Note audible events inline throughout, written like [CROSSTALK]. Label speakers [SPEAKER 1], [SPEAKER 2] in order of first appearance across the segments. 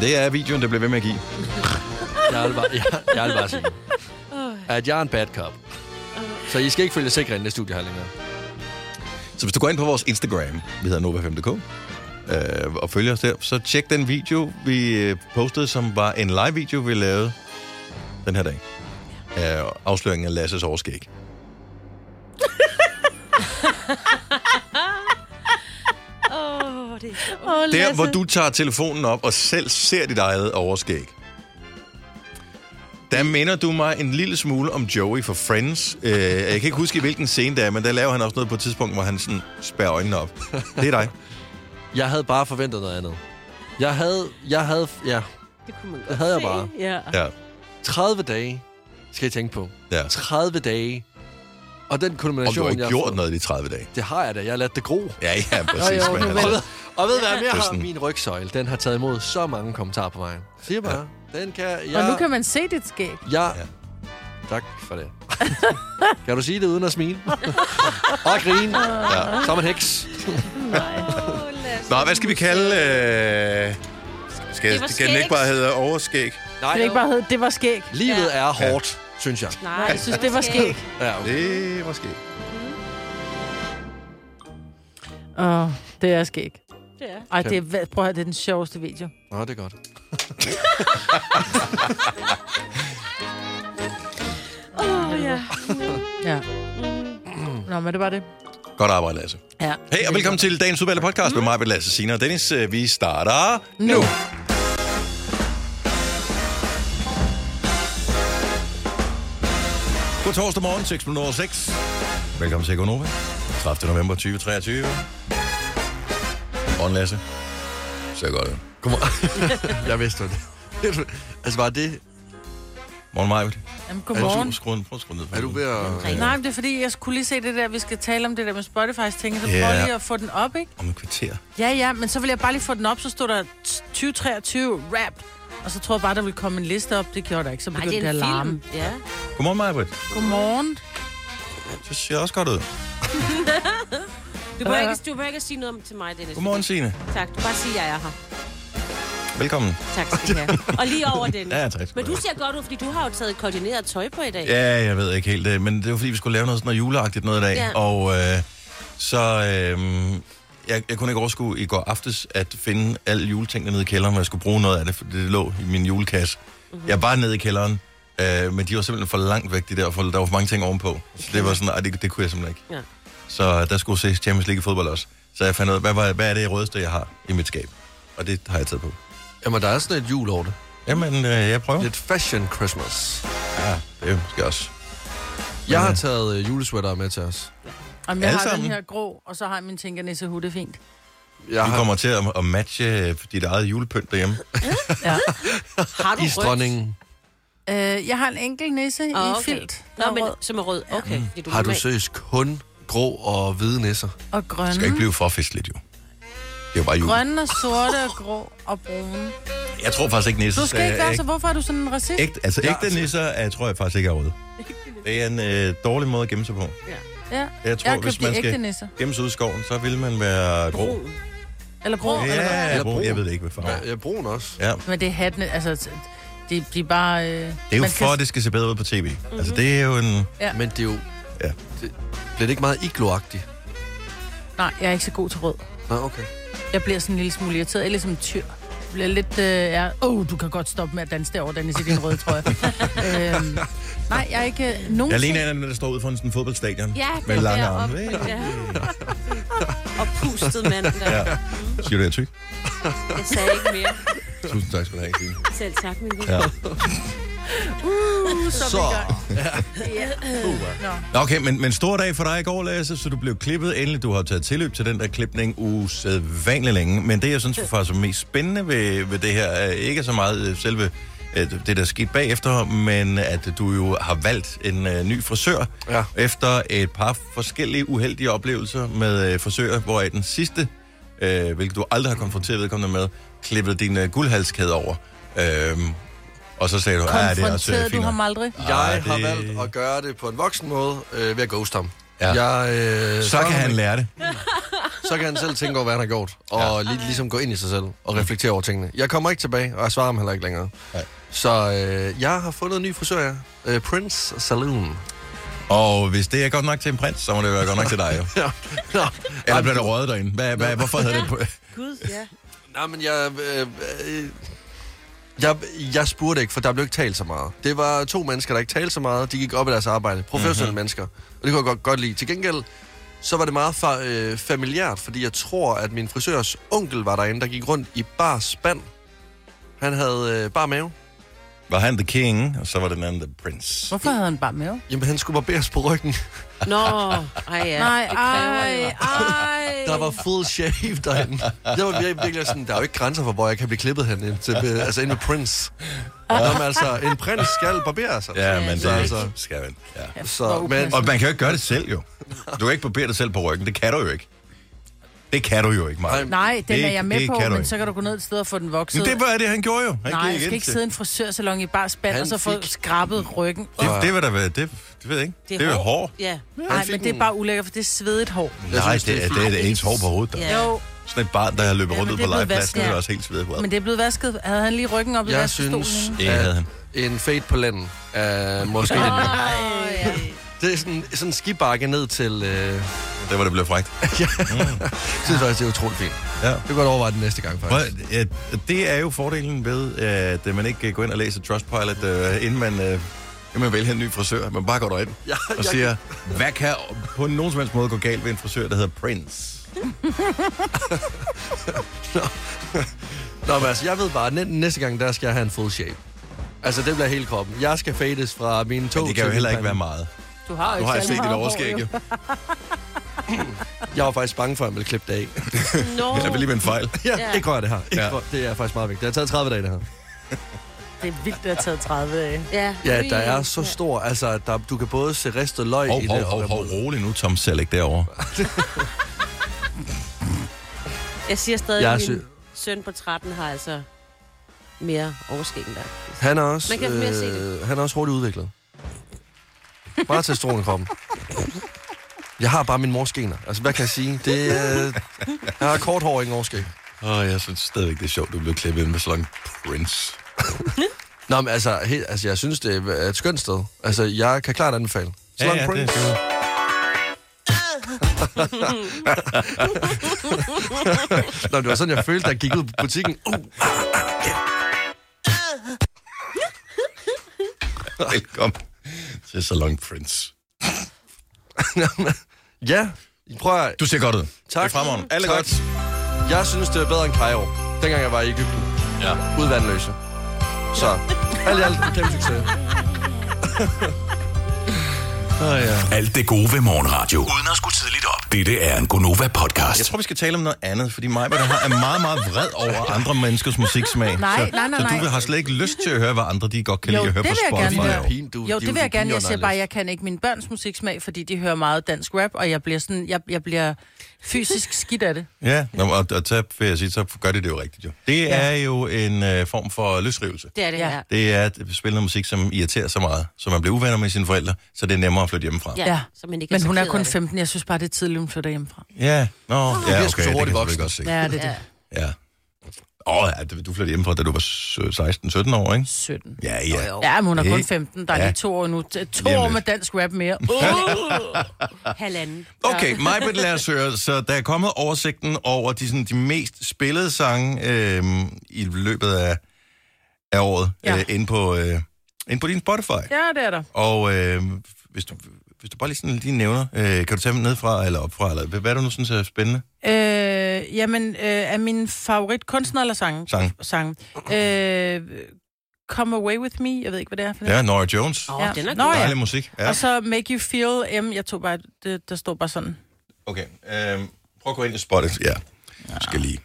[SPEAKER 1] det er videoen, der bliver ved med at give.
[SPEAKER 2] Jeg vil bare, jeg, jeg vil bare sige, at jeg er en bad cop. Så I skal ikke følge sikre ind i studiet her længere.
[SPEAKER 1] Så hvis du går ind på vores Instagram, vi hedder Nova5.dk, øh, og følger os der, så tjek den video, vi øh, postede, som var en live-video, vi lavede den her dag. Øh, afsløringen af Lasses overskæg.
[SPEAKER 3] Åh, det er sjovt.
[SPEAKER 4] Oh,
[SPEAKER 1] Der, hvor du tager telefonen op og selv ser dit eget overskæg. Der minder du mig en lille smule om Joey fra Friends. Øh, jeg kan ikke huske, i hvilken scene det er, men der laver han også noget på et tidspunkt, hvor han sådan spærrer øjnene op. [LAUGHS] Det er dig.
[SPEAKER 2] Jeg havde bare forventet noget andet. Jeg havde, jeg havde, ja,
[SPEAKER 3] Det kunne man godt
[SPEAKER 2] Det havde jeg
[SPEAKER 3] se.
[SPEAKER 2] bare.
[SPEAKER 3] Ja.
[SPEAKER 1] Ja,
[SPEAKER 2] 30 dage, skal I tænke på.
[SPEAKER 1] ja.
[SPEAKER 2] 30 dage. Og den
[SPEAKER 1] Og du
[SPEAKER 2] kulmination,
[SPEAKER 1] har ikke
[SPEAKER 2] jeg
[SPEAKER 1] gjort noget i de 30 dage.
[SPEAKER 2] Det har jeg da. Jeg har ladt det [LAUGHS] gro.
[SPEAKER 1] Ja, [LAUGHS] ja, præcis.
[SPEAKER 4] jo,
[SPEAKER 1] men
[SPEAKER 4] nu
[SPEAKER 1] altså-
[SPEAKER 2] Og ved, og ved hvad jeg mere
[SPEAKER 1] Det er
[SPEAKER 2] har?
[SPEAKER 1] sådan-
[SPEAKER 2] Min rygsøjle, den har taget imod så mange kommentarer på vejen. Siger bare, ja. den kan jeg...
[SPEAKER 4] Og nu kan man se dit skæg.
[SPEAKER 2] Jeg...
[SPEAKER 1] Ja.
[SPEAKER 2] Ja. Tak for det. [LAUGHS] kan du sige det uden at smile? og grine. Ja. Så er man heks.
[SPEAKER 3] Åh, Lasse.
[SPEAKER 1] Nå, hvad skal vi kalde... Øh... Skal,
[SPEAKER 3] Det var
[SPEAKER 1] det skal den ikke
[SPEAKER 3] skægs.
[SPEAKER 1] bare hedde overskæg?
[SPEAKER 2] Nej,
[SPEAKER 4] Det er ikke bare hedde, det var skæg.
[SPEAKER 2] livet er hårdt, synes jeg.
[SPEAKER 3] Nej,
[SPEAKER 4] Nej, jeg synes, det var skæg.
[SPEAKER 2] Ja, okay.
[SPEAKER 1] Det var skæg.
[SPEAKER 4] Åh, oh, det er skæg.
[SPEAKER 3] Det er.
[SPEAKER 4] Ej, det er, hvad- prøv at høre, det er den sjoveste video.
[SPEAKER 2] Nå, det er godt.
[SPEAKER 3] Åh, ja.
[SPEAKER 4] [LAUGHS] Ja. Nå, men det var det.
[SPEAKER 1] Godt arbejde, Lasse.
[SPEAKER 4] Ja.
[SPEAKER 1] Hej, og velkommen til dagens udvalgte podcast
[SPEAKER 2] Mm.
[SPEAKER 1] med mig, Lasse Sina og Dennis. Øh, Vi starter
[SPEAKER 4] Nu.
[SPEAKER 1] God torsdag morgen, 6 minutter over 6. Velkommen til Gonova. 30. november 2023. Morgen, Lasse. Så godt. ud.
[SPEAKER 2] Kom [LAUGHS] jeg vidste det. [LAUGHS] altså, var det...
[SPEAKER 1] Morgen, Majbet.
[SPEAKER 4] Jamen,
[SPEAKER 1] Prøv
[SPEAKER 4] godmorgen.
[SPEAKER 1] at skrue, prøv at skrue ned. for
[SPEAKER 2] Er du
[SPEAKER 1] den.
[SPEAKER 2] ved at... øh,
[SPEAKER 1] Ja.
[SPEAKER 4] Nej, men det er fordi, jeg skulle lige se det der, vi skal tale om det der med Spotify's ting, så
[SPEAKER 1] Ja.
[SPEAKER 4] prøv lige at få den op, ikke?
[SPEAKER 1] Om et kvarter.
[SPEAKER 4] Ja, ja, men så vil jeg bare lige få den op, så stod der 2023 rap. Og så tror jeg bare, der ville komme en liste op. Det gjorde der ikke, så
[SPEAKER 3] Nej,
[SPEAKER 4] begyndte
[SPEAKER 3] det
[SPEAKER 4] det
[SPEAKER 3] er
[SPEAKER 4] at
[SPEAKER 3] en
[SPEAKER 4] larme.
[SPEAKER 3] film. Ja.
[SPEAKER 1] Godmorgen, Majbet.
[SPEAKER 4] Godmorgen.
[SPEAKER 1] Det ser også godt ud.
[SPEAKER 3] Du behøver, ikke, du behøver ikke at sige noget om til mig, Dennis.
[SPEAKER 1] Godmorgen, Signe.
[SPEAKER 3] Tak. Du kan bare sige, at jeg er her.
[SPEAKER 1] Velkommen.
[SPEAKER 3] Tak skal du have. Og lige over, Dennis.
[SPEAKER 1] Ja, tak skal
[SPEAKER 3] Men
[SPEAKER 1] du
[SPEAKER 3] du
[SPEAKER 1] have.
[SPEAKER 3] ser godt ud, fordi du har jo taget koordineret tøj på i dag.
[SPEAKER 1] Ja, jeg ved ikke helt det, men det var fordi, vi skulle lave noget sådan noget juleagtigt noget i dag, ja.
[SPEAKER 3] Ja.
[SPEAKER 1] og øh, så... Øh, jeg, jeg kunne ikke overskue i går aftes at finde alle juletingene nede i kælderen, hvor jeg skulle bruge noget af det, for det lå i min julekasse.
[SPEAKER 4] Mhm.
[SPEAKER 1] Mm-hmm. Jeg var nede i kælderen, øh, men de var simpelthen for langt væk, de der, for der var for mange ting ovenpå. Så det var sådan, ej, det, det kunne jeg simpelthen ikke.
[SPEAKER 3] Ja.
[SPEAKER 1] Så der skulle ses Champions League i fodbold også. Så jeg fandt ud af, hvad, var, hvad er det rødeste, jeg har i mit skab? Og det har jeg taget på.
[SPEAKER 2] Jamen, der er sådan et jul over det.
[SPEAKER 1] Jamen, øh, jeg prøver.
[SPEAKER 2] Lidt fashion Christmas.
[SPEAKER 1] Ja, det er måske også.
[SPEAKER 2] Jeg
[SPEAKER 1] Men,
[SPEAKER 2] har
[SPEAKER 1] øh,
[SPEAKER 2] taget øh, julesweater med til os.
[SPEAKER 4] Jamen, jeg
[SPEAKER 1] Alle
[SPEAKER 4] har
[SPEAKER 1] sammen?
[SPEAKER 4] den her grå, og så har jeg min tænkernisse hud, det er fint.
[SPEAKER 2] Jeg
[SPEAKER 1] Vi
[SPEAKER 2] har
[SPEAKER 1] kommer til at, at matche øh, dit eget julepynt derhjemme.
[SPEAKER 4] Ja.
[SPEAKER 3] Har du rødt?
[SPEAKER 2] isdronningen.
[SPEAKER 4] øh, jeg har en enkelt nisse
[SPEAKER 3] Åh,
[SPEAKER 4] i
[SPEAKER 3] okay.
[SPEAKER 4] filt.
[SPEAKER 3] Nå, men
[SPEAKER 4] rød
[SPEAKER 3] som er rød. Okay. Det er
[SPEAKER 2] Har du
[SPEAKER 3] normalt.
[SPEAKER 2] seriøst kun grå og hvide nisser?
[SPEAKER 4] og grønne.
[SPEAKER 1] Det skal ikke blive for festligt, jo. Det er jo bare jul.
[SPEAKER 4] Grønne og sorte og grå og brune.
[SPEAKER 1] Jeg tror faktisk ikke, nisser...
[SPEAKER 4] Du skal ikke
[SPEAKER 1] er
[SPEAKER 4] være så... Hvorfor er du sådan en racist?
[SPEAKER 1] ægte, altså,
[SPEAKER 2] Ja,
[SPEAKER 1] ægte
[SPEAKER 2] altså.
[SPEAKER 1] nisser er, tror jeg faktisk ikke er
[SPEAKER 4] [LAUGHS]
[SPEAKER 1] røde. Det er en øh, dårlig måde at gemme sig på.
[SPEAKER 4] Ja.
[SPEAKER 1] Jeg tror,
[SPEAKER 4] Jeg har
[SPEAKER 1] hvis
[SPEAKER 4] købt
[SPEAKER 1] man
[SPEAKER 4] de ægte
[SPEAKER 1] skal
[SPEAKER 4] nisser.
[SPEAKER 1] gemme sig ud i skoven, så vil man være grå.
[SPEAKER 3] Brun.
[SPEAKER 4] Eller brun. Eller hvad?
[SPEAKER 1] Ja,
[SPEAKER 2] Eller
[SPEAKER 1] brun.
[SPEAKER 2] brun.
[SPEAKER 1] Jeg ved det ikke, hvad farve.
[SPEAKER 2] Ja, jeg bruger den også.
[SPEAKER 1] Ja.
[SPEAKER 4] Men det er hatten, altså... De, de er bare... Øh, det
[SPEAKER 1] Det er jo for, at det skal se bedre ud på tv. Altså, det er jo en...
[SPEAKER 2] Men det er jo...
[SPEAKER 1] Ja.
[SPEAKER 2] Det, bliver det ikke meget igloagtigt?
[SPEAKER 4] Nej, jeg er ikke så god til rød.
[SPEAKER 2] Nå, okay.
[SPEAKER 4] Jeg bliver sådan en lille smule irriteret. Jeg er ligesom en tyr. Jeg bliver lidt... Øh, er, oh, du kan godt stoppe med at danse derovre, Dennis, i din røde
[SPEAKER 1] [LAUGHS]
[SPEAKER 4] trøje. øhm, nej, jeg er ikke... Øh, nogen
[SPEAKER 1] Jeg
[SPEAKER 4] ting-
[SPEAKER 1] ligner en af dem, der står ude foran sådan en fodboldstadion.
[SPEAKER 3] Ja,
[SPEAKER 1] med
[SPEAKER 3] den
[SPEAKER 1] lange
[SPEAKER 3] der
[SPEAKER 1] arme.
[SPEAKER 3] op-
[SPEAKER 1] Hey.
[SPEAKER 3] Ja. Og pustet mand der.
[SPEAKER 1] Ja. Siger du, jeg er tyk?
[SPEAKER 3] Jeg sagde ikke mere.
[SPEAKER 1] Tusind tak skal du have, Signe.
[SPEAKER 3] Selv tak, min ven.
[SPEAKER 1] Ja.
[SPEAKER 4] Uh, så...
[SPEAKER 1] Nå, Okay, men, men stor dag for dig i går, Lasse, så du blev klippet. Endelig, du har taget tilløb til den der klipning usædvanligt længe. Men det, jeg synes faktisk er mest spændende ved, ved det her, er ikke så meget øh, selve øh, det, der skete bagefter, men at du jo har valgt en øh, ny frisør
[SPEAKER 2] Ja.
[SPEAKER 1] efter et par forskellige uheldige oplevelser med øh, frisører, hvor den sidste, øh, hvilket du aldrig har konfronteret vedkommende med, klippede din øh, guldhalskæde over. Øhm, og så sagde du, at det er også øh,
[SPEAKER 4] Konfronteret
[SPEAKER 1] fint
[SPEAKER 4] du
[SPEAKER 1] nok."
[SPEAKER 4] ham aldrig?
[SPEAKER 2] Jeg
[SPEAKER 1] Ah,
[SPEAKER 2] det... har
[SPEAKER 1] det-
[SPEAKER 2] valgt at gøre det på en voksen måde øh, ved at ghoste ham.
[SPEAKER 1] Ja.
[SPEAKER 2] Jeg, øh,
[SPEAKER 1] Så kan
[SPEAKER 2] ham
[SPEAKER 1] han
[SPEAKER 2] ikke.
[SPEAKER 1] lære det.
[SPEAKER 2] [LAUGHS] så kan han selv tænke over, hvad han har gjort. Og ja. lig, ligesom gå ind i sig selv og reflektere over tingene. Jeg kommer ikke tilbage, og jeg svarer ham heller ikke længere.
[SPEAKER 1] Nej.
[SPEAKER 2] Så øh, jeg har fundet en ny frisør, ja. Øh, Prince Saloon.
[SPEAKER 1] Og hvis det er godt nok til en prins, så må det være godt nok til dig, jo.
[SPEAKER 2] [LAUGHS] Ja. Nå.
[SPEAKER 1] Eller bliver der røget derinde? Hvad, hvad, hvorfor havde
[SPEAKER 2] [LAUGHS]
[SPEAKER 1] det... På?
[SPEAKER 3] Gud, ja.
[SPEAKER 2] Nej, men jeg... Øh, øh, jeg, jeg spurgte ikke, for der blev ikke talt så meget. Det var to mennesker, der ikke talte så meget. De gik op i deres arbejde.
[SPEAKER 1] Mhm.
[SPEAKER 2] Professionelle mm-hmm. mennesker. Og det kunne jeg godt, godt lide. Til gengæld, så var det meget fa- øh, familiært, fordi jeg tror, at min frisørs onkel var derinde, der gik rundt i bar spand. Han havde øh, bar mave.
[SPEAKER 1] Var han the king, og så var den anden the prince.
[SPEAKER 4] Hvorfor havde han bare mave?
[SPEAKER 2] Jamen, han skulle barberes på ryggen.
[SPEAKER 3] Nå, ej ja.
[SPEAKER 4] Nej,
[SPEAKER 3] Det kræver
[SPEAKER 4] ej,
[SPEAKER 3] jo.
[SPEAKER 4] ej.
[SPEAKER 2] Der var full shave [LAUGHS] derinde. Jeg var vir- virkelig sådan, der er jo ikke grænser for, hvor jeg kan blive klippet hen. Til, altså, ind med [LAUGHS] prins. Nå, men altså, en prins skal barbere sig.
[SPEAKER 1] Ja, men
[SPEAKER 2] Så
[SPEAKER 1] det
[SPEAKER 2] altså-
[SPEAKER 1] skal man. Ja.
[SPEAKER 4] Hvor
[SPEAKER 2] Så, men,
[SPEAKER 4] upassende.
[SPEAKER 1] Og man kan jo ikke gøre det selv, jo. Du kan ikke barbere dig selv på ryggen. Det kan du jo ikke. Det kan du jo ikke, Maja.
[SPEAKER 2] Nej,
[SPEAKER 4] Nej, den
[SPEAKER 1] Det-
[SPEAKER 4] er jeg med
[SPEAKER 1] det
[SPEAKER 4] på,
[SPEAKER 1] kan du
[SPEAKER 4] men
[SPEAKER 1] ikke.
[SPEAKER 4] så kan du gå ned et sted og få den vokset.
[SPEAKER 1] Men det var det, han gjorde jo. Han
[SPEAKER 4] Nej,
[SPEAKER 1] gik
[SPEAKER 4] jeg skal
[SPEAKER 1] ind
[SPEAKER 4] ikke
[SPEAKER 1] til-
[SPEAKER 4] sidde i en frisørsalon i bare spand,
[SPEAKER 2] Han
[SPEAKER 4] og så få
[SPEAKER 2] fik-
[SPEAKER 4] skrabet ryggen.
[SPEAKER 1] Det, det var da være, det, det ved jeg ikke. Det, det er jo hår.
[SPEAKER 3] Ja.
[SPEAKER 4] Nej, men det er bare ulækkert, for det er svedigt hår.
[SPEAKER 2] Jeg
[SPEAKER 1] Nej,
[SPEAKER 2] synes,
[SPEAKER 1] det,
[SPEAKER 2] det
[SPEAKER 1] er,
[SPEAKER 2] er
[SPEAKER 1] det er det ens hår på hovedet. Der.
[SPEAKER 3] Ja.
[SPEAKER 4] Jo,
[SPEAKER 1] Sådan et barn, der løber
[SPEAKER 4] Ja,
[SPEAKER 1] rundt
[SPEAKER 4] men
[SPEAKER 1] ud
[SPEAKER 4] det
[SPEAKER 1] på
[SPEAKER 4] er blevet
[SPEAKER 1] legepladsen,
[SPEAKER 4] vasket,
[SPEAKER 1] det er
[SPEAKER 4] ja.
[SPEAKER 1] også helt svedet.
[SPEAKER 4] men det er blevet vasket. Havde han lige ryggen op i
[SPEAKER 2] jeg
[SPEAKER 4] vaskestolen?
[SPEAKER 2] synes,
[SPEAKER 4] ikke?
[SPEAKER 1] Ikke havde han.
[SPEAKER 2] en fade på lænden er måske lidt mere.
[SPEAKER 3] Åh, ja.
[SPEAKER 2] Det er sådan, sådan en skibakke ned til... Øh,
[SPEAKER 1] Det var det blev frækt.
[SPEAKER 2] Jeg synes faktisk, det er utroligt fint.
[SPEAKER 1] Ja.
[SPEAKER 2] Det kan godt overveje det næste gang, faktisk.
[SPEAKER 1] Prøv, øh, Det er jo fordelen ved, at man ikke går ind og læser Trustpilot, øh, inden man, øh, inden man vælger en ny frisør. Man bare går derind
[SPEAKER 2] Ja,
[SPEAKER 1] og
[SPEAKER 2] jeg-
[SPEAKER 1] siger, hvad kan på nogen som helst måde gå galt ved en frisør, der hedder Prince?
[SPEAKER 2] Nå, men altså, jeg ved bare, at næ- næste gang, der skal jeg have en full shape. Altså, det bliver hele kroppen. Jeg skal fades fra mine tog
[SPEAKER 1] Men det kan jo
[SPEAKER 2] til
[SPEAKER 1] heller
[SPEAKER 2] min
[SPEAKER 1] ikke være
[SPEAKER 2] pande.
[SPEAKER 1] meget.
[SPEAKER 4] Du har jo
[SPEAKER 1] Nu
[SPEAKER 4] ikke
[SPEAKER 1] har jeg
[SPEAKER 4] særlig
[SPEAKER 1] set dit
[SPEAKER 4] meget hår,
[SPEAKER 1] overskæg, jo.
[SPEAKER 4] jo.
[SPEAKER 2] Jeg var faktisk bange for, at jeg ville klippe det
[SPEAKER 1] [LAUGHS]
[SPEAKER 2] af.
[SPEAKER 3] Nå.
[SPEAKER 1] Jeg vil lige med en fejl.
[SPEAKER 2] ja,
[SPEAKER 3] Ja.
[SPEAKER 2] ikke rør det her. Ikke
[SPEAKER 1] Ja.
[SPEAKER 2] ja. det er faktisk meget vigtigt. Det har taget 30 dage, det her.
[SPEAKER 4] Det er vildt, det har taget 30 dage.
[SPEAKER 3] Ja,
[SPEAKER 2] Ja, der er så stor, altså, at der, du kan både se ristet løg
[SPEAKER 1] Hov,
[SPEAKER 2] i
[SPEAKER 1] hov,
[SPEAKER 2] det.
[SPEAKER 1] hov, hov, rolig nu, Tom Selleck derovre.
[SPEAKER 3] Jeg siger stadig,
[SPEAKER 2] Jeg er
[SPEAKER 3] at min
[SPEAKER 2] sø-
[SPEAKER 3] søn på 13 har altså mere overskæg end dig.
[SPEAKER 1] Mm.
[SPEAKER 2] Han er også, øh,
[SPEAKER 3] Man kan mere se det.
[SPEAKER 2] han er også hurtigt udviklet. Bare testosteron i kroppen. Jeg har bare min mors gener. Altså, hvad kan jeg sige? Det, øh, jeg har kort hår, ingen overskæg.
[SPEAKER 1] Åh, jeg synes stadigvæk, det er sjovt, du blev klippet ind med sådan Prince.
[SPEAKER 2] [LAUGHS] Nå, men altså, helt, altså, jeg synes, det er et skønt sted. Altså, jeg kan klart anbefale. Slung Prince.
[SPEAKER 1] det.
[SPEAKER 2] [LAUGHS] Nå, det var sådan, jeg følte, da jeg gik ud på butikken. Uh,
[SPEAKER 1] Velkommen til Salon Prince.
[SPEAKER 2] [LAUGHS] ja, prøv at...
[SPEAKER 1] Du ser godt ud.
[SPEAKER 2] Tak.
[SPEAKER 1] Det er fremragende. Alle
[SPEAKER 2] Tak.
[SPEAKER 1] godt.
[SPEAKER 2] Jeg synes, det er bedre end Kajo, dengang jeg var i Ægypten.
[SPEAKER 1] Ja.
[SPEAKER 2] Ud vandløse. Så, alt i alt, en kæmpe succes.
[SPEAKER 5] Alt det gode ved morgenradio. Uden at skulle tidligt op. Dette er en Gonova-podcast.
[SPEAKER 1] Jeg tror, vi skal tale om noget andet, fordi mig er meget, meget vred over andre menneskers musiksmag.
[SPEAKER 4] Nej,
[SPEAKER 1] så,
[SPEAKER 4] nej, nej,
[SPEAKER 1] Så du
[SPEAKER 4] nej.
[SPEAKER 1] har slet ikke lyst til at høre, hvad andre de godt kan
[SPEAKER 4] Jo,
[SPEAKER 1] lide at høre
[SPEAKER 4] det
[SPEAKER 1] på
[SPEAKER 4] vil jeg
[SPEAKER 1] Spotify.
[SPEAKER 4] gerne
[SPEAKER 1] og-
[SPEAKER 4] høre.
[SPEAKER 2] Pin, du,
[SPEAKER 4] Jo,
[SPEAKER 2] de-
[SPEAKER 4] det vil
[SPEAKER 2] de
[SPEAKER 4] jeg gerne. Jeg
[SPEAKER 2] piner
[SPEAKER 4] siger bare, at
[SPEAKER 2] underligt.
[SPEAKER 4] jeg kan ikke min børns musiksmag, fordi de hører meget dansk rap, og jeg bliver, sådan, jeg, jeg bliver fysisk skidt af det.
[SPEAKER 1] Ja, Nå, og, og så vil jeg sige, så gør det det jo rigtigt jo. Det er jo en øh, form for løsrivelse.
[SPEAKER 3] [LAUGHS] Det er det,
[SPEAKER 4] Ja.
[SPEAKER 3] ja.
[SPEAKER 1] Det er at spille noget musik, som irriterer så meget, så man bliver uvenner med sine forældre, så det er nemmere at flytte hjemmefra.
[SPEAKER 3] Ja,
[SPEAKER 4] Ja.
[SPEAKER 3] så man ikke
[SPEAKER 4] Men
[SPEAKER 3] så
[SPEAKER 4] hun er
[SPEAKER 3] ked
[SPEAKER 4] kun
[SPEAKER 3] af det.
[SPEAKER 4] 15. Jeg synes bare, det er tidligt, hun flytter hjemmefra.
[SPEAKER 1] Ja, nå,
[SPEAKER 4] Ah,
[SPEAKER 1] ja, okay,
[SPEAKER 2] bliver
[SPEAKER 1] det
[SPEAKER 2] sgu så
[SPEAKER 1] kan jeg
[SPEAKER 2] hurtigt
[SPEAKER 1] selvfølgelig
[SPEAKER 2] voksen.
[SPEAKER 1] godt se.
[SPEAKER 4] Ja, det er det.
[SPEAKER 1] Ja. Åh, ja, du flyttede hjemmefra, da du var 16-17 år, ikke?
[SPEAKER 4] 17.
[SPEAKER 1] Ja, ja.
[SPEAKER 4] Ja, men hun er kun
[SPEAKER 1] Ikke?
[SPEAKER 4] 15. Der er
[SPEAKER 1] Ja.
[SPEAKER 4] lige to år nu. T- To
[SPEAKER 1] Lige om
[SPEAKER 4] år
[SPEAKER 1] lidt.
[SPEAKER 4] med dansk
[SPEAKER 3] [LAUGHS]
[SPEAKER 4] rap mere. Uh!
[SPEAKER 3] Halvanden.
[SPEAKER 1] Okay, mig vil lad os høre. Så der er kommet oversigten over de, sådan, de mest spillede sange øh, i løbet af, af året ja.
[SPEAKER 4] Ja.
[SPEAKER 1] øh, ind, på, øh, ind på din Spotify. Ja.
[SPEAKER 4] Ja, det er der.
[SPEAKER 1] Og øh, hvis, du, hvis du bare lige, sådan, lige nævner, øh, kan du tage dem ned fra eller op fra, eller hvad, hvad du nu synes er spændende?
[SPEAKER 4] Øh, jamen, øh, er min favorit kunstner eller sange?
[SPEAKER 1] Sange.
[SPEAKER 4] Sange. Øh, Come Away With Me, jeg ved ikke, hvad det er for noget.
[SPEAKER 1] Ja, Nora Jones.
[SPEAKER 3] Åh,
[SPEAKER 4] Ja.
[SPEAKER 3] den er
[SPEAKER 4] Nå,
[SPEAKER 3] god.
[SPEAKER 4] ja.
[SPEAKER 1] Dejlig musik. Ja.
[SPEAKER 4] Og så Make You Feel M. Jeg tog bare, det, der stod bare sådan.
[SPEAKER 1] Okay, øh, prøv at gå ind i Spotify. Ja, jeg skal lige.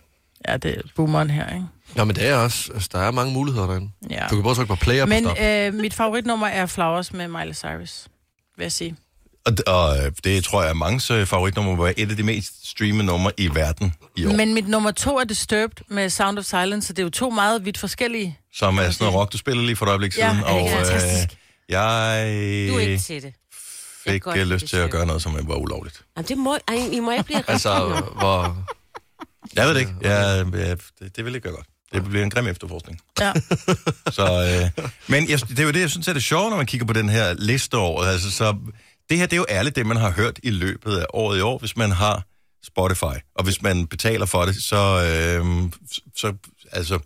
[SPEAKER 4] Ja, det er boomeren her, ikke?
[SPEAKER 2] Nå, men det er også, altså, der er mange muligheder derinde.
[SPEAKER 4] Ja.
[SPEAKER 2] Du kan både trykke på player
[SPEAKER 4] Men
[SPEAKER 2] på stop.
[SPEAKER 4] øh, mit favoritnummer er Flowers med Miley Cyrus, vil jeg sige.
[SPEAKER 1] Og, og øh, det tror jeg er mangens øh, favoritnummer, var et af de mest streamede numre i verden i år.
[SPEAKER 4] Jo. Men mit nummer to er Disturbed med Sound of Silence, så det er jo to meget vidt forskellige.
[SPEAKER 1] som er sådan noget rock, du spiller lige for et øjeblik
[SPEAKER 4] Ja,
[SPEAKER 1] siden.
[SPEAKER 4] er det ikke
[SPEAKER 1] og,
[SPEAKER 4] fantastisk?
[SPEAKER 1] jeg...
[SPEAKER 3] Du er ikke til det.
[SPEAKER 1] fik
[SPEAKER 3] godt
[SPEAKER 1] jeg
[SPEAKER 3] lide
[SPEAKER 1] lyst til at
[SPEAKER 3] dessert.
[SPEAKER 1] gøre noget, som var ulovligt.
[SPEAKER 3] Jamen, det må, ej, I må ikke blive rigtig.
[SPEAKER 2] [LAUGHS] Altså,
[SPEAKER 1] øh,
[SPEAKER 2] hvor...
[SPEAKER 1] Jeg ved det ikke. Jeg, jeg, det, det vil ikke gøre godt. Det bliver en grim efterforskning.
[SPEAKER 4] Ja.
[SPEAKER 1] Så, øh, men jeg, det er jo det, jeg synes er det sjove, når man kigger på den her liste over. Altså, så, det her det er jo ærligt det, man har hørt i løbet af året i år, hvis man har Spotify. Og hvis man betaler for det, så, øh, så, altså,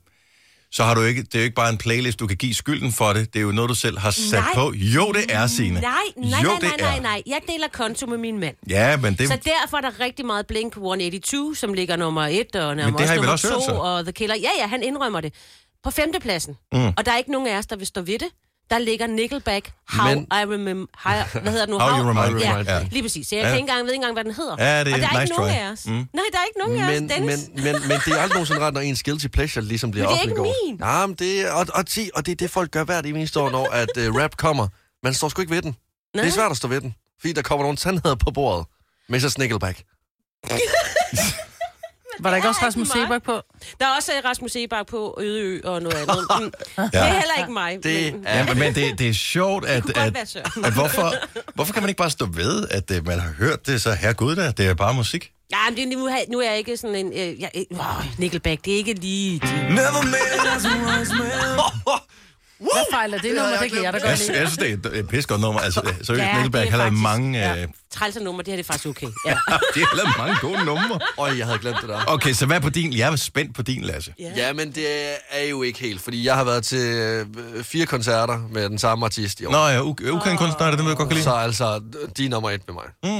[SPEAKER 1] så har du ikke, det er jo ikke bare en playlist, du kan give skylden for det. Det er jo noget, du selv har sat
[SPEAKER 3] Nej.
[SPEAKER 1] på. Jo, det er, Ah, Signe.
[SPEAKER 3] Nej, nej,
[SPEAKER 1] jo,
[SPEAKER 3] nej,
[SPEAKER 1] det
[SPEAKER 3] nej,
[SPEAKER 1] er.
[SPEAKER 3] nej, nej. Jeg deler konto med min mand.
[SPEAKER 1] Ja, men det...
[SPEAKER 3] Så derfor er der rigtig meget Blink 182, som ligger nummer 1, og
[SPEAKER 1] det har
[SPEAKER 3] nummer,
[SPEAKER 1] I
[SPEAKER 3] også
[SPEAKER 1] vel
[SPEAKER 3] nummer
[SPEAKER 1] også hørt, så?
[SPEAKER 3] 2, og The Killer. Ja, ja, han indrømmer det. På femtepladsen. Mm. Og der er ikke nogen af os, der vil stå ved det. Der ligger Nickelback, How
[SPEAKER 2] Men-
[SPEAKER 3] Men... I Remember... How, hvad hedder den nu?
[SPEAKER 1] How You Remind Me.
[SPEAKER 3] ja,
[SPEAKER 1] Ja.
[SPEAKER 3] Lige præcis. Så jeg
[SPEAKER 1] Ja.
[SPEAKER 3] ja. kan ikke engang, ved ikke engang, hvad den hedder.
[SPEAKER 1] Ja, det er
[SPEAKER 3] og der er
[SPEAKER 1] nice
[SPEAKER 3] ikke nogen
[SPEAKER 1] try.
[SPEAKER 3] af os.
[SPEAKER 1] Mm.
[SPEAKER 3] Mm. Nej, der er ikke nogen af
[SPEAKER 2] Men,
[SPEAKER 3] os.
[SPEAKER 2] men,
[SPEAKER 3] Dennis.
[SPEAKER 2] men, men det er aldrig nogensinde ret, når ens guilty pleasure ligesom bliver
[SPEAKER 3] Men det er ikke
[SPEAKER 2] offentliggjort.
[SPEAKER 3] min.
[SPEAKER 2] Nej, men det er, og, og, ti- og det er det, folk gør hvert eneste år, når at, uh, rap kommer. Man står sgu ikke ved den. Nej. Det er svært at stå ved den, fordi der kommer nogle sandheder på bordet. Mrs. Nickelback.
[SPEAKER 4] Var der ikke også Rasmus
[SPEAKER 3] Meget.
[SPEAKER 4] Sebak på?
[SPEAKER 3] Der er også øh, Rasmus Sebak på Øde Ø og noget andet.
[SPEAKER 1] [LAUGHS]
[SPEAKER 3] Mm. ja. Det er heller ikke mig.
[SPEAKER 2] Det
[SPEAKER 3] men,
[SPEAKER 2] er...
[SPEAKER 1] Ja, men det, det er sjovt, at,
[SPEAKER 3] kunne godt
[SPEAKER 1] at,
[SPEAKER 3] være Søren.
[SPEAKER 1] at hvorfor, hvorfor kan man ikke bare stå ved, at øh, man har hørt det, så her gud da, det er bare musik.
[SPEAKER 3] Ja, men det, nu, har- nu er jeg ikke sådan en... Øh, jeg, øh, wow, Nickelback, det er ikke lige...
[SPEAKER 1] Never made
[SPEAKER 4] Hvad fejler det nummer? Det kan jeg da
[SPEAKER 1] jeg,
[SPEAKER 4] godt
[SPEAKER 1] sy-
[SPEAKER 4] lide.
[SPEAKER 1] jeg synes, det er et pis godt nummer. Altså, øh, seriøst,
[SPEAKER 3] Ja,
[SPEAKER 1] ja,
[SPEAKER 3] det er
[SPEAKER 1] Nickelback har lavet
[SPEAKER 3] faktisk-
[SPEAKER 1] mange,
[SPEAKER 3] ja.
[SPEAKER 1] øh,
[SPEAKER 3] Trælser nummer, det her det er faktisk okay. Ja.
[SPEAKER 1] de har lavet mange gode numre.
[SPEAKER 2] Øj, jeg havde glemt det der.
[SPEAKER 1] Okay, så hvad er på din? Jeg er spændt på din, Lasse.
[SPEAKER 2] Ja, men det er jo ikke helt, fordi jeg har været til øh, fire koncerter med den samme artist i år.
[SPEAKER 1] Nå ja, u- ukendt kunstner, er det dem, du godt kan lide?
[SPEAKER 2] Så altså, de er nummer et med mig.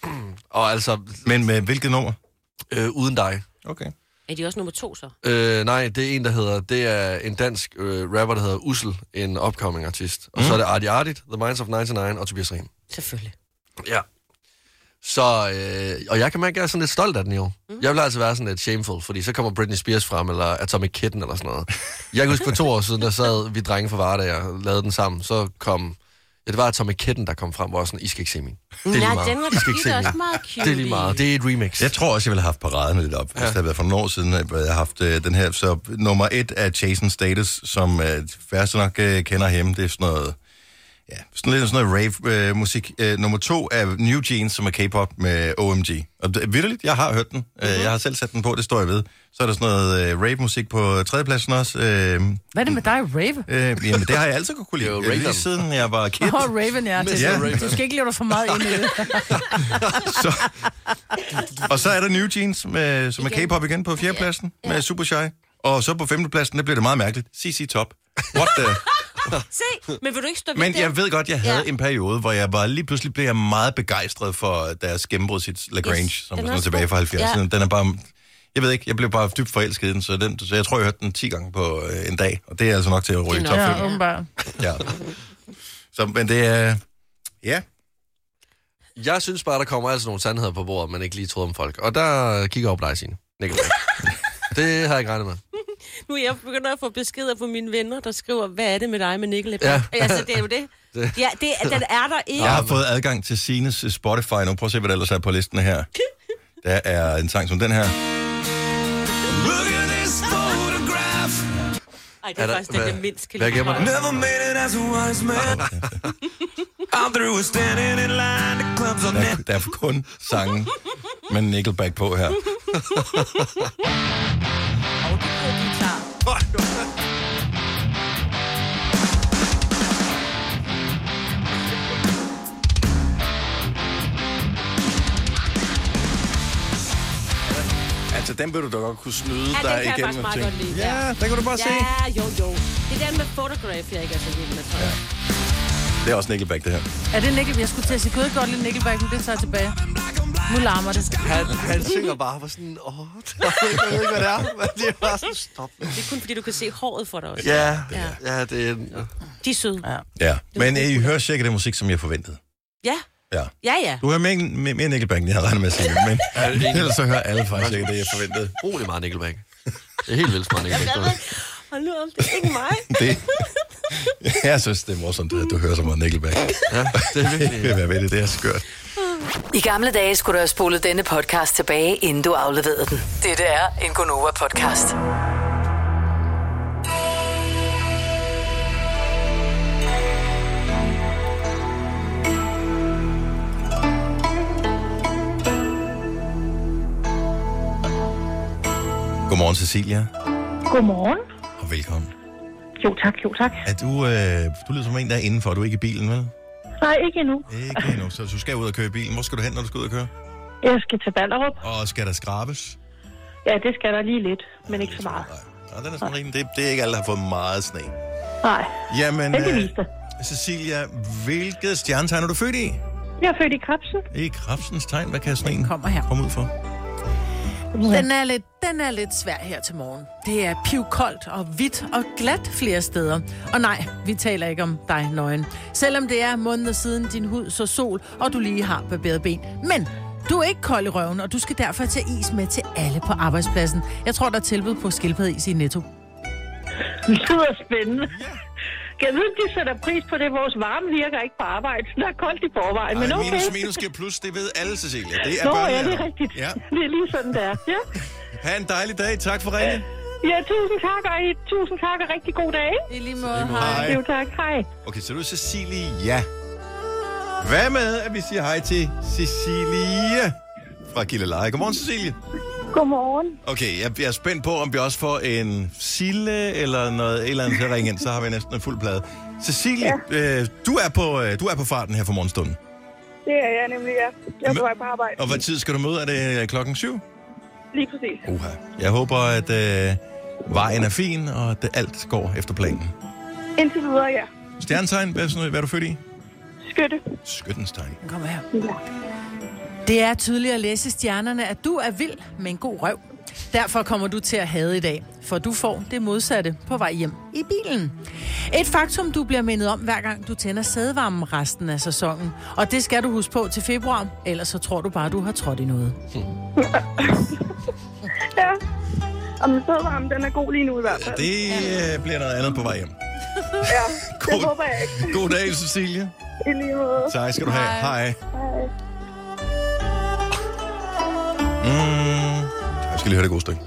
[SPEAKER 1] Mm.
[SPEAKER 2] [CLEARS THROAT] Og altså,
[SPEAKER 1] Men med hvilket nummer?
[SPEAKER 2] øh, uden dig.
[SPEAKER 1] Okay.
[SPEAKER 3] Er de også nummer to så?
[SPEAKER 2] Øh, nej, det er en, der hedder, det er en dansk øh, rapper, der hedder Ussel, en upcoming artist. Og mm. så er det Arti Artit, The Minds of 99 og Tobias Rehm.
[SPEAKER 3] Selvfølgelig.
[SPEAKER 2] Ja. Så, øh, og jeg kan mærke, at jeg er sådan lidt stolt af den jo.
[SPEAKER 3] Mhm.
[SPEAKER 2] Mm. Jeg vil altså være sådan lidt shameful, fordi så kommer Britney Spears frem, eller Atomic Kitten, eller sådan noget. Jeg kan huske for to år siden, der sad vi drenge fra Vardag og lavede den sammen. Så kom, ja, det var Atomic Kitten, der kom frem, hvor jeg var sådan, I skal ikke se min. Det er lige
[SPEAKER 3] Nej,
[SPEAKER 2] meget.
[SPEAKER 3] Mm, den var
[SPEAKER 2] I skal ikke
[SPEAKER 3] det
[SPEAKER 2] se
[SPEAKER 3] er også
[SPEAKER 2] min.
[SPEAKER 3] meget cute.
[SPEAKER 2] Det er lige meget. Det er et remix.
[SPEAKER 1] Jeg tror også, jeg ville have haft paraderne lidt op, ja. hvis det havde været for nogle år siden, at jeg havde haft øh, den her. Så nummer et er Jason Status, som øh, de færreste nok øh, kender hjemme. Det er sådan noget, ja, sådan lidt sådan noget rave-musik. Øh, nummer to er New Jeans, som er K-pop med OMG. Og det, vitterligt, jeg har hørt den.
[SPEAKER 3] Mhm.
[SPEAKER 1] Mm-hmm. Jeg har selv sat den på, det står jeg ved. Så er der sådan noget øh, rave-musik på tredjepladsen også. Øh,
[SPEAKER 4] Hvad er det med dig, Rave?
[SPEAKER 1] øh, jamen, det har jeg altid kunne kunne
[SPEAKER 2] Det er jo
[SPEAKER 1] lide. Øh, Lige
[SPEAKER 2] Raven.
[SPEAKER 1] siden jeg var kid.
[SPEAKER 4] Åh, oh, Raven, ja. Det,
[SPEAKER 1] Ja.
[SPEAKER 4] Du skal ikke leve dig for meget ind i det.
[SPEAKER 1] Så, og så er der New Jeans, med, som er
[SPEAKER 3] Igen.
[SPEAKER 1] K-pop igen på fjerdepladsen ja. med Super Shy. Og så på femtepladsen, der bliver det meget mærkeligt. CC Top. What [LAUGHS] the...
[SPEAKER 3] Se, men vil du ikke stå ved
[SPEAKER 1] Men
[SPEAKER 3] det?
[SPEAKER 1] jeg ved godt, jeg havde ja.
[SPEAKER 3] Ja.
[SPEAKER 1] en periode, hvor jeg bare lige pludselig blev jeg meget begejstret for deres gennembrud sit Lagrange, yes.
[SPEAKER 3] Yes,
[SPEAKER 1] som
[SPEAKER 3] den
[SPEAKER 1] er sådan
[SPEAKER 3] er også
[SPEAKER 1] tilbage fra
[SPEAKER 3] god.
[SPEAKER 1] 70'erne. Den er bare... Jeg ved ikke, jeg blev bare dybt forelsket i den, så, den, så jeg tror, jeg hørte den 10 gange på øh, en dag. Og det er altså nok til at ryge i
[SPEAKER 3] Det
[SPEAKER 1] top
[SPEAKER 3] er
[SPEAKER 4] Ja,
[SPEAKER 1] 5.
[SPEAKER 4] åbenbart.
[SPEAKER 1] Ja. Så, men det er... Ja,
[SPEAKER 2] Jeg synes bare, der kommer altså nogle sandheder på bordet, man ikke lige troede om folk. Og der kigger jeg op dig, Signe.
[SPEAKER 3] [LAUGHS]
[SPEAKER 2] Nickelback. det har jeg ikke regnet med.
[SPEAKER 3] Nu er jeg begynder at få beskeder fra mine venner, der skriver, hvad er det med dig med Nickelback?
[SPEAKER 2] Ja.
[SPEAKER 3] Ja. Altså, det er jo det. Ja, det, den er der ikke.
[SPEAKER 1] Jeg har fået adgang til Sines Spotify nu. Prøv at se, hvad der ellers er på listen
[SPEAKER 3] [LAUGHS]
[SPEAKER 1] her. Der er en sang som den her.
[SPEAKER 5] Look at this photograph.
[SPEAKER 3] Ej, det er,
[SPEAKER 2] Er der-
[SPEAKER 3] faktisk den,
[SPEAKER 2] hvad-
[SPEAKER 3] jeg mindst kan
[SPEAKER 2] hvad
[SPEAKER 3] lide.
[SPEAKER 2] gemmer den?
[SPEAKER 5] Never made it as a wise man. I'm through with standing in line to clubs on
[SPEAKER 1] Der, der er kun sangen med Nickelback på her. Altså, den vil du da godt kunne snyde
[SPEAKER 3] Ja, den kan jeg faktisk meget godt lide.
[SPEAKER 1] Ja, der kan du bare se.
[SPEAKER 3] Ja, jo, jo. Det er den med photograph, jeg ikke er så vild med, tror jeg.
[SPEAKER 1] Det er også Nickelback, det her.
[SPEAKER 4] Er det Nickel? Jeg skulle til at sige, gud, jeg kan godt lidt Nickelback, men det tager jeg tilbage. Nu larmer det.
[SPEAKER 2] Han, han synger bare var sådan, åh, [LAUGHS] jeg ved ikke, hvad det er, men det er bare sådan, stop.
[SPEAKER 3] Det er kun fordi, du kan se håret for dig også.
[SPEAKER 2] Ja, ja, det er... en-
[SPEAKER 3] De er søde.
[SPEAKER 1] Ja, men øh, I hører cirka den musik, som jeg forventede.
[SPEAKER 3] Ja,
[SPEAKER 1] Ja.
[SPEAKER 3] ja, ja.
[SPEAKER 1] Du hører mere, mere, mere Nickelback, end jeg havde regnet med at sige, men [LAUGHS] ellers så hører alle faktisk ikke det, jeg forventede.
[SPEAKER 2] Rolig meget Nickelback. Det er helt vildt meget Nickelback.
[SPEAKER 3] Hold nu om, det er ikke mig.
[SPEAKER 1] Det, [LAUGHS] jeg synes, det er morsomt, at du hører så meget Nickelback.
[SPEAKER 2] Ja, det er
[SPEAKER 1] [LAUGHS] Det
[SPEAKER 2] virkelig...
[SPEAKER 1] vil være ved det, det er skørt.
[SPEAKER 6] I gamle dage skulle du have spolet denne podcast tilbage, inden du afleverede den. Dette er en Gonova-podcast.
[SPEAKER 1] Godmorgen, Cecilia,
[SPEAKER 7] Godmorgen.
[SPEAKER 1] og velkommen.
[SPEAKER 7] Jo tak, jo tak.
[SPEAKER 1] Er du, øh, du lyder som en, der er indenfor. Du er ikke i bilen, vel?
[SPEAKER 7] Nej, ikke endnu.
[SPEAKER 1] Ikke endnu, så du skal ud og køre i bilen. Hvor skal du hen, når du skal ud og køre?
[SPEAKER 7] Jeg skal til Ballerup.
[SPEAKER 1] Og skal der skrabes?
[SPEAKER 7] Ja, det skal der lige lidt, men ikke så meget.
[SPEAKER 1] Nej, den er sådan rimelig. Det, det er ikke alle, der har fået meget sne.
[SPEAKER 7] Nej,
[SPEAKER 1] Jamen, øh,
[SPEAKER 7] heldigvis da.
[SPEAKER 1] Cecilia, hvilket stjernetegn er du født i?
[SPEAKER 7] Jeg er født i Krebsen.
[SPEAKER 1] I krebsens tegn. Hvad kan sneen
[SPEAKER 4] Kommer her.
[SPEAKER 1] komme ud for?
[SPEAKER 4] Den er, lidt, den er lidt svær her til morgen. Det er pivkoldt og hvidt og glat flere steder. Og nej, vi taler ikke om dig, nøgen. Selvom det er måneder siden din hud så sol, og du lige har barberet ben. Men du er ikke kold i røven, og du skal derfor tage is med til alle på arbejdspladsen. Jeg tror, der er tilbud på skildpaddeis i Netto.
[SPEAKER 7] Det lyder spændende. Jeg ved, de sætter pris på det. Vores varme virker ikke på arbejde. så Der er koldt i forvejen, men
[SPEAKER 1] Ej,
[SPEAKER 7] okay.
[SPEAKER 1] minus minus giver plus, det ved alle, Cecilia. Det er
[SPEAKER 7] Nå, ja,
[SPEAKER 1] børnelærer.
[SPEAKER 7] det er rigtigt.
[SPEAKER 1] Ja.
[SPEAKER 7] Det er lige sådan, det er. Ja.
[SPEAKER 1] Ha' en dejlig dag. Tak for ringen.
[SPEAKER 7] ja, tusind tak, og I- tusind tak, og rigtig god dag. ikke?
[SPEAKER 4] I lige måde,
[SPEAKER 1] Hej.
[SPEAKER 7] Jo tak, hej.
[SPEAKER 1] Okay, så du er Cecilie. Ja. Hvad med, at vi siger hej til Cecilie fra Gilleleje? Godmorgen, Cecilie.
[SPEAKER 7] Godmorgen.
[SPEAKER 1] Okay, jeg, jeg er spændt på, om vi også får en sille eller noget et eller andet til at ringe ind. Så har vi næsten en fuld plade. Cecilie, ja. øh, du, er på, øh, du er på farten her for morgenstunden.
[SPEAKER 8] Det er jeg nemlig, ja. Jeg er på vej på arbejde.
[SPEAKER 1] Og hvad tid skal du møde? Er det øh, klokken syv?
[SPEAKER 8] Lige præcis.
[SPEAKER 1] Uha. Jeg håber, at øh, vejen er fin, og at det alt går efter planen.
[SPEAKER 8] Indtil videre, ja.
[SPEAKER 1] Stjernetegn, hvad, er sådan noget- hvad er du født i?
[SPEAKER 8] Skytte.
[SPEAKER 1] Skyttens tegn.
[SPEAKER 4] Den kommer her. Det er tydeligt at læse i stjernerne, at du er vild med en god røv. Derfor kommer du til at have i dag, for du får det modsatte på vej hjem i bilen. Et faktum, du bliver mindet om, hver gang du tænder sædevarmen resten af sæsonen. Og det skal du huske på til februar, ellers så tror du bare, du har trådt i noget.
[SPEAKER 8] Ja. Og min sødvarme, den er god lige nu i hvert fald.
[SPEAKER 1] Det øh, bliver noget andet på vej hjem.
[SPEAKER 8] Ja, det
[SPEAKER 1] God-
[SPEAKER 8] håber jeg ikke.
[SPEAKER 1] God dag, Cecilie.
[SPEAKER 8] I lige måde.
[SPEAKER 1] Tak skal du have. Hej. Hej. Mm, jeg skal lige høre det gode stykke.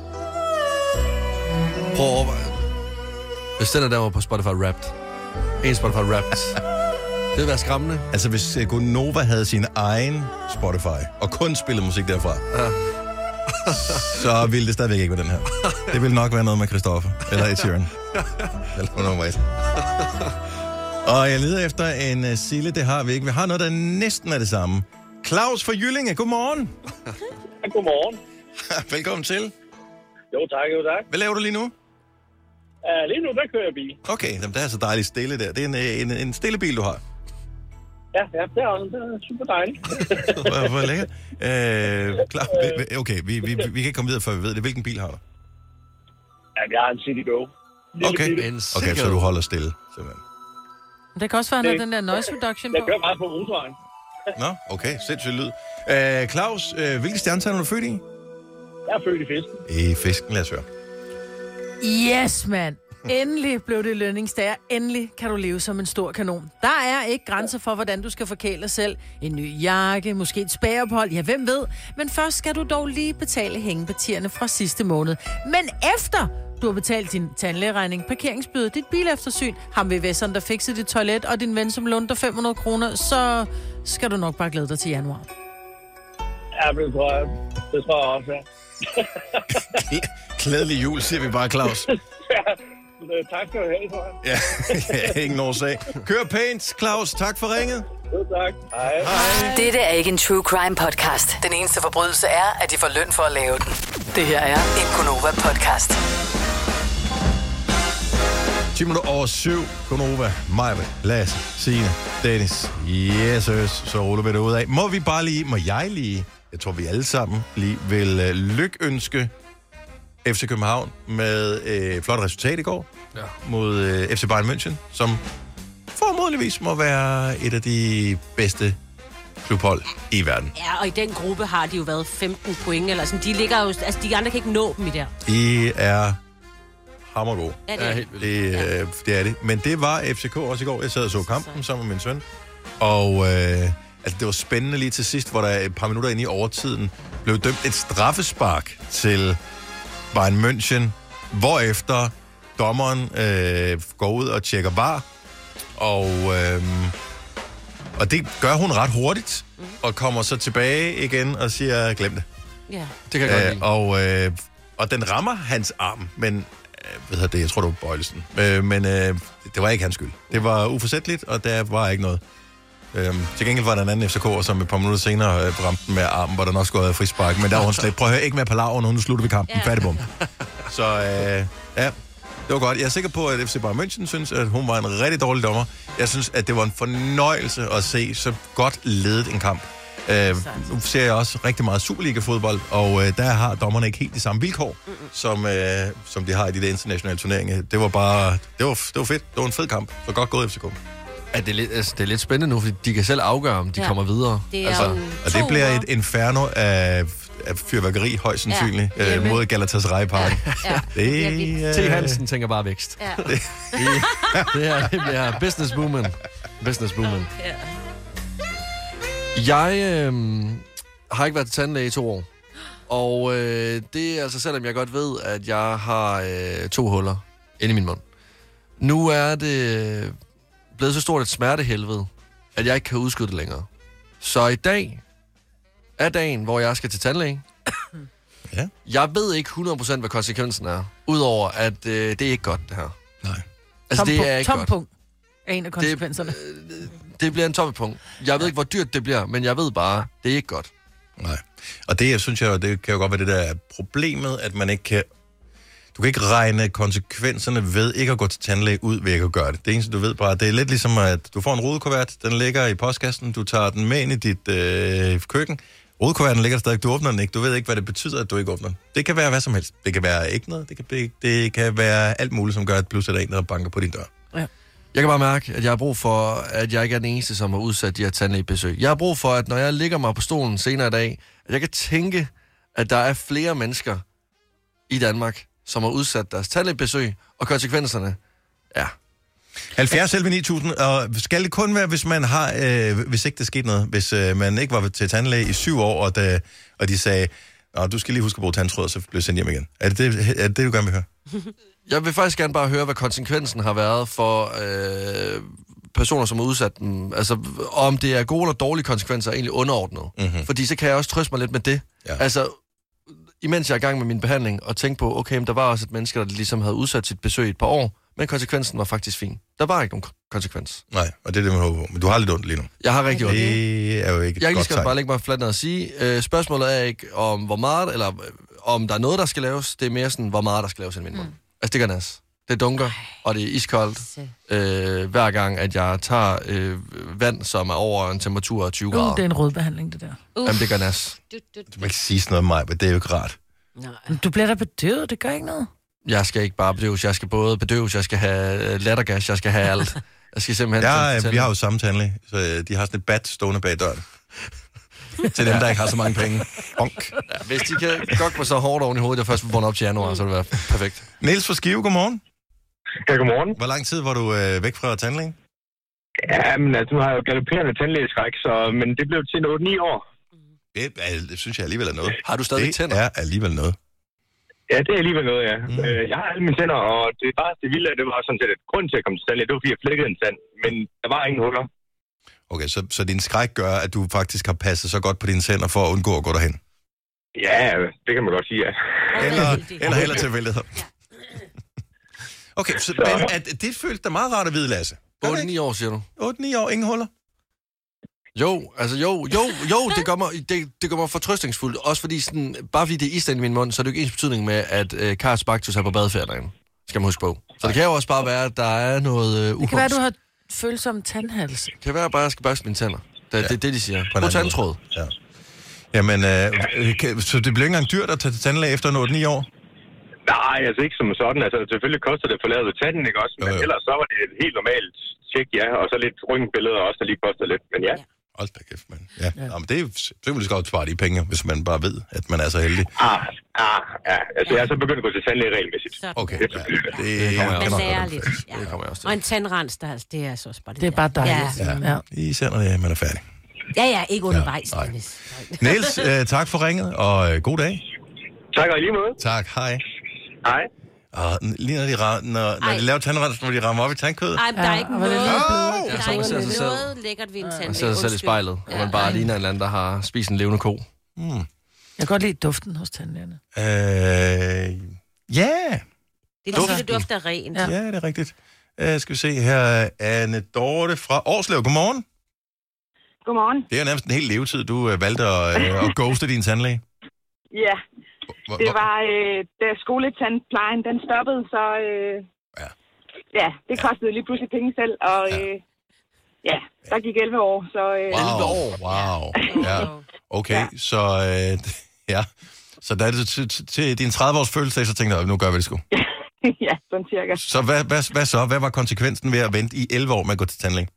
[SPEAKER 2] Prøv at overveje. Hvis den er der var på Spotify Wrapped. En Spotify Wrapped. det vil være skræmmende.
[SPEAKER 1] Altså, hvis øh, Gunova havde sin egen Spotify, og kun spillede musik derfra, ja. [LAUGHS] så ville det stadigvæk ikke være den her. Det ville nok være noget med Christoffer, eller Ed [LAUGHS] Sheeran. Eller noget med Og jeg leder efter en uh, Sille, det har vi ikke. Vi har noget, der næsten er det samme. Claus fra Jyllinge, godmorgen.
[SPEAKER 9] Godmorgen.
[SPEAKER 1] [LAUGHS] Velkommen til.
[SPEAKER 9] Jo tak, jo tak.
[SPEAKER 1] Hvad laver du lige nu?
[SPEAKER 9] Uh, lige nu, der kører jeg bil.
[SPEAKER 1] Okay, jamen, det er så dejligt stille der. Det er en, øh, en, en stille bil, du har.
[SPEAKER 9] Ja, ja, det er, også- det er super dejligt.
[SPEAKER 1] Hvor, hvor lækkert. Øh, klar. Okay, vi, vi, vi kan ikke komme videre, før vi ved det. Hvilken bil har du?
[SPEAKER 9] ja, jeg har en City Go. Lille
[SPEAKER 1] Okay.
[SPEAKER 9] bitte.
[SPEAKER 2] En
[SPEAKER 1] Okay, så du holder stille, simpelthen.
[SPEAKER 4] Men Der kan også være noget den der noise reduction
[SPEAKER 9] Jeg
[SPEAKER 4] på.
[SPEAKER 9] kører bare på motorvejen.
[SPEAKER 1] Nå, okay, sindssygt lyd. Øh, Claus, øh, hvilke stjernetegn er du født i?
[SPEAKER 9] Jeg er født i festen.
[SPEAKER 1] I fisken, lad os høre.
[SPEAKER 4] Yes, mand! Endelig blev det lønningsdag, og endelig kan du leve som en stor kanon. Der er ikke grænser for, hvordan du skal forkæle dig selv. En ny jakke, måske et spageophold, ja hvem ved. Men først skal du dog lige betale hængepartierne fra sidste måned. Men efter du har betalt din tandlægeregning, parkeringsbøde, dit bileftersyn, ham ved Vesseren, der fikser dit toilet, og din ven, som lånte dig 500 kroner, så skal du nok bare glæde dig til januar.
[SPEAKER 9] Ja, det tror jeg, det tror jeg også, ja.
[SPEAKER 1] Glædelig jul, siger vi bare,
[SPEAKER 9] [LAUGHS]
[SPEAKER 1] Claus.
[SPEAKER 9] Men, øh, tak skal du have, tror jeg.
[SPEAKER 1] Ja, [LAUGHS] ingen årsag. Kør pænt, Claus. Tak for ringet.
[SPEAKER 9] Jo tak. Hej.
[SPEAKER 6] Dette er ikke en true crime podcast. Den eneste forbrydelse er, at de får løn for at lave den. Det her er en Gunova-podcast.
[SPEAKER 1] 10 minutter over syv. Konova, Majbe, Lasse, Signe, Dennis. Yes, yes. Så ruller vi det ud af. Må vi bare lige, må jeg lige, jeg tror vi alle sammen lige vil øh, lykønske FC København med øh, flot resultat i går ja. mod øh, FC Bayern München, som formodentligvis må være et af de bedste klubhold i verden.
[SPEAKER 3] [LAUGHS] Ja, og i den gruppe har de jo været 15 point, eller sådan. De ligger jo... Altså, de andre kan ikke nå dem i der.
[SPEAKER 1] I er hammergode.
[SPEAKER 3] Er det?
[SPEAKER 2] Ja,
[SPEAKER 3] Ja,
[SPEAKER 2] helt vildt.
[SPEAKER 1] Det, øh, det er det. Men det var FCK også i går. Jeg sad og så kampen sammen med min søn. Og øh, altså, det var spændende lige til sidst, hvor der et par minutter inde i overtiden blev dømt et straffespark til Bayern München, hvorefter dommeren øh, går ud og tjekker var. Og, øh, og det gør hun ret hurtigt,
[SPEAKER 3] Mhm.
[SPEAKER 1] og kommer så tilbage igen og siger, glem det.
[SPEAKER 3] ja.
[SPEAKER 2] Det kan jeg godt
[SPEAKER 1] Øh,
[SPEAKER 2] lide.
[SPEAKER 1] og øh, og den rammer hans arm, men øh, hvad hedder det, jeg tror, det var bøjelsen. Øh, men øh, det var ikke hans skyld. Det var uforsætteligt, og der var ikke noget. Øhm, til gengæld var der en anden FCK'er, som et par minutter senere øh, ramte den med armen, hvor der nok skulle have frispark, men der var hun slet, prøv at høre, ikke mere palaver, nu slutter vi kampen,
[SPEAKER 3] Ja.
[SPEAKER 1] ja. færdigbom. Så øh, ja, det var godt. Jeg er sikker på, at FC Bayern München synes, at hun var en rigtig dårlig dommer. Jeg synes, at det var en fornøjelse at se så godt ledet en kamp. Øh, nu ser jeg også rigtig meget Superliga-fodbold, og øh, der har dommerne ikke helt de samme vilkår, som, øh, som de har i de der internationale turneringer. Det var bare, det var, det var fedt. Det var en fed kamp. Så godt gået FCK.
[SPEAKER 2] Ja, det, er lidt, altså, det er lidt spændende nu, fordi de kan selv afgøre, om de
[SPEAKER 3] Ja.
[SPEAKER 2] ja. kommer videre.
[SPEAKER 3] Det er
[SPEAKER 2] altså,
[SPEAKER 3] altså, om
[SPEAKER 1] Og
[SPEAKER 3] to
[SPEAKER 1] det bliver
[SPEAKER 3] uger.
[SPEAKER 1] et inferno af, af fyrværkeri, højst sandsynligt, ja. øh,
[SPEAKER 4] Hjemme.
[SPEAKER 1] mod Galatasaray Park.
[SPEAKER 3] Ja,
[SPEAKER 1] Det,
[SPEAKER 3] virkelig.
[SPEAKER 1] øh,
[SPEAKER 2] T. Hansen tænker bare vækst.
[SPEAKER 3] [LAUGHS] Ja.
[SPEAKER 2] [LAUGHS] Det her det bliver business booming. Business booming.
[SPEAKER 3] Ja.
[SPEAKER 2] Jeg øh, har ikke været til tandlæge i to år. Og øh, det er altså selvom jeg godt ved, at jeg har øh, to huller inde i min mund. Nu er det øh, blevet så stort et smertehelvede, at jeg ikke kan udskyde det længere. Så i dag er dagen, hvor jeg skal til tandlæge.
[SPEAKER 1] [COUGHS] Ja.
[SPEAKER 2] Jeg ved ikke 100% hvad konsekvensen er, udover at øh, det er ikke godt det her.
[SPEAKER 1] Nej.
[SPEAKER 2] Altså
[SPEAKER 4] tom
[SPEAKER 2] det er
[SPEAKER 4] punkt,
[SPEAKER 2] ikke
[SPEAKER 4] tom
[SPEAKER 2] godt.
[SPEAKER 4] punkt er en af konsekvenserne. Det,
[SPEAKER 2] Det bliver en tommelpunkt. Jeg ved ikke, hvor dyrt det bliver, men jeg ved bare, det er ikke godt.
[SPEAKER 1] Nej. Og det, jeg synes jeg, det kan jo godt være det der er problemet, at man ikke kan... Du kan ikke regne konsekvenserne ved ikke at gå til tandlæge ud ved ikke at gøre det. Det eneste, du ved bare, det er lidt ligesom, at du får en rodekuvert, den ligger i postkassen, du tager den med ind i dit øh, køkken, rodekuverten ligger der stadig, du åbner den ikke, du ved ikke, hvad det betyder, at du ikke åbner den. Det kan være hvad som helst. Det kan være ikke noget, det kan, blive- det kan være alt muligt, som gør, at pludselig er der en, der banker på din dør.
[SPEAKER 2] Jeg kan bare mærke, at jeg har brug for, at jeg ikke er den eneste, som har udsat de her tandlægebesøg. Jeg har brug for, at når jeg ligger mig på stolen senere i dag, at jeg kan tænke, at der er flere mennesker i Danmark, som har udsat deres tandlægebesøg, og konsekvenserne, ja.
[SPEAKER 1] 70 11 9000, og skal det kun være, hvis man har, øh, hvis ikke der skete noget, hvis øh, man ikke var til tandlæge i syv år, og, da, og de sagde, Nå, du skal lige huske at bruge tandtråd, og så blev sendt hjem igen. Er det det, er det, det du gerne vil høre?
[SPEAKER 2] Jeg vil faktisk gerne bare høre, hvad konsekvensen har været for øh, personer, som har udsat dem. Altså, om det er gode eller dårlige konsekvenser, er egentlig underordnet.
[SPEAKER 1] Mhm.
[SPEAKER 2] Mm-hmm. Fordi så kan jeg også trøste mig lidt med det.
[SPEAKER 1] Ja.
[SPEAKER 2] Ja. Altså, imens jeg er i gang med min behandling, og tænke på, okay, men der var også et menneske, der ligesom havde udsat sit besøg i et par år, men konsekvensen var faktisk fin. Der var ikke nogen ko- konsekvens.
[SPEAKER 1] Nej, og det er det, man håber på. Men du har lidt ondt lige nu.
[SPEAKER 2] Jeg har rigtig ondt. Jeg
[SPEAKER 1] Det er jo ikke
[SPEAKER 2] kan
[SPEAKER 1] et
[SPEAKER 2] lige
[SPEAKER 1] godt
[SPEAKER 2] skal
[SPEAKER 1] tegn.
[SPEAKER 2] bare lægge mig fladt ned og sige, øh, spørgsmålet er ikke om, hvor meget, eller øh, om der er noget, der skal laves. Det er mere sådan, hvor meget, der skal laves i min mund. Mm. Altså, det gør nas. Det dunker, og det er iskoldt øh, hver gang, at jeg tager øh, vand, som er over en temperatur af 20 grader.
[SPEAKER 4] uh,
[SPEAKER 2] Uh,
[SPEAKER 4] det er en rødbehandling, det der.
[SPEAKER 2] Jamen, det gør nas.
[SPEAKER 3] Du, du,
[SPEAKER 1] Du må ikke sige sådan noget mig, men det er jo ikke rart.
[SPEAKER 3] Nej.
[SPEAKER 4] Men Du bliver da bedøvet, det gør ikke noget.
[SPEAKER 2] Jeg skal ikke bare bedøves, jeg skal både bedøves, jeg skal have øh, lattergas, jeg skal have alt. Jeg skal simpelthen...
[SPEAKER 1] Ja,
[SPEAKER 2] til-
[SPEAKER 1] øh, vi har jo samme tandlæge, så øh, de har sådan et bat stående bag
[SPEAKER 2] [LAUGHS]
[SPEAKER 1] døren. til dem, der ikke har så mange penge. Onk.
[SPEAKER 2] til- Hvis de kan godt gå så hårdt oven i hovedet, at jeg først vågner op til januar, så vil det være [LAUGHS] perfekt.
[SPEAKER 1] Niels fra Skive, godmorgen.
[SPEAKER 9] Ja, godmorgen.
[SPEAKER 1] Hvor lang tid var du øh, væk fra tandlægen?
[SPEAKER 9] Ja, men altså, nu har jeg jo galopperende tandlægeskræk, så, men det blev til noget 9 år.
[SPEAKER 1] Det, er- det synes jeg alligevel er noget.
[SPEAKER 2] Har du stadig
[SPEAKER 1] Det
[SPEAKER 2] tænder?
[SPEAKER 1] er alligevel noget.
[SPEAKER 9] Ja, det er alligevel noget, ja.
[SPEAKER 1] Mm.
[SPEAKER 9] Mm. Øh, jeg har alle mine tænder, og det værste vilde, det var sådan set, at grunden til at komme til tandlæge, det var, fordi jeg flækkede en tand, men der var ingen huller.
[SPEAKER 1] Okay, så, så din skræk gør, at du faktisk har passet så godt på dine tænder for at undgå at gå derhen.
[SPEAKER 9] Ja, det kan man godt sige, ja.
[SPEAKER 1] Eller,
[SPEAKER 3] heldig.
[SPEAKER 1] eller heller tilfældigheder. Okay,
[SPEAKER 2] [LAUGHS]
[SPEAKER 1] så, men at, det følte dig meget rart at vide, Lasse.
[SPEAKER 2] 8-9 år, siger du?
[SPEAKER 1] 8-9 år, ingen huller.
[SPEAKER 2] Jo, altså jo, jo, jo, det gør mig, det, det gør mig fortrøstningsfuldt. Også fordi sådan, bare fordi det er island i min mund, så er det jo ikke ens betydning med, at øh, Kars Baktus er på badefærdagen. Skal man huske på. Så det kan jo også bare være, at der er noget øh,
[SPEAKER 4] Det kan være,
[SPEAKER 2] ukost.
[SPEAKER 4] du har følsom tandhals.
[SPEAKER 2] Det kan være, at jeg bare skal børste mine tænder. Det, ja. det er det, de siger.
[SPEAKER 1] anden
[SPEAKER 2] På
[SPEAKER 1] måde.
[SPEAKER 2] tandtråd.
[SPEAKER 1] Ja. Jamen, øh, øh, kan- så det bliver ikke engang dyrt at tage til tandlæge efter en 8-9 år?
[SPEAKER 9] Nej, altså ikke som sådan. Altså, selvfølgelig koster det at få lavet tanden, ikke også? Men
[SPEAKER 1] Jo, jo.
[SPEAKER 9] ellers så var det et helt normalt tjek, ja. Og så lidt røntgenbilleder også, der lige koster lidt. Men ja,
[SPEAKER 1] Hold da kæft, mand. Ja. ja. Nå, men det, er- så kan man lige så godt spare de penge, hvis man bare ved, at man er så heldig.
[SPEAKER 9] ah, ah, ja. Altså, jeg er så begyndt at gå til tandlæge regelmæssigt.
[SPEAKER 3] Sådan.
[SPEAKER 1] Okay,
[SPEAKER 9] Det
[SPEAKER 1] ja,
[SPEAKER 9] er selvfølgelig.
[SPEAKER 1] det
[SPEAKER 2] kommer jeg
[SPEAKER 1] kan nok
[SPEAKER 3] Men
[SPEAKER 2] også.
[SPEAKER 1] godt.
[SPEAKER 3] særligt. Ja.
[SPEAKER 2] Det kommer jeg også til.
[SPEAKER 3] Og en tandrens, der, altså, det er så også bare det
[SPEAKER 4] Det er
[SPEAKER 3] der.
[SPEAKER 4] bare dejligt.
[SPEAKER 3] Ja,
[SPEAKER 4] Ja.
[SPEAKER 1] Ja.
[SPEAKER 4] Ja.
[SPEAKER 1] Især når det er, man er færdig.
[SPEAKER 3] ja, ja ikke undervejs.
[SPEAKER 1] nej.
[SPEAKER 3] Ja,
[SPEAKER 9] [LAUGHS]
[SPEAKER 1] Niels, øh, tak for ringet, og øh, god dag.
[SPEAKER 9] Tak og i lige måde.
[SPEAKER 1] Tak, hej.
[SPEAKER 9] Hej.
[SPEAKER 1] Og lige når de, ra- når, når
[SPEAKER 3] Ej.
[SPEAKER 1] de laver tandrens, når de rammer op i tandkødet.
[SPEAKER 3] Ej, men der er ikke
[SPEAKER 4] og hvor er
[SPEAKER 3] noget,
[SPEAKER 4] det
[SPEAKER 3] der
[SPEAKER 1] blevet.
[SPEAKER 3] er
[SPEAKER 4] lige
[SPEAKER 2] så man
[SPEAKER 1] Ja,
[SPEAKER 2] ser sig
[SPEAKER 3] ikke
[SPEAKER 2] selv.
[SPEAKER 3] noget lækkert ved en tandlæge.
[SPEAKER 2] Man ser sig selv i
[SPEAKER 3] Undskyld.
[SPEAKER 2] spejlet, og
[SPEAKER 3] Ja.
[SPEAKER 2] man bare ligner en eller anden, der har spist en levende ko.
[SPEAKER 4] Jeg kan godt lide duften hos tandlægerne.
[SPEAKER 1] Øh, ja,
[SPEAKER 3] Det
[SPEAKER 1] Duften.
[SPEAKER 3] er ligesom- det dufter rent.
[SPEAKER 1] ja, det er rigtigt. Øh, skal vi se her. Anne Dorte fra Årslev. Godmorgen.
[SPEAKER 8] Godmorgen.
[SPEAKER 1] Det er jo nærmest en hel levetid, du øh, valgte at, øh, at ghoste din tandlæge.
[SPEAKER 8] Ja,
[SPEAKER 1] Hvor-
[SPEAKER 8] det
[SPEAKER 1] hvor-
[SPEAKER 8] var, øh, da skoletandplejen den stoppede, så øh,
[SPEAKER 1] Ja.
[SPEAKER 8] ja, det kostede lige pludselig penge selv, og
[SPEAKER 1] Ja.
[SPEAKER 8] øh, ja, der gik 11 år, så øh,
[SPEAKER 1] Wow, wow. Ja. Okay,
[SPEAKER 8] Ja.
[SPEAKER 1] så... Øh, [LAUGHS] ja. Så da det til, til- til din 30-års fødselsdag, så tænkte jeg, nu gør vi det sgu.
[SPEAKER 8] [LAUGHS] ja, sådan cirka.
[SPEAKER 1] Så hvad, hvad, hvad så? Hvad var konsekvensen ved at vente i 11 år med at gå til tandlæge?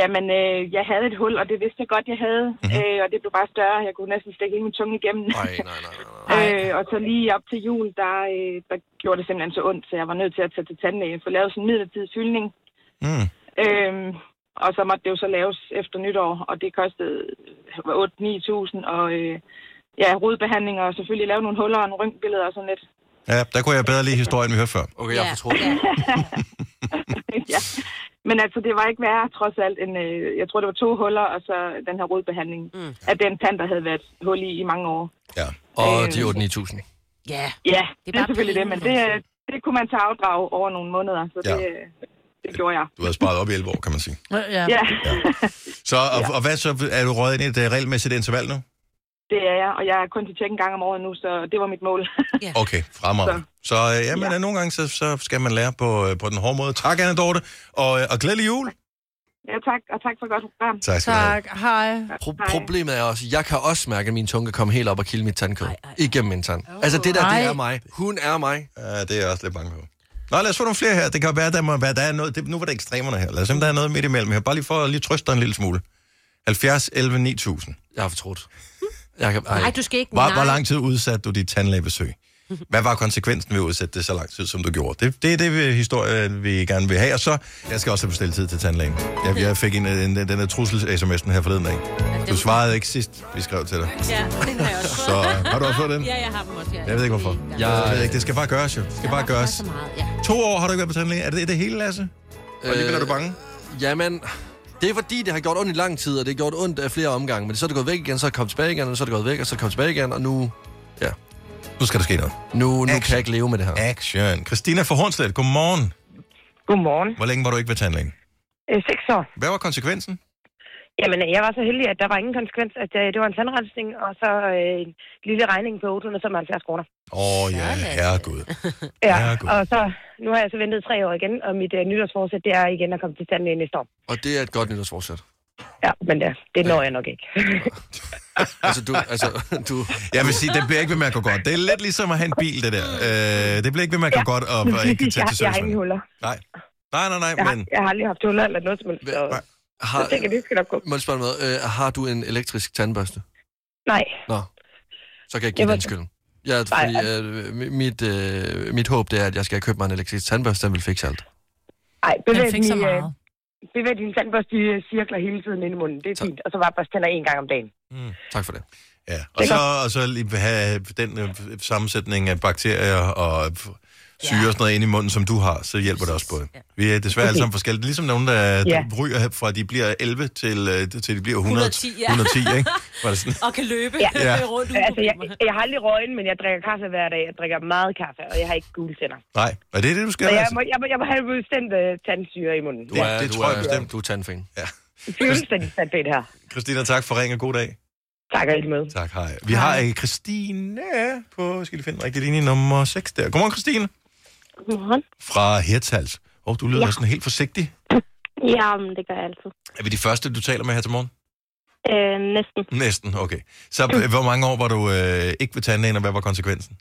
[SPEAKER 8] Jamen, øh, jeg havde et hul, og det vidste jeg godt, jeg havde, mm-hmm. øh, og det blev bare større, jeg kunne næsten stikke hele min tunge igennem.
[SPEAKER 2] Nej, Mhm. nej, nej, nej. nej.
[SPEAKER 8] [LAUGHS] Øh, og så lige op til jul, der, øh, der gjorde det simpelthen så ondt, så jeg var nødt til at tage til tandlægen for lavet sådan en midlertidig fyldning.
[SPEAKER 1] Mm.
[SPEAKER 8] Øhm, og så måtte det jo så laves efter nytår, og det kostede 8-9.000, og øh, ja, rodbehandlinger, og selvfølgelig lave nogle huller og nogle rynkbilleder og sådan lidt.
[SPEAKER 1] Ja, der kunne jeg bedre lide historien, vi hørte før.
[SPEAKER 2] Okay, jeg
[SPEAKER 3] Ja.
[SPEAKER 2] fortrød.
[SPEAKER 3] Ja.
[SPEAKER 8] [LAUGHS] ja. Men altså, det var ikke værre trods alt end, øh, jeg tror det var to huller, og så den her rodbehandling
[SPEAKER 3] Mm.
[SPEAKER 8] mm. af den tand, der havde været hul i i mange år.
[SPEAKER 1] Ja.
[SPEAKER 2] Og
[SPEAKER 8] Øh.
[SPEAKER 2] de 8-9.000.
[SPEAKER 3] ja.
[SPEAKER 8] Ja,
[SPEAKER 3] Det er
[SPEAKER 8] det, det er
[SPEAKER 3] bare
[SPEAKER 8] selvfølgelig det,
[SPEAKER 3] penge, altså.
[SPEAKER 8] men
[SPEAKER 3] kan
[SPEAKER 8] det,
[SPEAKER 3] man
[SPEAKER 8] øh, det kunne man tage afdrag over nogle måneder, så
[SPEAKER 1] Ja.
[SPEAKER 8] ja. det, øh, det gjorde jeg.
[SPEAKER 1] Du havde sparet op i 11 år, kan man sige.
[SPEAKER 4] Ja. ja.
[SPEAKER 8] Ja,
[SPEAKER 1] Så, og, og hvad så? Er du røget ind i et øh, regelmæssigt interval nu?
[SPEAKER 8] det er jeg, og jeg er kun til tjek en gang om året nu, så det var mit mål. [LAUGHS]
[SPEAKER 1] Okay, fremragende. Så, øh, jamen, ja. nogle gange, så, så skal man lære på, øh, på den hårde måde. Tak, Anna Dorte, og, øh, og glædelig jul.
[SPEAKER 8] ja, tak, og tak for et godt program.
[SPEAKER 1] Tak skal du have.
[SPEAKER 4] Tak, hej.
[SPEAKER 2] Pro- problemet er også, jeg kan også mærke, at min tunge kom helt op og kilde mit tandkød. Igennem min tand. Altså, det der, det
[SPEAKER 4] Ej.
[SPEAKER 2] er mig. Hun er mig.
[SPEAKER 1] Ja, det er jeg også lidt bange på. Nå, lad os få nogle flere her. Det kan være, der må være, der er noget. Det, nu var det ekstremerne her. Lad os se, om der er noget midt imellem her. Bare lige for at lige trøste dig en lille smule. 70, 11, 9000.
[SPEAKER 2] Jeg har fortrudt. Jeg kan,
[SPEAKER 3] Nej,
[SPEAKER 2] ej.
[SPEAKER 3] du skal ikke.
[SPEAKER 1] Hvor, hvor
[SPEAKER 3] nej.
[SPEAKER 1] lang tid udsatte du dit tandlægebesøg? Hvad var konsekvensen ved at udsætte det så lang tid, som du gjorde? Det, det er det vi- historie, vi gerne vil have. Og så, jeg skal også have bestilt tid til tandlægen. Jeg, jeg fik en, en, den der trussel-sms'en her forleden dag. Du svarede ikke sidst, vi skrev til dig.
[SPEAKER 3] Ja, den har jeg også fået.
[SPEAKER 1] Så har du også fået den?
[SPEAKER 3] Ja, jeg har dem også. Ja.
[SPEAKER 1] Jeg ved ikke, hvorfor. Jeg ved ikke, det skal bare gøres jo. Det skal bare
[SPEAKER 3] Der er
[SPEAKER 1] gøres.
[SPEAKER 3] så meget, ja.
[SPEAKER 1] To år har du ikke været på tandlæge. Er det det hele, Lasse? Og alligevel er du bange?
[SPEAKER 2] Øh, Jamen, det er fordi, det har gjort ondt i lang tid, og det har gjort ondt af flere omgange. Men så er det gået væk igen, så er det kommet tilbage igen, og så er det gået væk, og så er det kommet tilbage igen, og nu,
[SPEAKER 1] Nu skal der ske noget.
[SPEAKER 2] nu, nu kan
[SPEAKER 1] Action.
[SPEAKER 2] jeg ikke leve med det her.
[SPEAKER 1] Action. Christina fra Hornslet, godmorgen.
[SPEAKER 7] Godmorgen.
[SPEAKER 1] Hvor længe var du ikke ved tandlægen?
[SPEAKER 7] Øh, seks år.
[SPEAKER 1] Hvad var konsekvensen?
[SPEAKER 7] Jamen, jeg var så heldig, at der var ingen konsekvens. At øh, det var en tandrensning, og så øh, en lille regning på 875 kroner.
[SPEAKER 1] Åh oh, ja, herregud.
[SPEAKER 7] Ja,
[SPEAKER 1] Ja, god.
[SPEAKER 7] og så, nu har jeg så ventet tre år igen, og mit øh, nytårsforsæt, det er igen at komme til tandlægen næste år.
[SPEAKER 2] Og det er et godt nytårsforsæt.
[SPEAKER 7] Ja, men det, det når jeg nok ikke.
[SPEAKER 2] Altså, du,
[SPEAKER 1] [LAUGHS]
[SPEAKER 2] altså, du,
[SPEAKER 1] Jeg vil sige, det bliver ikke ved med at gå godt. Det er lidt ligesom at have en bil, det der. Øh, det bliver ikke ved med at gå godt
[SPEAKER 7] [LAUGHS]
[SPEAKER 1] og, og ikke
[SPEAKER 7] jeg,
[SPEAKER 1] tage til
[SPEAKER 7] jeg har ingen
[SPEAKER 1] service.
[SPEAKER 7] huller.
[SPEAKER 1] Nej. Nej, nej, nej,
[SPEAKER 7] Jeg har,
[SPEAKER 1] men...
[SPEAKER 7] jeg har aldrig haft huller eller noget som helst. Så,
[SPEAKER 1] Nej.
[SPEAKER 7] så
[SPEAKER 2] har,
[SPEAKER 7] tænker jeg, det skal nok gå.
[SPEAKER 2] må jeg spørge med, øh, har du en elektrisk tandbørste?
[SPEAKER 7] Nej,
[SPEAKER 2] Nå, så kan jeg ikke
[SPEAKER 7] Jeg
[SPEAKER 2] give
[SPEAKER 7] ved
[SPEAKER 2] den
[SPEAKER 7] det.
[SPEAKER 2] skylden. Ja, fordi øh, mi- mit, øh, mit håb det er, at jeg skal købe mig en elektrisk tandbørste, den vil fikse alt.
[SPEAKER 7] nej, bevæg,
[SPEAKER 4] Han fik så
[SPEAKER 7] din, øh,
[SPEAKER 4] meget.
[SPEAKER 7] bevæg din tandbørste i øh, cirkler hele tiden ind i munden. Det er
[SPEAKER 2] Tak.
[SPEAKER 7] fint. Og så bare børste tænder en gang om dagen.
[SPEAKER 2] Mm, Tak for det.
[SPEAKER 1] Ja, og så, og så lige have den øh, sammensætning af bakterier og f- syre og sådan noget ind i munden, som du har, så hjælper det også på det. Vi er desværre alle sammen forskellige. Ligesom nogen, der, der ryger fra de bliver 11 til, øh, til de bliver 100,
[SPEAKER 3] 110, ja.
[SPEAKER 1] 110
[SPEAKER 7] [LAUGHS]
[SPEAKER 1] ikke? Var det sådan?
[SPEAKER 3] Og kan løbe
[SPEAKER 1] Ja.
[SPEAKER 3] rundt
[SPEAKER 7] Ja,
[SPEAKER 3] uden
[SPEAKER 7] altså, jeg,
[SPEAKER 3] problemer.
[SPEAKER 7] jeg har aldrig røgen, men jeg drikker kaffe hver dag. Jeg drikker meget kaffe, og jeg har ikke gule tænder.
[SPEAKER 1] Nej, og det er det, du skal
[SPEAKER 7] Så jeg
[SPEAKER 1] altså.
[SPEAKER 7] må, jeg må, jeg må have bestemt uh, tandsyre i munden.
[SPEAKER 2] Du
[SPEAKER 1] Det-
[SPEAKER 2] er,
[SPEAKER 1] det
[SPEAKER 2] du
[SPEAKER 1] tror
[SPEAKER 2] er,
[SPEAKER 1] jeg bestemt.
[SPEAKER 2] Du er tandfæng.
[SPEAKER 7] Fuldstændig sat det her.
[SPEAKER 1] Øhm, Christina, tak for ringen og god dag.
[SPEAKER 7] Tak og lige med.
[SPEAKER 1] Tak, hej. Vi har øh, Christine på, skal lige finde rigtig linje nummer 6 der. Godmorgen, Christine.
[SPEAKER 8] Godmorgen.
[SPEAKER 1] Fra Hertals. Åh, oh, du lyder ja. sådan helt forsigtig.
[SPEAKER 8] Jamen, det gør jeg altid.
[SPEAKER 1] Er vi de første, du taler med her til morgen?
[SPEAKER 8] Øh, næsten
[SPEAKER 1] Næsten, okay. Så
[SPEAKER 4] Mm.
[SPEAKER 1] øh, hvor mange år var du øh, ikke ved tandlægen, og hvad var konsekvensen?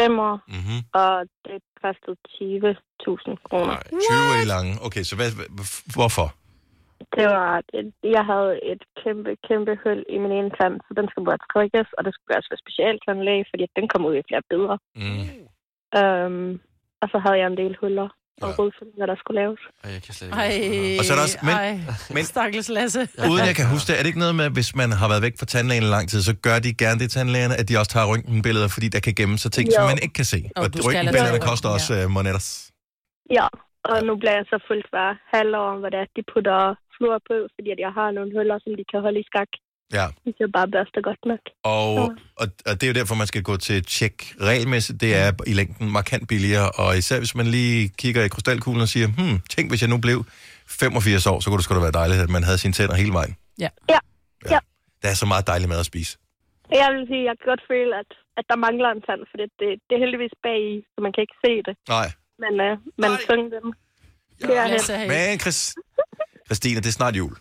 [SPEAKER 8] fem år,
[SPEAKER 1] Mm-hmm.
[SPEAKER 8] og det kostede 20.000 kroner.
[SPEAKER 1] 20 i lange. Okay, så hvad, hvad- hvorfor?
[SPEAKER 8] Det var, jeg havde et kæmpe, kæmpe hul i min ene tand, så den skulle bare trykkes, og det skulle gøres ved specialtandlæge, fordi den kom ud i flere bedre.
[SPEAKER 1] Mm.
[SPEAKER 8] Øhm, og så havde jeg en del huller og
[SPEAKER 1] Ja. Øh,
[SPEAKER 8] ja. rodfilmer, der skulle laves.
[SPEAKER 2] Ej, jeg kan slet ikke.
[SPEAKER 4] Ej,
[SPEAKER 1] Og så er der også- men-
[SPEAKER 4] ej.
[SPEAKER 1] men-
[SPEAKER 4] Stakkels Lasse.
[SPEAKER 1] Uden jeg kan huske det, er det ikke noget med, at hvis man har været væk fra tandlægen i lang tid, så gør de gerne det tandlægerne, at de også tager røntgenbilleder, fordi der kan gemme sig ting, som
[SPEAKER 8] Jo.
[SPEAKER 1] man ikke kan se.
[SPEAKER 4] Og
[SPEAKER 1] Og,
[SPEAKER 4] du skal
[SPEAKER 1] røntgenbillederne
[SPEAKER 4] allerede-
[SPEAKER 1] koster også øh, monetter.
[SPEAKER 8] Ja, og nu bliver jeg så fuldt hver halvår, hvor det er, at de putter fluor på, fordi at jeg har nogle huller, som de kan holde i skak.
[SPEAKER 1] Ja.
[SPEAKER 10] Hvis jeg bare børster godt nok.
[SPEAKER 1] Og, og, og det er jo derfor, man skal gå til tjek regelmæssigt. Det er i længden markant billigere, og især hvis man lige kigger i krystalkuglen og siger, hmm, tænk hvis jeg nu blev 85 år, så kunne det sgu da være dejligt, at man havde sine tænder hele vejen.
[SPEAKER 4] Ja.
[SPEAKER 10] Ja. ja.
[SPEAKER 1] Der er så meget dejlig mad at spise.
[SPEAKER 10] Jeg vil sige, jeg kan godt føle, at, at der mangler en tand, for det, det, det er heldigvis bag i, så man kan ikke se det.
[SPEAKER 1] Nej.
[SPEAKER 10] Men øh, man tvinger dem. Ja,
[SPEAKER 1] Men Chris, Christine, det er snart jul.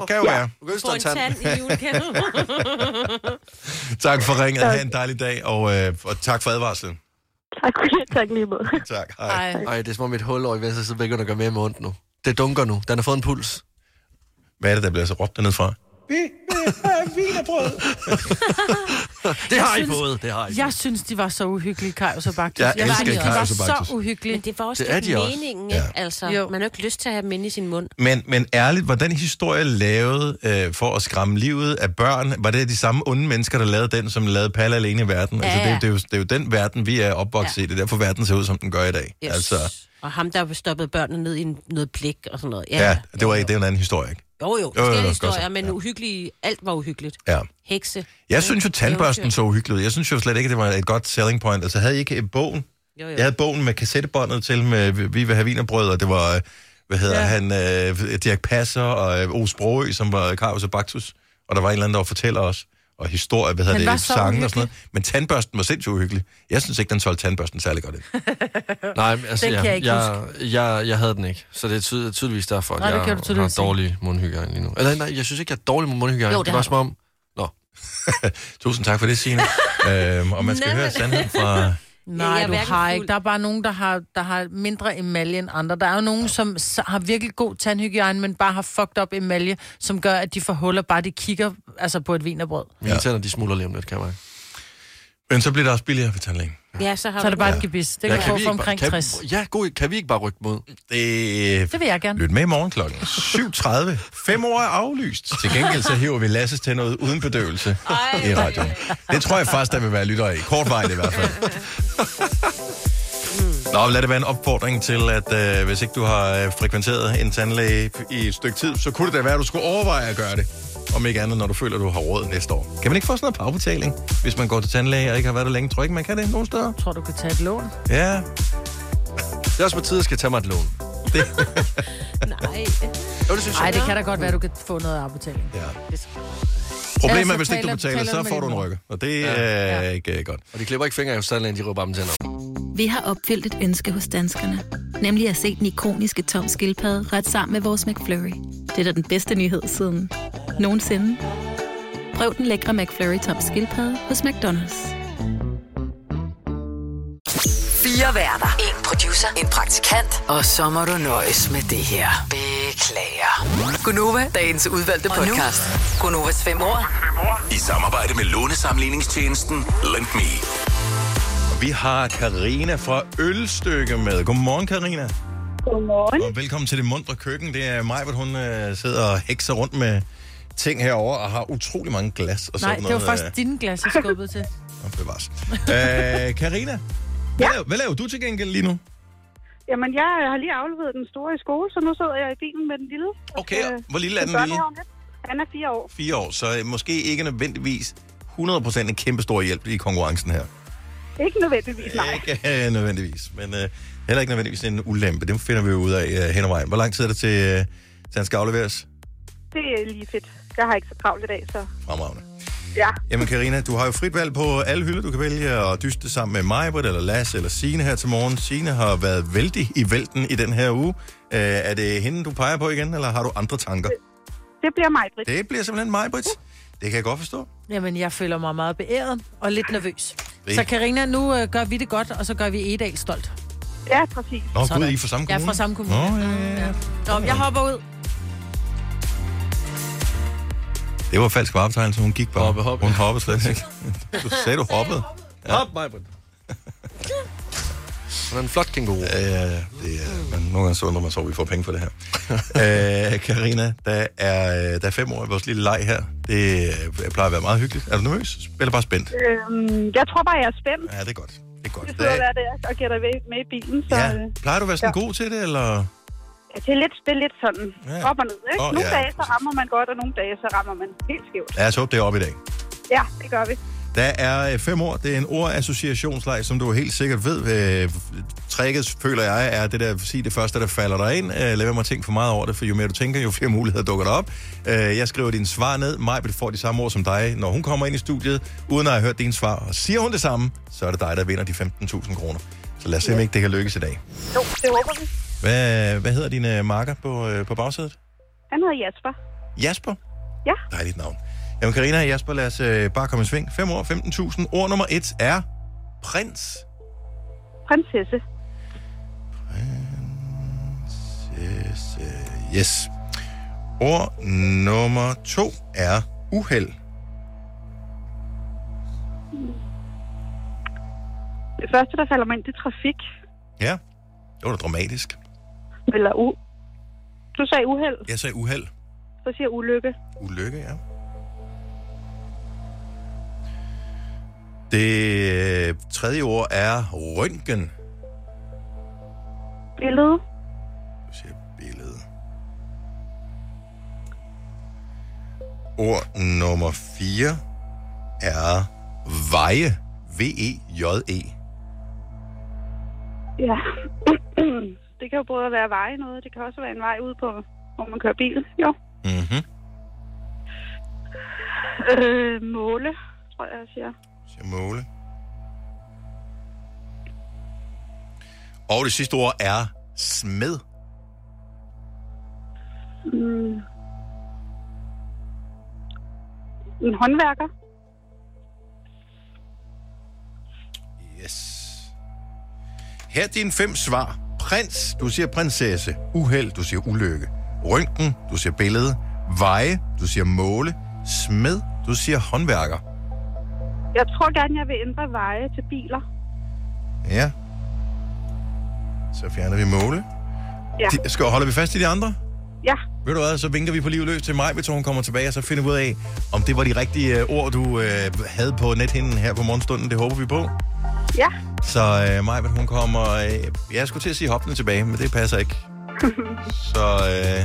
[SPEAKER 1] Det kan jo være.
[SPEAKER 2] Du kan jo
[SPEAKER 3] Få en tand i julekalenderen.
[SPEAKER 1] [LAUGHS] Tak for ringet. Ha' en dejlig dag, og, øh, og tak for advarslen.
[SPEAKER 10] Tak, tak lige måde.
[SPEAKER 1] Tak,
[SPEAKER 2] hej. Ej, det er som om mit hul over i venstre side begynder at gøre mere med ondt nu. Det dunker nu. Den har fået en puls.
[SPEAKER 1] Hvad er det, der bliver så råbt dernede fra?
[SPEAKER 4] Vi vil have vinerbrød.
[SPEAKER 2] [LAUGHS] Det har
[SPEAKER 4] Jeg
[SPEAKER 2] I
[SPEAKER 4] synes-
[SPEAKER 2] fået. Det har I.
[SPEAKER 4] Jeg synes, de var så uhyggelige, Kajus og Baktus.
[SPEAKER 2] Jeg
[SPEAKER 4] var-
[SPEAKER 1] elsker
[SPEAKER 4] De var
[SPEAKER 1] Kajus og Baktus.
[SPEAKER 4] så uhyggelige.
[SPEAKER 3] Men det var også
[SPEAKER 1] Det er
[SPEAKER 3] lidt
[SPEAKER 1] de også.
[SPEAKER 3] meningen, ikke? Altså, jo. man har jo ikke lyst til at have dem inde i sin mund.
[SPEAKER 1] Men, men ærligt, var den historie lavet øh, for at skræmme livet af børn? Var det de samme onde mennesker, der lavede den, som lavede Palle alene i verden? Ja, altså, det, er jo- det, er jo, det er jo den verden, vi er opvokset ja. i. Det er derfor, verden ser ud, som den gør i dag.
[SPEAKER 3] Yes.
[SPEAKER 1] Altså,
[SPEAKER 3] Og ham, der stoppede børnene ned i en- noget blik og sådan noget. Ja,
[SPEAKER 1] ja, ja, det, var, det er jo en anden historie, ikke?
[SPEAKER 3] Jo, jo,
[SPEAKER 1] Jo, jo,
[SPEAKER 3] forskellige
[SPEAKER 1] jo, godt
[SPEAKER 3] historier,
[SPEAKER 1] så.
[SPEAKER 3] men ja. uhyggelige, alt var uhyggeligt.
[SPEAKER 1] Ja.
[SPEAKER 3] Hekse.
[SPEAKER 1] Jeg synes jo, tandbørsten
[SPEAKER 3] Eventyr.
[SPEAKER 1] så uhyggelig ud. Jeg synes jo slet ikke, det var et godt selling point. Altså, havde I ikke øh, bogen?
[SPEAKER 3] Jo, jo.
[SPEAKER 1] Jeg havde bogen med kassettebåndet til, med Vi- Viva Havinerbrød, og det var, øh, hvad hedder ja.
[SPEAKER 3] Ja.
[SPEAKER 1] han, øh, Dirk Passer og øh, O. Sprogø, som var Carus og Baktus. Og der var en eller anden, der fortæller os, og historie, hvad
[SPEAKER 4] Den
[SPEAKER 1] hedder
[SPEAKER 4] var
[SPEAKER 1] det,
[SPEAKER 4] så
[SPEAKER 1] sange og
[SPEAKER 4] uhyggelig.
[SPEAKER 1] sådan noget. Men tandbørsten var sindssygt uhyggelig. Jeg synes ikke, den solgte tandbørsten særlig godt ind.
[SPEAKER 2] Nej, men altså,
[SPEAKER 4] Den kan jeg ikke
[SPEAKER 2] jeg, jeg, jeg havde den ikke, så det er tyd- tydeligvis derfor, at
[SPEAKER 4] Nej, det
[SPEAKER 2] jeg
[SPEAKER 4] kan du tydeligvis
[SPEAKER 2] har dårlig mundhygiejne lige nu. Eller nej, jeg synes ikke, jeg er dårlig med mundhygiejne.
[SPEAKER 4] Jo,
[SPEAKER 2] det,
[SPEAKER 4] det
[SPEAKER 2] det var
[SPEAKER 4] har
[SPEAKER 2] som om... Nå.
[SPEAKER 1] [LAUGHS] Tusind tak for det,
[SPEAKER 4] [LAUGHS]
[SPEAKER 1] Signe. øhm, og man skal
[SPEAKER 4] Nej,
[SPEAKER 1] høre
[SPEAKER 4] men-
[SPEAKER 1] sandheden fra...
[SPEAKER 4] Nej, du har ikke. Der er bare nogen, der har, der har mindre emalje end andre. Der er jo nogen, som s- har virkelig god tandhygiejne, men bare har fucked op emalje, som gør, at de får huller, bare de kigger altså, på et vinerbrød.
[SPEAKER 2] Mine ja. tænder, de smuldrer lige om lidt, kan man.
[SPEAKER 1] Men så bliver det også billigere ved tandlægen.
[SPEAKER 3] Ja, så har
[SPEAKER 4] Så
[SPEAKER 3] du-
[SPEAKER 4] er det bare
[SPEAKER 3] Ja.
[SPEAKER 4] et gebis. Det kan
[SPEAKER 2] vi
[SPEAKER 4] du få
[SPEAKER 2] ikke
[SPEAKER 4] for
[SPEAKER 2] bare-
[SPEAKER 4] omkring
[SPEAKER 2] kan,
[SPEAKER 4] 60.
[SPEAKER 2] Ja, god, kan vi ikke bare rykke mod?
[SPEAKER 1] Det...
[SPEAKER 4] Det vil jeg gerne.
[SPEAKER 1] Lyt med i morgen kl. 7.30. Fem år er aflyst. Til gengæld så hiver vi Lasses tænder ud uden bedøvelse i radioen. Det tror jeg faktisk, der vil være lyttere i. Kort vej i hvert
[SPEAKER 4] [LAUGHS]
[SPEAKER 1] fald. Nå, lad det være en opfordring til, at øh, hvis ikke du har øh, frekventeret en tandlæge i et stykke tid, så kunne det da være, at du skulle overveje at gøre det. Om ikke andet, når du føler, at du har råd næste år. Kan man ikke få sådan noget pagbetaling, hvis man går til tandlæge og ikke har været der længe? Tror du ikke, man kan det nogen steder?
[SPEAKER 4] Tror du kan tage et lån?
[SPEAKER 1] Ja.
[SPEAKER 2] Det er også på tide, at jeg skal tage mig et lån.
[SPEAKER 3] Nej.
[SPEAKER 2] Jo, det synes jeg.
[SPEAKER 4] Nej, det kan da godt være, du kan få noget afbetaling.
[SPEAKER 1] Ja.
[SPEAKER 4] Ellers
[SPEAKER 1] Problemet
[SPEAKER 4] så
[SPEAKER 1] er, hvis ikke du
[SPEAKER 4] taler-
[SPEAKER 1] betaler,
[SPEAKER 4] taler
[SPEAKER 1] så
[SPEAKER 4] du med
[SPEAKER 1] får du en
[SPEAKER 4] din mor.
[SPEAKER 1] rykke. Og det er ikke øh, godt.
[SPEAKER 2] Og de klipper ikke fingre i hos tandlægen, de rører bare dem tænder.
[SPEAKER 11] Vi har opfyldt et ønske hos danskerne. Nemlig at se den ikoniske tom skildpadde ret sammen med vores McFlurry. Det er da den bedste nyhed siden nogensinde. Prøv den lækre McFlurry tom skildpadde hos McDonald's.
[SPEAKER 6] Fire værter. En producer. En praktikant. Og så må du nøjes med det her. Beklager. Gunova, dagens udvalgte podcast. Gunovas fem år.
[SPEAKER 5] I samarbejde med lånesamligningstjenesten Lend Me.
[SPEAKER 1] Og Vi har Karina fra Ølstykke med. Godmorgen, Karina.
[SPEAKER 12] Godmorgen.
[SPEAKER 1] Og velkommen til det mundre køkken. Det er mig, hvor hun øh, sidder og hekser rundt med ting herover og har utrolig mange glas og
[SPEAKER 4] Nej,
[SPEAKER 1] sådan
[SPEAKER 4] det var
[SPEAKER 1] noget.
[SPEAKER 4] faktisk dine glas, jeg skubbede til.
[SPEAKER 1] Øh, bevares. Øh, Karina, hvad, laver, hvad laver du til gengæld lige nu?
[SPEAKER 12] Jamen, jeg øh, har lige afleveret den store i skole, så nu sidder jeg i bilen med den lille.
[SPEAKER 1] Okay,
[SPEAKER 12] Øh,
[SPEAKER 1] hvor lille er
[SPEAKER 12] til
[SPEAKER 1] den lige?
[SPEAKER 12] børnehaven lidt. Han er fire år.
[SPEAKER 1] Fire år, så øh, måske ikke nødvendigvis 100% en kæmpe stor hjælp i konkurrencen her.
[SPEAKER 12] Ikke nødvendigvis, nej.
[SPEAKER 1] Ikke øh, nødvendigvis, men øh, heller ikke nødvendigvis en ulempe. Det finder vi jo ud af øh, hen ad vejen. Hvor lang tid er det til, øh, til han skal afleveres?
[SPEAKER 12] Det er lige fedt. Jeg har ikke så travlt i dag, så
[SPEAKER 1] Fremragende.
[SPEAKER 12] ja.
[SPEAKER 1] Jamen Karina, du har jo frit valg på alle hylder. Du kan vælge at dyste sammen med mig, eller Lasse, eller Sine her til morgen. Sine har været vældig i vælten i den her uge. Øh, er det hende, du peger på igen, eller har du andre tanker?
[SPEAKER 12] [LAUGHS] Det bliver mig, Britt.
[SPEAKER 1] Det bliver simpelthen mig, Britt. Det kan jeg godt forstå.
[SPEAKER 4] Jamen, jeg føler mig meget beæret og lidt nervøs. Så Karina, nu øh, gør vi det godt, og så gør vi Edal stolt.
[SPEAKER 12] Ja, præcis.
[SPEAKER 1] Nå, Sådan. gud, I er fra samme
[SPEAKER 4] Jeg er
[SPEAKER 1] kommune?
[SPEAKER 4] fra samme kommune.
[SPEAKER 1] Nå,
[SPEAKER 4] ja, ja. Nå, men jeg hopper ud.
[SPEAKER 1] Det var falsk varebetegnelse, hun gik bare. Hoppe, hoppe. Hun hoppede slet ikke. Du sagde, du hoppede. Ja.
[SPEAKER 2] [LAUGHS] Hop, mig, Britt.
[SPEAKER 1] Hun er en flot kænguru. Ja, ja, ja. Det er, men nogle gange så undrer man sig, over, at vi får penge for det her. Øh, Karina, der er, øh, der er fem år i vores lille leg her. Det øh, plejer at være meget hyggeligt. Er du nervøs? Eller bare spændt?
[SPEAKER 12] Øhm, jeg tror bare, jeg er spændt.
[SPEAKER 1] Ja, det er godt. Det er godt.
[SPEAKER 12] Jeg sidder hver dag og gætter ved- med i bilen, så...
[SPEAKER 1] Ja.
[SPEAKER 12] øh,
[SPEAKER 1] Plejer du at være sådan ja. god til det, eller?
[SPEAKER 12] Ja, Altså, det er lidt, det er lidt sådan
[SPEAKER 1] Ja.
[SPEAKER 12] ja. op og ned, ikke?
[SPEAKER 1] Åh,
[SPEAKER 12] Oh, nogle
[SPEAKER 1] ja,
[SPEAKER 12] ja, dage, så rammer man godt, og nogle dage, så rammer man helt skævt.
[SPEAKER 1] Lad os håbe, det er op i dag.
[SPEAKER 12] Ja, det gør vi.
[SPEAKER 1] Der er øh, fem ord. Det er en ordassociationsleg, som du helt sikkert ved. Øh, tricket, føler jeg, er det der, sig det første, der falder dig ind. Øh, lad være med at tænke for meget over det, for jo mere du tænker, jo flere [LAUGHS] muligheder dukker der op. Øh, jeg skriver dine svar ned. Majbet får de samme ord som dig, når hun kommer ind i studiet, uden at have hørt dine svar. Og siger hun det samme, så er det dig, der vinder de 15.000 kroner. Så lad os se, om ikke det kan lykkes i dag.
[SPEAKER 12] Jo, det håber vi.
[SPEAKER 1] Hvad, hvad hedder din øh, marker på, øh, på bagsædet?
[SPEAKER 12] Han hedder Jasper.
[SPEAKER 1] Jasper?
[SPEAKER 12] Ja.
[SPEAKER 1] Dejligt navn. Jamen, Karina og Jasper, lad os øh, bare komme i sving. 5 år, 15.000. Ord nummer 1 er prins.
[SPEAKER 12] Prinsesse.
[SPEAKER 1] Yes, øh, yes. Ord nummer 2 er uheld.
[SPEAKER 12] Det første, der falder mig ind, det er trafik.
[SPEAKER 1] Ja, det var da dramatisk.
[SPEAKER 12] Eller u... Du sagde uheld,
[SPEAKER 1] Jeg sagde uheld.
[SPEAKER 12] så siger jeg ulykke.
[SPEAKER 1] Ulykke, ja. Det øh, tredje ord er røntgen.
[SPEAKER 12] Billede.
[SPEAKER 1] Ord nummer 4 er veje. E V-E-J-E.
[SPEAKER 12] Ja. [CLEARS THROAT] det kan jo både være veje noget, det kan også være en vej ud på, hvor man kører bil. Jo.
[SPEAKER 1] Mhm.
[SPEAKER 12] Øh, måle, tror jeg, jeg siger.
[SPEAKER 1] Siger måle. Og det sidste ord er smed.
[SPEAKER 12] Mm. En håndværker.
[SPEAKER 1] Yes. Her er dine fem svar. Prins, du siger prinsesse. Uheld, du siger ulykke. Røntgen, du siger billede. Veje, du siger måle. Smed, du siger håndværker.
[SPEAKER 12] Jeg tror gerne, jeg vil ændre veje til biler.
[SPEAKER 1] Ja. Så fjerner vi måle.
[SPEAKER 12] Ja.
[SPEAKER 1] De, skal, holder vi fast i de andre?
[SPEAKER 12] Ja.
[SPEAKER 1] Ved du hvad, så vinker vi på livet løs til mig, hvis hun kommer tilbage, og så finder vi ud af, om det var de rigtige øh, ord, du øh, havde på nethinden her på morgenstunden. Det håber vi på.
[SPEAKER 12] Ja.
[SPEAKER 1] Så øh, Maja, hun kommer... Øh, jeg skulle til at sige hoppende tilbage, men det passer ikke. så øh,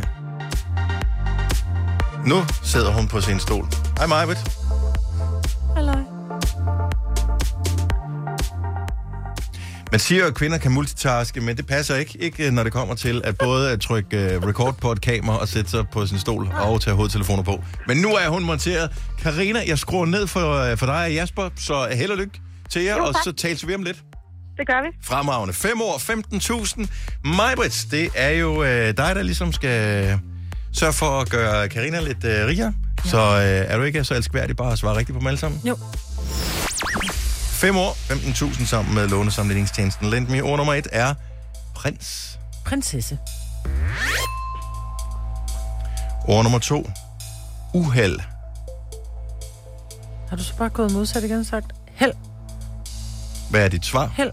[SPEAKER 1] nu sidder hun på sin stol. Hej Majbet.
[SPEAKER 4] Halløj.
[SPEAKER 1] Man siger jo, at kvinder kan multitaske, men det passer ikke, ikke øh, når det kommer til at både at trykke øh, record på et kamera og sætte sig på sin stol og tage hovedtelefoner på. Men nu er hun monteret. Karina, jeg skruer ned for, øh, for dig og Jasper, så held og lykke til jer,
[SPEAKER 12] Jo,
[SPEAKER 1] og
[SPEAKER 12] tak.
[SPEAKER 1] så tales vi om lidt.
[SPEAKER 12] Det gør vi.
[SPEAKER 1] Fremragende. 5 år, 15.000. Majbrits, det er jo øh, dig, der ligesom skal sørge for at gøre Karina lidt øh, rigere. Ja. Så øh, er du ikke så elskværdig bare at svare rigtigt på dem alle sammen?
[SPEAKER 4] Jo.
[SPEAKER 1] 5 år, 15.000 sammen med lånesamledningstjenesten Lendme. Ord nummer 1 er prins.
[SPEAKER 4] Prinsesse.
[SPEAKER 1] Ord nummer 2, uheld.
[SPEAKER 4] Har du så bare gået modsat igen og sagt, held,
[SPEAKER 1] Hvad er dit svar?
[SPEAKER 4] held.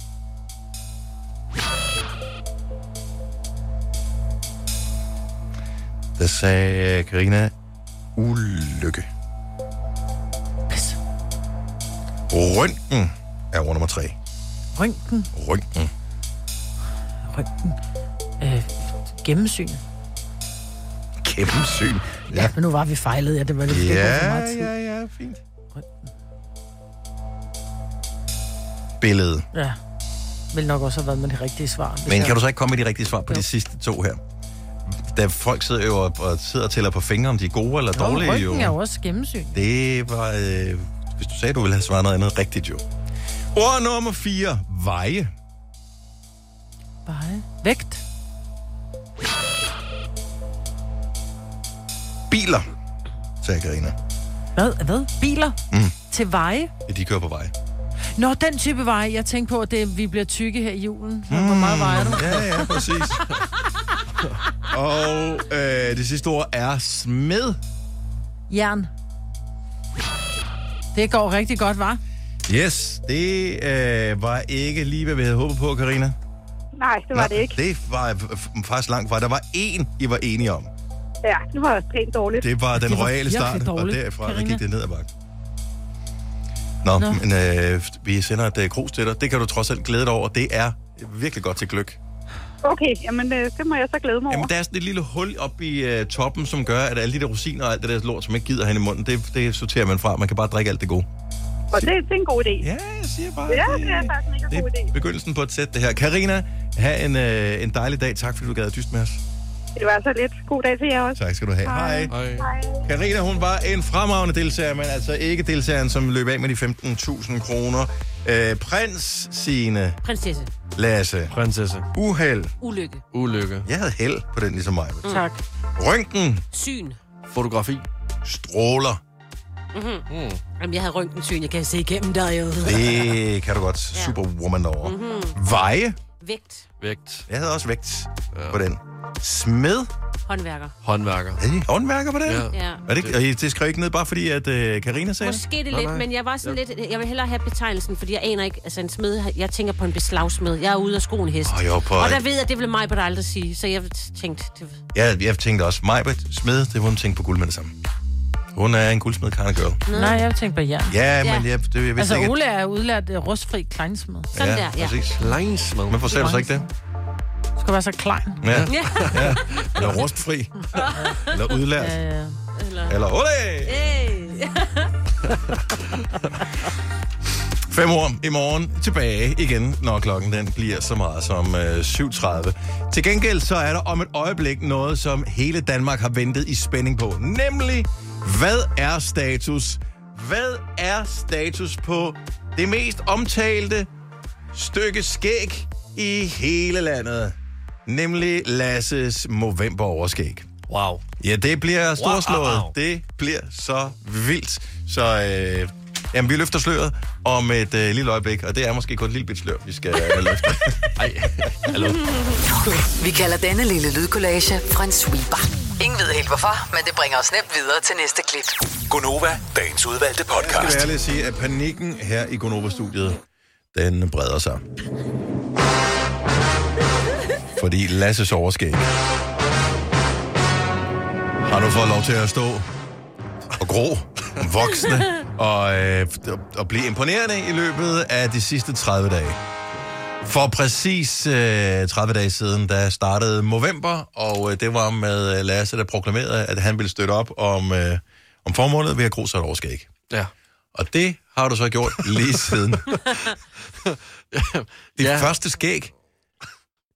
[SPEAKER 1] Der sagde øh, Karina ulykke.
[SPEAKER 4] Pis.
[SPEAKER 1] Røntgen er ord nummer 3.
[SPEAKER 4] Røntgen.
[SPEAKER 1] Røntgen.
[SPEAKER 4] Røntgen. Øh, gennemsyn.
[SPEAKER 1] Gennemsyn.
[SPEAKER 4] Ja. ja, men nu var vi fejlet, ja, det var lidt [LAUGHS] det
[SPEAKER 1] Ja,
[SPEAKER 4] var for meget tid.
[SPEAKER 1] ja, ja, fint. Billede.
[SPEAKER 4] Ja. Vil nok også have været med det rigtige svar. hvis
[SPEAKER 1] Men
[SPEAKER 4] jeg-
[SPEAKER 1] kan du så ikke komme med de rigtige svar på de sidste to her? Da folk sidder jo og, og sidder og tæller på fingre, om de er gode eller
[SPEAKER 4] Jo,
[SPEAKER 1] dårlige.
[SPEAKER 4] Røntgen er jo også gennemsyn.
[SPEAKER 1] Det var... Øh, hvis du sagde, du ville have svaret noget andet rigtigt, jo. Ord nummer 4. Veje.
[SPEAKER 4] Veje. Vægt.
[SPEAKER 1] Biler, sagde Karina.
[SPEAKER 4] Hvad? Hvad? Biler?
[SPEAKER 1] Mm.
[SPEAKER 4] Til veje?
[SPEAKER 1] Ja, de kører på vej.
[SPEAKER 4] Nå, den type veje. Jeg tænkte på, at det, vi bliver tykke her i julen. Mm. Hvor meget vejer du?
[SPEAKER 1] Ja, ja, præcis. Og øh, det sidste ord er smed.
[SPEAKER 4] Jern. Det går rigtig godt, var.
[SPEAKER 1] Yes, det øh, var ikke lige, hvad vi havde håbet på, Karina.
[SPEAKER 12] Nej, det var Nej. det ikke.
[SPEAKER 1] Det var f- f- faktisk langt fra. Der var én, I var enige om.
[SPEAKER 12] Ja, det var pænt dårligt.
[SPEAKER 1] Det var den royale start, og derfra Carina. gik det ned ad bakke. Nå, Nå. men øh, vi sender et øh, krus til dig. Det kan du trods alt glæde dig over. Det er virkelig godt til gløk.
[SPEAKER 12] Okay, jamen øh, det må jeg så glæde mig over.
[SPEAKER 1] Jamen, der er sådan et lille hul oppe i uh, toppen, som gør, at alle de der rosiner og alt det der lort, som ikke gider have i munden, det, det sorterer man fra. Man kan bare drikke alt det gode.
[SPEAKER 12] Og det, det er en god idé.
[SPEAKER 1] Ja, jeg siger bare.
[SPEAKER 12] Ja, det, er faktisk en mega god idé.
[SPEAKER 1] Begyndelsen på et sæt, det her. Karina, have en, uh, en dejlig dag. Tak, fordi du gad at dyst med os.
[SPEAKER 12] Det var så lidt. God dag til jer også.
[SPEAKER 1] Tak skal du have. Hej.
[SPEAKER 12] Hej.
[SPEAKER 1] Karina, hun var en fremragende deltager, men altså ikke deltageren, som løb af med de 15.000 kroner. Øh, prins sine
[SPEAKER 3] Prinsesse.
[SPEAKER 1] Lasse. Prinsesse. Uheld.
[SPEAKER 3] Ulykke.
[SPEAKER 1] Ulykke. Jeg havde held på den, ligesom mig.
[SPEAKER 3] Mm. Tak.
[SPEAKER 1] Røntgen.
[SPEAKER 3] Syn.
[SPEAKER 1] Fotografi. Stråler.
[SPEAKER 3] Mm-hmm. Mm. Jamen, jeg havde røntgensyn. Jeg kan se igennem dig. Jo.
[SPEAKER 1] Det kan du godt. Superwoman over.
[SPEAKER 3] Mhm.
[SPEAKER 1] Veje.
[SPEAKER 3] Vægt.
[SPEAKER 1] Vægt. Jeg havde også vægt ja. på den. Smed.
[SPEAKER 3] Håndværker.
[SPEAKER 1] Håndværker. Er I håndværker på den?
[SPEAKER 3] Ja. Ja.
[SPEAKER 1] Er det, ikke- og I- det skrev I ikke ned, bare fordi, at øh, Karina sagde
[SPEAKER 3] Måske det lidt, men jeg var sådan lidt... Jeg vil hellere have betegnelsen, fordi jeg aner ikke... Altså, en smed... Jeg tænker på en beslagsmed. Jeg er ude af skoen hest.
[SPEAKER 1] Åh, jo, på-
[SPEAKER 3] og der ved jeg, det ville mig på dig aldrig sige. Så jeg tænkte... Det...
[SPEAKER 1] Jeg, jeg tænkte også, Majbert Smed, det var hun tænkte på guld med det samme. Hun er en guldsmed kind of girl.
[SPEAKER 4] Nej, jeg tænkte på jern.
[SPEAKER 1] Ja, men jeg, det, jeg vidste
[SPEAKER 4] Altså,
[SPEAKER 1] ikke... at- Altså,
[SPEAKER 4] Ole er udlært øh, rustfri kleinsmed.
[SPEAKER 1] Præcis. Kleinsmed. Men forstår du så ikke det?
[SPEAKER 4] Du skal være så klein.
[SPEAKER 1] Ja. ja. Eller rustfri. [LAUGHS] Eller udlært.
[SPEAKER 4] Ja, ja.
[SPEAKER 1] Eller ole!
[SPEAKER 4] [LAUGHS]
[SPEAKER 1] Fem år i morgen tilbage igen, når klokken den bliver så meget som øh, 7.30. Til gengæld så er der om et øjeblik noget, som hele Danmark har ventet i spænding på. Nemlig, hvad er status? Hvad er status på det mest omtalte stykke skæg i hele landet? Nemlig Lasses Movember overskæg. Wow. Ja, det bliver storslået.
[SPEAKER 5] Wow.
[SPEAKER 1] Det bliver så vildt. Så øh, jamen, vi løfter sløret om et øh, lille øjeblik, og det er måske kun et lille bit slør, vi skal øh, løfte. Ej, hallo.
[SPEAKER 6] Vi kalder denne lille lydkollage en sweeper. Ingen ved helt hvorfor, men det bringer os nemt videre til næste klip.
[SPEAKER 5] Gonova, dagens udvalgte
[SPEAKER 1] Jeg skal
[SPEAKER 5] podcast.
[SPEAKER 1] være ærlig at sige, at panikken her i Gonova-studiet, den breder sig. Fordi Lasses overskæg har nu fået lov til at stå og gro, voksne og, øh, og blive imponerende i løbet af de sidste 30 dage. For præcis øh, 30 dage siden, der startede Movember, og øh, det var med øh, Lasse, der proklamerede, at han ville støtte op om, øh, om formålet ved at gro sig et overskæg.
[SPEAKER 2] Ja.
[SPEAKER 1] Og det har du så gjort lige siden. Det ja. første skæg.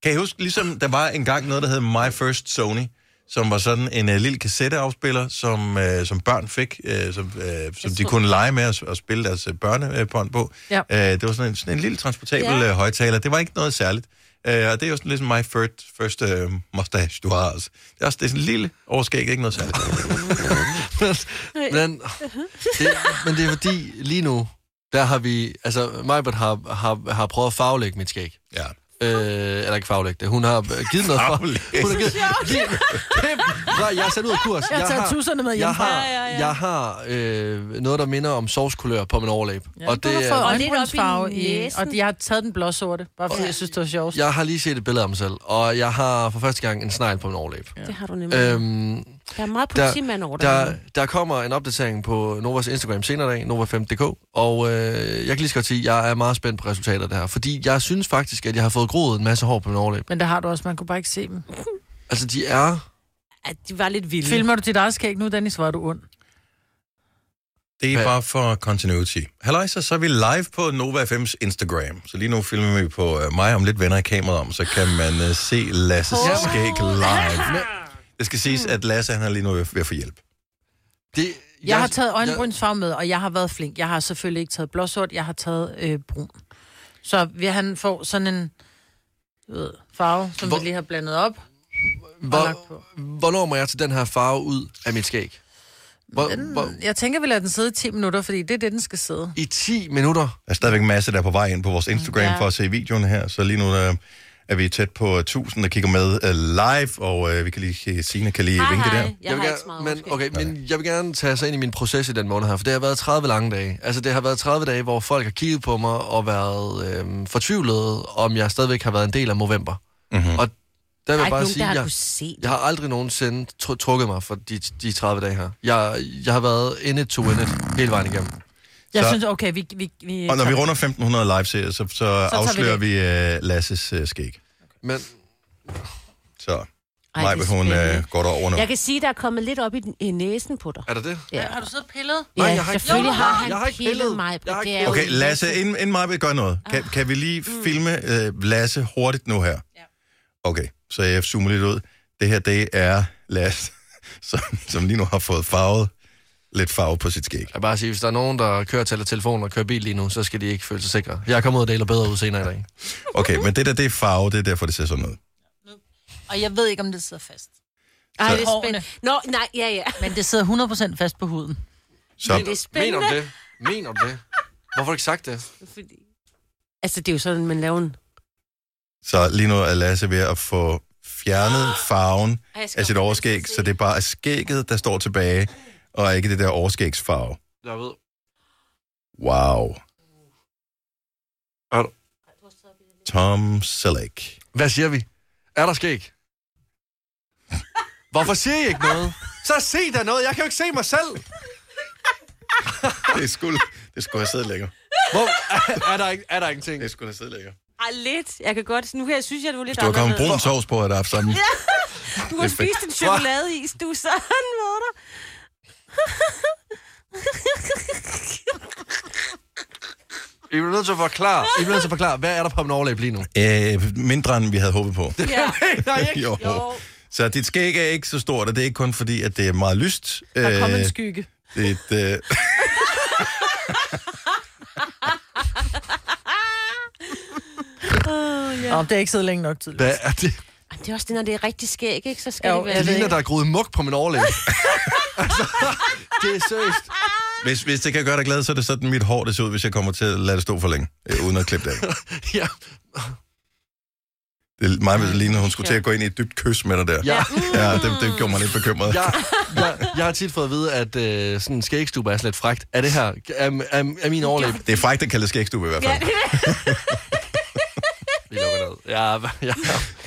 [SPEAKER 1] Kan I huske, ligesom der var engang noget, der hed My First Sony, som var sådan en uh, lille kassetteafspiller, som, uh, som børn fik, uh, som, uh, som de kunne lege med og, og spille deres uh, børnebånd på.
[SPEAKER 4] Ja.
[SPEAKER 1] Uh, det var sådan en, sådan en lille transportabel
[SPEAKER 5] Ja.
[SPEAKER 1] uh, højtaler. Det var ikke noget særligt. Uh, og det er jo sådan ligesom My First, first uh, Mustache, du har også. Det er også det er sådan en lille overskæg, ikke noget særligt.
[SPEAKER 2] Men, det, men det er fordi, lige nu, der har vi... Altså, Majbert har, har, har prøvet at farvelægge mit skæg.
[SPEAKER 1] Ja.
[SPEAKER 2] Øh, eller ikke farvelægge det. Hun har givet noget for... Hun har givet, givet, Nej, jeg er sat ud af kurs.
[SPEAKER 4] Jeg har taget tusserne med
[SPEAKER 2] jeg
[SPEAKER 4] hjemmefra.
[SPEAKER 2] har,
[SPEAKER 4] Ja, ja, ja.
[SPEAKER 2] jeg har øh, noget, der minder om sovskulør på min overlæb.
[SPEAKER 4] Ja, og det, du har fået
[SPEAKER 2] er,
[SPEAKER 4] øjenbrynsfarve
[SPEAKER 3] lidt op i
[SPEAKER 4] i,
[SPEAKER 3] næsen.
[SPEAKER 4] og jeg har taget den blå sorte, bare fordi jeg synes, det var sjovt.
[SPEAKER 2] jeg har lige set et billede af mig selv, og jeg har for første gang en snegl på min overlæb. Ja.
[SPEAKER 3] Det har du
[SPEAKER 1] Øh.
[SPEAKER 3] nemlig.
[SPEAKER 2] Øhm,
[SPEAKER 3] der er meget politimand over dig.
[SPEAKER 2] der, der kommer en opdatering på Novas Instagram senere i dag, nova5.dk, og øh, jeg kan lige så godt sige, at jeg er meget spændt på resultatet af det her, fordi jeg synes faktisk, at jeg har fået groet en masse hår på min overlæb.
[SPEAKER 4] Men der har du også, man kunne bare ikke se
[SPEAKER 3] [LAUGHS]
[SPEAKER 4] dem.
[SPEAKER 2] Altså, de er...
[SPEAKER 3] At de var lidt vilde.
[SPEAKER 4] Filmer du dit eget skæg nu, Dennis? Var du ond?
[SPEAKER 1] Det er bare for continuity. Halløj, så, så er vi live på Nova FM's Instagram. Så lige nu filmer vi på øh, mig om lidt vender i kameraet om, så kan man øh, se Lasses
[SPEAKER 2] Åh.
[SPEAKER 1] skæg live. Det skal siges, at Lasse han er lige nu ved, ved at få hjælp.
[SPEAKER 2] Det,
[SPEAKER 4] Jeg, jeg har taget øjenbrynsfarve med, og jeg har været flink. Jeg har selvfølgelig ikke taget blåsort, jeg har taget øh, brun. Så vil han få sådan en du ved, farve, som Hvor... vi lige har blandet op.
[SPEAKER 2] Hvor, hvornår må jeg tage den her farve ud af mit skæg? Hvor, hvor,
[SPEAKER 4] Jeg tænker, vi lader den sidde i 10 minutter, fordi det er det, den skal sidde.
[SPEAKER 2] I 10 minutter?
[SPEAKER 1] Der er stadigvæk en masse, der er på vej ind på vores Instagram
[SPEAKER 4] Ja.
[SPEAKER 1] ja. for at se videoen her. Så lige nu øh, er vi tæt på øh, 1000, der kigger med øh, live, og øh, vi kan lige, Signe kan lige vinke der.
[SPEAKER 2] vil gerne, men, okay, men jeg vil gerne tage sig ind i min proces i den måned her, for det har været 30 lange dage. Altså, det har været 30 dage, hvor folk har kigget på mig og været øhm, fortvivlede, om jeg stadigvæk har været en del af Movember. Mm-hmm. Og der vil
[SPEAKER 3] Der er
[SPEAKER 2] jeg
[SPEAKER 3] ikke
[SPEAKER 2] bare sige,
[SPEAKER 3] nogen, der har
[SPEAKER 2] jeg,
[SPEAKER 3] kunnet se det.
[SPEAKER 2] jeg har aldrig nogensinde tr- trukket mig for de, de 30 dage her. Jeg, jeg har været in it to win it hele vejen igennem.
[SPEAKER 4] Jeg
[SPEAKER 1] Så-
[SPEAKER 4] synes, okay, vi... vi, vi
[SPEAKER 1] Og når vi runder 1500 live-serier, så, så, så
[SPEAKER 4] vi
[SPEAKER 1] afslører
[SPEAKER 4] det.
[SPEAKER 1] vi, vi øh, Lasses øh, skæg.
[SPEAKER 2] Men
[SPEAKER 1] Så
[SPEAKER 3] Ej,
[SPEAKER 1] Maja,
[SPEAKER 3] det er
[SPEAKER 1] hun øh,
[SPEAKER 3] spændende.
[SPEAKER 1] går derover nu.
[SPEAKER 3] Jeg kan sige, der er kommet lidt op i, den- i næsen på dig.
[SPEAKER 1] Er der det?
[SPEAKER 3] Ja.
[SPEAKER 4] Har du siddet og pillet?
[SPEAKER 3] Ja,
[SPEAKER 4] Nej, jeg har ikke-
[SPEAKER 3] selvfølgelig
[SPEAKER 4] Jo,
[SPEAKER 3] har
[SPEAKER 4] jeg
[SPEAKER 3] han
[SPEAKER 4] har ikke
[SPEAKER 3] pillet,
[SPEAKER 4] pillet.
[SPEAKER 3] mig.
[SPEAKER 4] Jeg har ikke
[SPEAKER 3] Det er jo-
[SPEAKER 1] Okay, Lasse, inden, inden Maja gør noget, kan,
[SPEAKER 3] Ah.
[SPEAKER 1] kan vi lige
[SPEAKER 3] Mm.
[SPEAKER 1] filme øh, Lasse hurtigt nu her? Ja. Okay, så jeg zoomer lidt ud. Det her, det er Lasse, [LAUGHS] som, som lige nu har fået farvet lidt farve på sit skæg.
[SPEAKER 2] Jeg vil bare sige, hvis der er nogen, der kører til telefonen og kører bil lige nu, så skal de ikke føle sig sikre. Jeg kommer ud og deler bedre ud senere i dag.
[SPEAKER 1] Okay, men det der, det er farve, det er derfor, det ser sådan ud.
[SPEAKER 4] Og jeg ved ikke, om det sidder fast.
[SPEAKER 3] Ej, det er
[SPEAKER 4] Hårene.
[SPEAKER 3] spændende. Nå, nej, ja, ja.
[SPEAKER 4] Men det sidder 100% fast på huden.
[SPEAKER 1] Så,
[SPEAKER 3] Men det er
[SPEAKER 2] Men
[SPEAKER 3] spændende.
[SPEAKER 2] om det. Men om det. Hvorfor har du ikke sagt det?
[SPEAKER 3] Fordi... Altså, det er jo sådan, man laver en...
[SPEAKER 1] så lige nu er Lasse ved at få fjernet farven
[SPEAKER 3] Ej, Ah, jeg skal
[SPEAKER 1] af sit overskæg, så det er bare skægget, der står tilbage, og ikke det der overskægsfarve.
[SPEAKER 2] Jeg ved.
[SPEAKER 1] Wow.
[SPEAKER 2] Er du-
[SPEAKER 1] Tom Selleck.
[SPEAKER 2] Hvad siger vi? Er der skæg? Hvorfor siger I ikke noget? Så se der noget. Jeg kan jo ikke se mig selv.
[SPEAKER 1] [LAUGHS] Det skulle, det skulle have siddet lækker.
[SPEAKER 2] Hvor, er, er, der, ikke- er der ingenting?
[SPEAKER 1] Det skulle have siddet lækker.
[SPEAKER 3] Ej, lidt. Jeg kan godt... Nu kan jeg synes, at du er lidt
[SPEAKER 1] Du har kommet
[SPEAKER 3] anderledes.
[SPEAKER 1] brun sovs på, at der er sammen.
[SPEAKER 3] [LAUGHS] Ja. Du har
[SPEAKER 1] Det er fedt.
[SPEAKER 3] spist en chokoladeis. Du er sådan, hvor der.
[SPEAKER 2] I bliver nødt til at forklare. I bliver nødt til at forklare, hvad er der på min overlæb lige nu?
[SPEAKER 1] Øh, mindre end vi havde håbet på. [LAUGHS]
[SPEAKER 3] Ja.
[SPEAKER 2] Nej, ikke?
[SPEAKER 1] jo. Så dit skæg er ikke så stort, og det er ikke kun fordi, at det er meget lyst. Der
[SPEAKER 4] er kommet en skygge.
[SPEAKER 1] Det, øh, det,
[SPEAKER 3] Oh, ja.
[SPEAKER 4] Nå, det er ikke siddet længe nok tidligere.
[SPEAKER 2] Hvad er det?
[SPEAKER 3] Ej, Det er også det, når det er rigtig skæg, ikke? Så skal
[SPEAKER 4] Jo,
[SPEAKER 3] det være...
[SPEAKER 2] Det ligner,
[SPEAKER 3] ikke?
[SPEAKER 2] der er groet muk på min overlæb. altså, det er seriøst.
[SPEAKER 1] hvis, hvis det kan gøre dig glad, så er det sådan, mit hår det ser ud, hvis jeg kommer til at lade det stå for længe, øh, uden at klippe
[SPEAKER 4] [LAUGHS]
[SPEAKER 1] det af.
[SPEAKER 2] Ja.
[SPEAKER 1] Det er meget vildt lignende, hun skulle til at gå ind i et dybt kys med dig der.
[SPEAKER 2] Ja.
[SPEAKER 1] ja det, det gjorde mig lidt bekymret.
[SPEAKER 2] Jeg, jeg, jeg har tit fået at vide, at øh, sådan en skægstube er sådan lidt frægt. Er det her? Er, er, er min overlæb?
[SPEAKER 1] Det er frækt at kalde skægstube i hvert fald.
[SPEAKER 2] [LAUGHS] Vi lukker ned. Ja, ja.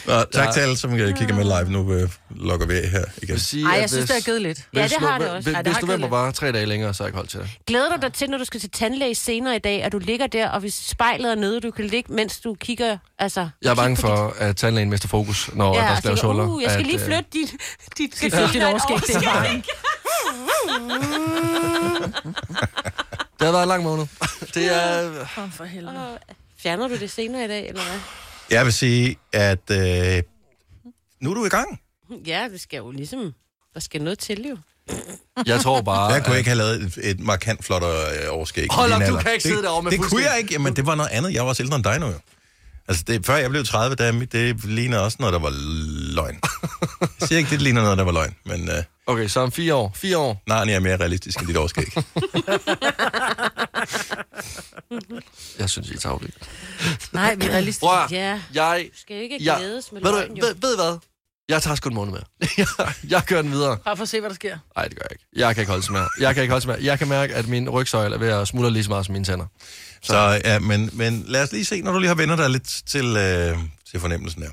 [SPEAKER 1] Nå, tak til alle, som øh, kigger med live. Nu øh, logger vi af her igen.
[SPEAKER 2] Sige,
[SPEAKER 4] Ej,
[SPEAKER 2] at
[SPEAKER 4] jeg synes, det har givet lidt.
[SPEAKER 3] Ja,
[SPEAKER 2] hvis
[SPEAKER 3] det har det
[SPEAKER 2] nove-
[SPEAKER 3] også.
[SPEAKER 2] hvis-
[SPEAKER 3] Ja, det
[SPEAKER 2] Hvis
[SPEAKER 3] har
[SPEAKER 2] du
[SPEAKER 3] givet
[SPEAKER 2] venter bare tre dage længere, så er jeg ikke holdt til det.
[SPEAKER 3] Glæder du dig til, når du skal til tandlæge senere i dag, at du ligger der, og hvis spejlet er nede, du kan ligge, mens du kigger... Altså,
[SPEAKER 2] Jeg er bange for, at tandlægen mister fokus, når
[SPEAKER 3] og
[SPEAKER 2] der
[SPEAKER 3] tænker,
[SPEAKER 2] laves huller.
[SPEAKER 3] Uh, jeg skal
[SPEAKER 2] At,
[SPEAKER 3] lige
[SPEAKER 2] øh,
[SPEAKER 3] flytte dit... dit
[SPEAKER 4] Skal flytte
[SPEAKER 3] [LAUGHS]
[SPEAKER 4] dit
[SPEAKER 3] dit
[SPEAKER 4] overskæg, det er bare-
[SPEAKER 2] Det har været en lang
[SPEAKER 3] [LAUGHS]
[SPEAKER 2] måned. det er...
[SPEAKER 4] Åh, for helvede.
[SPEAKER 3] Fjerner du det senere i dag, eller hvad?
[SPEAKER 1] Jeg vil sige, at øh, nu er du i gang.
[SPEAKER 3] Ja, det skal jo ligesom... Der skal noget til, jo.
[SPEAKER 2] Jeg tror bare...
[SPEAKER 1] Jeg kunne ikke have lavet et, et markant flottere øh, overskæg.
[SPEAKER 2] Hold
[SPEAKER 1] i
[SPEAKER 2] op,
[SPEAKER 1] din
[SPEAKER 2] du
[SPEAKER 1] alder.
[SPEAKER 2] kan ikke sidde
[SPEAKER 1] det,
[SPEAKER 2] derovre med
[SPEAKER 1] Det kunne
[SPEAKER 2] fuldstændig-
[SPEAKER 1] jeg ikke. Jamen, det var noget andet. Jeg var også ældre end dig nu, jo. Altså, det, før jeg blev 30, der, det ligner også noget, der var
[SPEAKER 2] [LAUGHS]
[SPEAKER 1] løgn. Jeg siger ikke, det ligner noget, der var løgn, men... Øh,
[SPEAKER 2] okay, så om fire år. Fire år.
[SPEAKER 1] Nej, jeg er mere realistisk end dit overskæg.
[SPEAKER 2] Jeg synes, I er tavlige.
[SPEAKER 4] Nej, vi er realistisk.
[SPEAKER 2] Prøv at-
[SPEAKER 3] Ja.
[SPEAKER 2] Jeg...
[SPEAKER 3] Du skal jo ikke
[SPEAKER 2] jeg
[SPEAKER 3] glædes med
[SPEAKER 2] ved, du,
[SPEAKER 3] løgn, jo.
[SPEAKER 2] ved, ved I hvad? Jeg tager sgu en måned med. [LAUGHS] jeg, jeg kører den videre.
[SPEAKER 4] Bare for at se, hvad der sker.
[SPEAKER 2] Nej, det gør jeg ikke. Jeg kan ikke holde til mere. Jeg kan ikke holde til mere. Jeg kan mærke, at min rygsøjle er ved at smuldre lige så meget som mine tænder.
[SPEAKER 1] Så ja, men, men lad os lige se, når du lige har vendt dig lidt til, øh, til fornemmelsen her.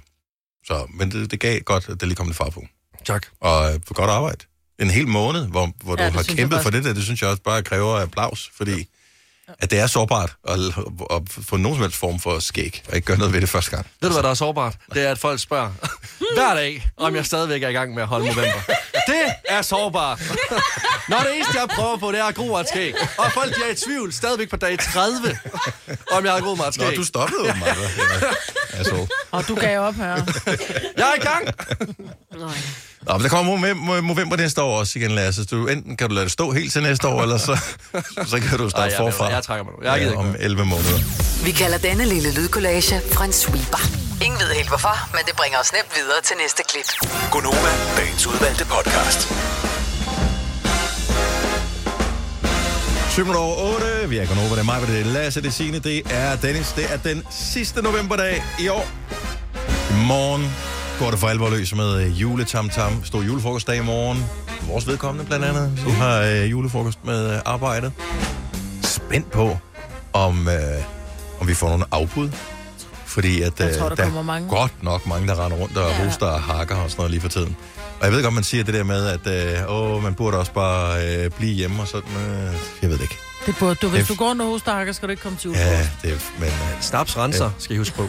[SPEAKER 1] Så, men det, det gav godt, at der lige kom lidt far på.
[SPEAKER 2] Tak.
[SPEAKER 1] Og øh, for godt arbejde. En hel måned, hvor, hvor
[SPEAKER 2] Ja,
[SPEAKER 1] ja,
[SPEAKER 2] det
[SPEAKER 1] du har
[SPEAKER 2] synes jeg
[SPEAKER 1] kæmpet for
[SPEAKER 2] faktisk.
[SPEAKER 1] det der, det synes jeg også bare kræver applaus, fordi at det er sårbart at, at få nogen som helst form for skæg, og ikke gøre noget ved det første gang.
[SPEAKER 2] Ved du, hvad der er sårbart? Det er, at folk spørger [LAUGHS] hver dag, om jeg stadigvæk er i gang med at holde november. Det er
[SPEAKER 1] [LAUGHS]
[SPEAKER 2] sårbart. Når det eneste, jeg prøver på, det er at gro mig et skæg. Og folk de er i tvivl stadigvæk på dag 30, om jeg har groet mig et skæg.
[SPEAKER 1] Nå, du stoppede jo
[SPEAKER 2] [LAUGHS]
[SPEAKER 1] mig. Altså.
[SPEAKER 4] Og du gav op her.
[SPEAKER 2] Jeg er i gang.
[SPEAKER 1] Nå, men der kommer november, november næste år også igen, Lasse. Så du, enten kan du lade det stå helt til næste år, eller
[SPEAKER 2] [LAUGHS]
[SPEAKER 1] så, så kan du starte
[SPEAKER 2] Ej, jeg-
[SPEAKER 1] forfra.
[SPEAKER 2] jeg trækker mig nu. Jeg gider
[SPEAKER 1] øh,
[SPEAKER 2] ikke
[SPEAKER 1] om 11 måneder.
[SPEAKER 6] Vi kalder denne lille lydkollage Frans sweeper. Ingen ved helt hvorfor, men det bringer os nemt videre til næste klip.
[SPEAKER 5] Gonova, dagens udvalgte podcast.
[SPEAKER 1] 7 over 8, vi er gået over, det er mig, det er Lasse, det er Signe, det er Dennis, det er den sidste novemberdag i år. I morgen går det for alvor løs med øh, juletamtam, stor julefrokostdag i morgen. For Vores vedkommende blandt andet, hvis du
[SPEAKER 4] Uh.
[SPEAKER 1] har øh, julefrokost med øh, arbejdet. Spændt på, om, øh, om vi får nogle afbud. Fordi at, øh,
[SPEAKER 4] Jeg tror, der
[SPEAKER 1] der
[SPEAKER 4] kommer mange.
[SPEAKER 1] er godt nok mange, der render rundt og
[SPEAKER 4] Ja.
[SPEAKER 1] ja. hoster og hakker og sådan noget lige for tiden. Og jeg ved godt, man siger det der med, at øh, åh, man burde også bare øh, blive hjemme og sådan. Øh, jeg ved det ikke.
[SPEAKER 4] Det burde du. Hvis
[SPEAKER 1] Det-
[SPEAKER 4] du går under hostakker, skal du ikke komme til
[SPEAKER 1] Ja,
[SPEAKER 4] julefrokost.
[SPEAKER 1] det er... Men,
[SPEAKER 2] Snaps renser, skal I huske på.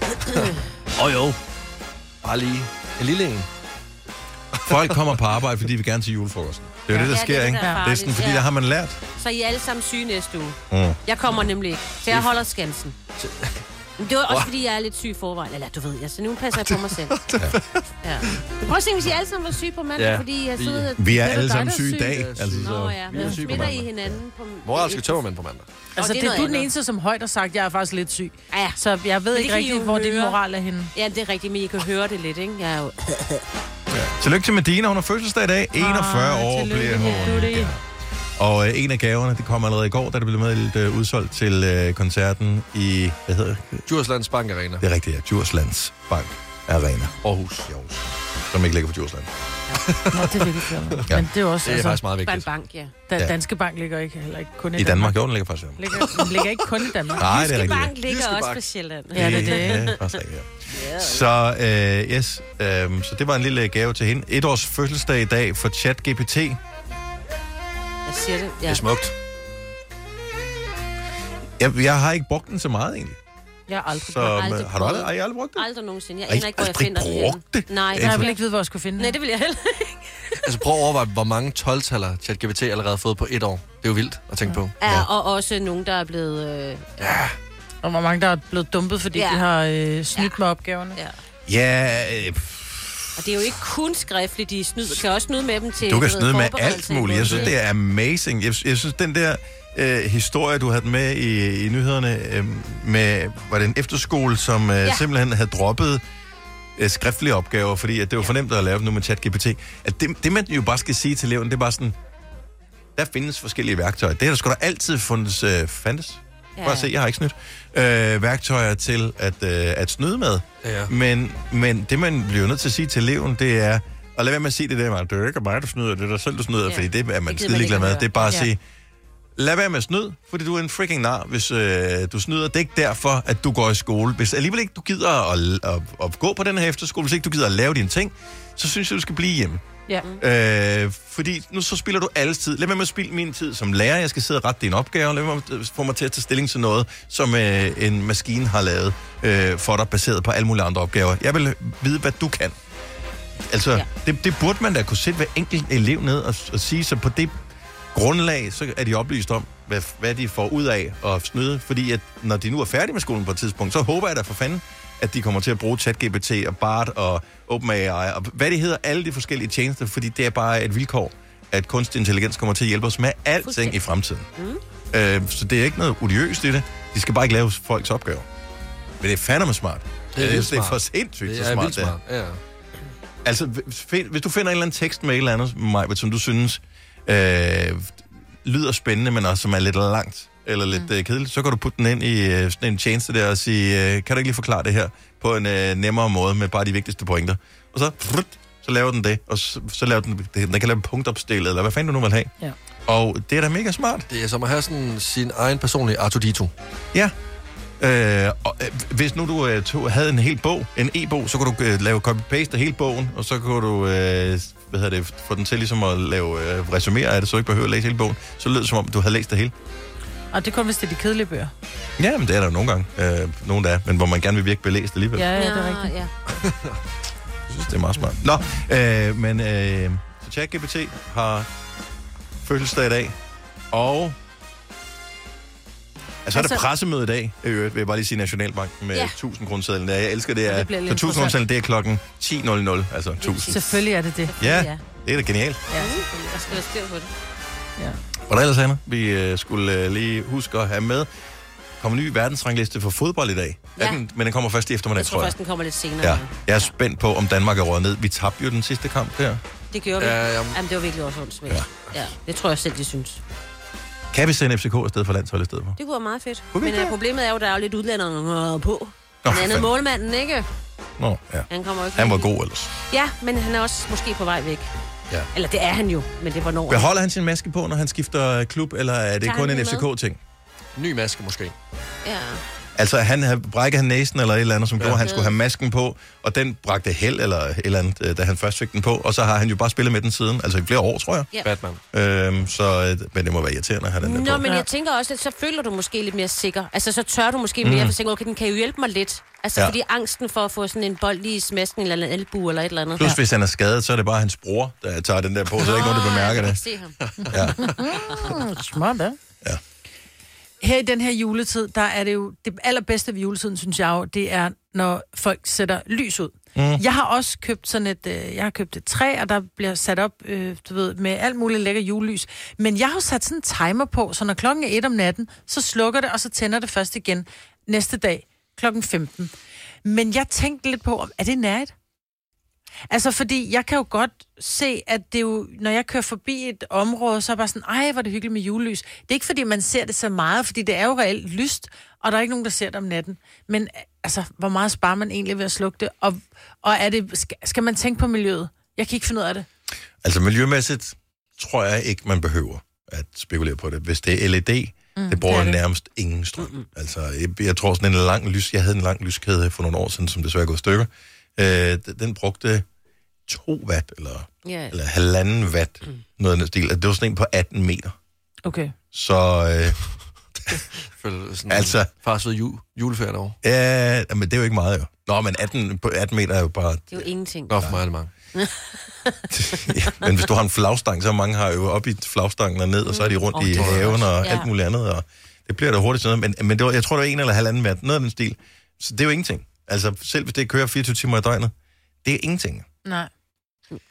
[SPEAKER 1] Åh oh, jo.
[SPEAKER 2] Bare lige en lille en.
[SPEAKER 1] Folk kommer på arbejde, fordi vi gerne til julefrokosten. Det er jo
[SPEAKER 3] Ja,
[SPEAKER 1] det, der
[SPEAKER 3] det er
[SPEAKER 1] sker,
[SPEAKER 3] det,
[SPEAKER 1] ikke?
[SPEAKER 3] der er
[SPEAKER 1] Det er sådan,
[SPEAKER 3] farligt,
[SPEAKER 1] fordi
[SPEAKER 3] ja.
[SPEAKER 1] der har man lært.
[SPEAKER 3] Så I er alle sammen syge næste uge.
[SPEAKER 1] Mm.
[SPEAKER 3] Jeg kommer nemlig ikke, så jeg holder skansen. Men det var også,
[SPEAKER 1] Wow.
[SPEAKER 3] fordi jeg er lidt syg i forvejen. Eller du ved, jeg, så nu passer jeg på mig
[SPEAKER 1] [LAUGHS]
[SPEAKER 3] selv. Ja. Prøv at se, hvis I alle sammen var syge på mandag,
[SPEAKER 1] Ja,
[SPEAKER 3] fordi jeg
[SPEAKER 1] vi-
[SPEAKER 3] sidder...
[SPEAKER 1] vi er
[SPEAKER 3] Det
[SPEAKER 1] alle
[SPEAKER 3] dig,
[SPEAKER 1] sammen
[SPEAKER 3] der er
[SPEAKER 1] syge i
[SPEAKER 3] syg.
[SPEAKER 1] dag, Ja, altså, syge. så
[SPEAKER 3] Nå ja,
[SPEAKER 1] vi er
[SPEAKER 3] men
[SPEAKER 1] syge på
[SPEAKER 3] smitter I
[SPEAKER 1] mandag.
[SPEAKER 3] hinanden på...
[SPEAKER 2] Moralske tømmermænd på mandag.
[SPEAKER 4] Altså,
[SPEAKER 3] Og
[SPEAKER 4] det,
[SPEAKER 3] det er
[SPEAKER 4] det er du
[SPEAKER 3] noget
[SPEAKER 4] den
[SPEAKER 3] andet.
[SPEAKER 4] eneste, som højt har sagt, jeg er faktisk lidt syg. Ja. Så jeg ved
[SPEAKER 3] Men det
[SPEAKER 4] ikke
[SPEAKER 3] kan I
[SPEAKER 4] rigtig,
[SPEAKER 3] jo
[SPEAKER 4] hvor din
[SPEAKER 3] høre.
[SPEAKER 4] moral er henne.
[SPEAKER 3] Ja, det er rigtigt, men I kan høre det lidt, ikke? Jeg er jo...
[SPEAKER 1] Tillykke til Medina, hun har fødselsdag i dag. 41
[SPEAKER 3] Ah,
[SPEAKER 1] år
[SPEAKER 3] tillykke,
[SPEAKER 1] bliver hun.
[SPEAKER 3] Judy.
[SPEAKER 1] Ja. Og øh, en af gaverne, det kom allerede i går, da det blev meddelt øh, udsolgt til øh, koncerten i, hvad hedder det?
[SPEAKER 2] Djurslands Bank Arena.
[SPEAKER 1] Det er rigtigt, ja. Djurslands Bank Arena. Aarhus. I Aarhus. Som ikke ligger på Djursland.
[SPEAKER 4] Nå, det er vigtigt.
[SPEAKER 1] Ja.
[SPEAKER 4] Ja. Men det er også... altså,
[SPEAKER 1] Det er faktisk meget vigtigt.
[SPEAKER 4] Bare en
[SPEAKER 3] bank, ja.
[SPEAKER 1] Ja.
[SPEAKER 4] Da, Danske Bank ligger ikke heller ikke kun i,
[SPEAKER 1] I Danmark, jo, den ligger faktisk her.
[SPEAKER 4] Ligger, den ligger ikke kun i Danmark.
[SPEAKER 1] Nej, det er Jyske rigtigt. Bank
[SPEAKER 3] ligger også på Sjælland.
[SPEAKER 4] Ja, det er
[SPEAKER 1] Det
[SPEAKER 4] det.
[SPEAKER 1] er faktisk rigtigt, ja. Så, øh, yes, øh, så det var en lille gave til hende. Et års fødselsdag i dag for ChatGPT. Ja.
[SPEAKER 3] Jeg siger det, ja.
[SPEAKER 1] Det er smukt. Jeg, jeg har ikke brugt den så meget, egentlig.
[SPEAKER 4] Jeg har aldrig,
[SPEAKER 1] Så, men, har du aldrig- har I aldrig brugt
[SPEAKER 3] det? Aldrig nogensinde. Jeg
[SPEAKER 1] Har I
[SPEAKER 3] aner ikke, hvor jeg
[SPEAKER 1] aldrig
[SPEAKER 3] finder det.
[SPEAKER 1] brugt
[SPEAKER 3] henne. Nej,
[SPEAKER 4] Jeg vil ikke vide, hvor jeg skulle finde
[SPEAKER 3] Nej, det vil jeg heller
[SPEAKER 2] Altså prøv at overveje, hvor mange 12-taller ChatGPT allerede har fået på et år. Det er jo vildt at tænke på.
[SPEAKER 3] Ja, og også nogen, der er blevet... Øh,
[SPEAKER 4] Og hvor mange, der er blevet dumpet, fordi
[SPEAKER 3] Ja.
[SPEAKER 4] ja. de har øh, snydt ja. med opgaverne.
[SPEAKER 3] Ja.
[SPEAKER 1] Ja, øh,
[SPEAKER 3] og det er jo ikke kun skriftligt, de snyder. kan også snyde med dem til...
[SPEAKER 1] Du kan
[SPEAKER 3] ved,
[SPEAKER 1] snyde med alt
[SPEAKER 3] forberedelse. øh,
[SPEAKER 1] muligt. Jeg synes, det er amazing. Jeg, jeg synes, den der øh, historie, du havde med i, i nyhederne, øh, med, var det en efterskole, som øh,
[SPEAKER 5] Ja.
[SPEAKER 1] ja. simpelthen havde droppet øh, skriftlige opgaver, fordi at det var for nemt at lave dem nu med ChatGPT. At det, det, man jo bare skal sige til eleven, det er bare sådan, der findes forskellige værktøjer. Det har der sgu da altid fundes, øh, fandtes.
[SPEAKER 5] Ja,
[SPEAKER 1] Ja. Bare
[SPEAKER 5] ja.
[SPEAKER 1] se, jeg har ikke snydt. Øh, værktøjer til at, øh, at snyde med.
[SPEAKER 2] Ja.
[SPEAKER 1] Men, men det, man bliver nødt til at sige til eleven, det er, og lad være med at sige det der, man, det er ikke mig, der snyder, det er dig selv, du snyder, ja. fordi det er man
[SPEAKER 5] ikke
[SPEAKER 1] skide ligeglad med.
[SPEAKER 5] høre.
[SPEAKER 1] Det er bare at
[SPEAKER 5] Ja.
[SPEAKER 1] sige, lad være med at snyde, fordi du er en freaking nar, hvis øh, du snyder. Det er ikke derfor, at du går i skole. Hvis alligevel ikke du gider at, at, at gå på den her efterskole, hvis ikke du gider at lave dine ting, så synes jeg, du skal blive hjemme.
[SPEAKER 4] Ja.
[SPEAKER 3] Mm.
[SPEAKER 1] Øh, fordi nu så spilder du alles tid. Lad mig med at spilde min tid som lærer. Jeg skal sidde og rette din opgave. Lad mig med at øh, få mig til at tage stilling til noget, som øh, en maskine har lavet øh, for dig, baseret på alle mulige andre opgaver. Jeg vil vide, hvad du kan. Altså, ja. det, det burde man da kunne sætte hver enkelt elev ned og, og sige, så på det grundlag, så er de oplyst om, hvad, hvad de får ud af at snyde. Fordi at, når de nu er færdige med skolen på et tidspunkt, så håber jeg da for fanden, at de kommer til at bruge ChatGPT og BART og OpenAI og hvad det hedder, alle de forskellige tjenester, fordi det er bare et vilkår, at kunstig intelligens kommer til at hjælpe os med alting i fremtiden.
[SPEAKER 3] Mm.
[SPEAKER 1] Øh, så det er ikke noget odiøst i det. De skal bare ikke lave folks opgaver. Men det er fandme smart.
[SPEAKER 2] vildt
[SPEAKER 1] Jeg synes, det er for
[SPEAKER 2] smart.
[SPEAKER 1] sindssygt,
[SPEAKER 2] Det
[SPEAKER 1] så
[SPEAKER 2] er
[SPEAKER 1] smart
[SPEAKER 2] vildt
[SPEAKER 1] det er.
[SPEAKER 2] smart. Ja.
[SPEAKER 1] Altså, hvis find- hvis du finder en eller anden tekst med et eller andet, Majbert, som du synes øh, lyder spændende, men også som er lidt langt eller lidt mm. øh, kedeligt, så kan du putte den ind i øh, sådan en tjeneste der og sige, øh, kan du ikke lige forklare det her på en øh, nemmere måde med bare de vigtigste pointer? Og så, frut, så laver den det, og så, så laver den, den kan lave en punktopstillet, eller hvad fanden du nu vil have.
[SPEAKER 4] Ja.
[SPEAKER 1] Og det er da mega smart.
[SPEAKER 2] Det er som at have sådan sin egen personlige Arto Dito.
[SPEAKER 1] Ja. Øh, og, øh, hvis nu du øh, tog, havde en hel bog, en e-bog, så kunne du øh, lave copy-paste af hele bogen, og så kunne du øh, hvad hedder det, få den til ligesom at lave øh, resumere af det, så du ikke behøver at læse hele bogen. Så lød det, som om du havde læst det hele.
[SPEAKER 4] Og det kun, hvis det er de kedelige bøger.
[SPEAKER 1] Ja, men det er der jo nogle gange, øh, nogen der er, men hvor man gerne vil virke belæst alligevel.
[SPEAKER 4] Ja,
[SPEAKER 1] Jeg
[SPEAKER 4] ja, det er rigtigt.
[SPEAKER 1] [LAUGHS]
[SPEAKER 3] Ja.
[SPEAKER 1] synes, det er meget smart. Nå, øh, men øh, så ChatGPT har fødselsdag i dag, og Altså, altså, er
[SPEAKER 5] Altså-
[SPEAKER 1] der pressemøde i dag, i øvrigt, vil jeg bare lige sige Nationalbanken med
[SPEAKER 4] Ja.
[SPEAKER 1] ja. 1000 kroner Ja, jeg elsker det.
[SPEAKER 4] Det
[SPEAKER 1] Er,
[SPEAKER 4] bliver lidt
[SPEAKER 1] så 1000 kroner
[SPEAKER 4] interessant.
[SPEAKER 1] det er klokken 10.00, altså 1000.
[SPEAKER 4] Selvfølgelig er det det.
[SPEAKER 1] Ja, det er da genialt.
[SPEAKER 4] Ja.
[SPEAKER 3] Jeg skal være styr på det.
[SPEAKER 1] Og der ellers, Anna, vi øh, skulle øh, lige huske at have med. Kommer en ny verdensrangliste for fodbold i dag. Ja.
[SPEAKER 3] Ja.
[SPEAKER 1] Den, men den kommer først i eftermiddag,
[SPEAKER 3] Jeg tror
[SPEAKER 1] tror jeg.
[SPEAKER 3] først, den kommer lidt senere.
[SPEAKER 1] Ja. Jeg er spændt på, om Danmark er røget ned. Vi tabte jo den sidste kamp der.
[SPEAKER 3] Det gjorde vi.
[SPEAKER 1] Ja,
[SPEAKER 3] Ja,
[SPEAKER 1] jamen.
[SPEAKER 3] jamen. det var virkelig også åndssvagt. Ja. ja. det tror jeg selv, de synes.
[SPEAKER 1] Kan vi sende FCK i stedet for landsholdet i stedet for?
[SPEAKER 3] Det kunne være meget fedt.
[SPEAKER 1] Kunne vi
[SPEAKER 3] Men
[SPEAKER 1] ikke
[SPEAKER 3] øh, problemet er jo, at der er jo lidt udlændere øh, på.
[SPEAKER 1] Nå,
[SPEAKER 3] Den
[SPEAKER 1] for
[SPEAKER 3] anden
[SPEAKER 1] fanden.
[SPEAKER 3] målmanden, ikke?
[SPEAKER 1] Nå, ja.
[SPEAKER 3] Han kommer jo ikke.
[SPEAKER 1] Han var god ellers.
[SPEAKER 3] Ja, men han er også måske på vej væk.
[SPEAKER 1] Ja.
[SPEAKER 3] Eller det er han jo, men det er hvornår.
[SPEAKER 1] Beholder han sin maske på, når han skifter øh, klub, eller er det
[SPEAKER 3] Tager
[SPEAKER 1] kun
[SPEAKER 3] han
[SPEAKER 1] en
[SPEAKER 3] den med?
[SPEAKER 1] FCK-ting?
[SPEAKER 2] Ny maske måske.
[SPEAKER 3] Ja.
[SPEAKER 1] Altså, han havde brækket han næsen eller et eller andet, som gjorde,
[SPEAKER 2] Ja.
[SPEAKER 1] at han skulle have masken på, og den bragte held eller et eller andet, øh, da han først fik den på, og så har han jo bare spillet med den siden, altså i flere år, tror jeg.
[SPEAKER 3] Ja.
[SPEAKER 2] Batman.
[SPEAKER 1] Øhm, så, øh, men det må være irriterende at have den der
[SPEAKER 3] Nå,
[SPEAKER 1] på.
[SPEAKER 3] men jeg tænker også, at så føler du måske lidt mere sikker. Altså, så tør du måske
[SPEAKER 1] Mm.
[SPEAKER 3] mere, for at tænke, okay, den kan jo hjælpe mig lidt. Altså,
[SPEAKER 1] Ja.
[SPEAKER 3] ja. fordi angsten for at få sådan en bold lige i smæsken, eller en albu, eller et eller andet.
[SPEAKER 1] Plus, hvis han er skadet, så er det bare hans bror, der tager den der på, så er der ikke nogen, der bemærker
[SPEAKER 3] Jeg kan
[SPEAKER 1] det.
[SPEAKER 3] se ham.
[SPEAKER 1] Ja.
[SPEAKER 4] Mm, smart, ja. Her i den her juletid, der er det jo det allerbedste ved juletiden, synes jeg jo, det er, når folk sætter lys ud. Mm.
[SPEAKER 13] Mm.
[SPEAKER 4] Jeg har også købt sådan et, øh, jeg har købt et træ, og der bliver sat op, øh, du ved, med alt muligt lækker julelys. Men jeg har jo sat sådan en timer på, så når klokken er et om natten, så slukker det, og så tænder det først igen næste dag klokken 15. Men jeg tænkte lidt på, om er det nært? Altså, fordi jeg kan jo godt se, at det jo, når jeg kører forbi et område, så er jeg bare sådan, ej, hvor er det hyggeligt med julelys. Det er ikke, fordi man ser det så meget, fordi det er jo reelt lyst, og der er ikke nogen, der ser det om natten. Men altså, hvor meget sparer man egentlig ved at slukke det? Og, og er det, skal, skal man tænke på miljøet? Jeg kan ikke finde ud af det.
[SPEAKER 1] Altså miljømæssigt tror jeg ikke, man behøver at spekulere på det. Hvis det er LED, mm, det bruger det nærmest ingen strøm. Mm. Altså, jeg, jeg tror sådan en lang lys... Jeg havde en lang lyskæde for nogle år siden, som desværre er gået i stykker. Øh, den, den brugte 2 watt, eller,
[SPEAKER 3] Ja.
[SPEAKER 1] [LAUGHS] eller halvanden watt, mm. noget af den stil. Altså, det var sådan en på 18 meter.
[SPEAKER 4] Okay.
[SPEAKER 1] Så... Øh,
[SPEAKER 2] [LAUGHS] Føler sådan
[SPEAKER 1] altså...
[SPEAKER 2] Far sød jul, juleferie derovre.
[SPEAKER 1] Ja, men det er jo ikke meget, jo. Nå, men 18, på 18 meter er jo bare...
[SPEAKER 3] Det er jo ingenting.
[SPEAKER 1] Nå, for mig
[SPEAKER 3] [LAUGHS]
[SPEAKER 2] er det mange.
[SPEAKER 1] Men hvis du har en flagstang, så er mange har jo op i flagstangen og ned, og så er de rundt
[SPEAKER 2] Åh,
[SPEAKER 1] i
[SPEAKER 2] det tror jeg
[SPEAKER 1] haven
[SPEAKER 2] også.
[SPEAKER 1] og
[SPEAKER 2] Ja.
[SPEAKER 1] alt muligt andet. Og det bliver da hurtigt sådan noget. Men, men det var, jeg tror, det var en eller halvanden mat, noget af den stil. Så det er jo ingenting. Altså, selv hvis det kører 24 timer i døgnet, det er ingenting.
[SPEAKER 4] Nej.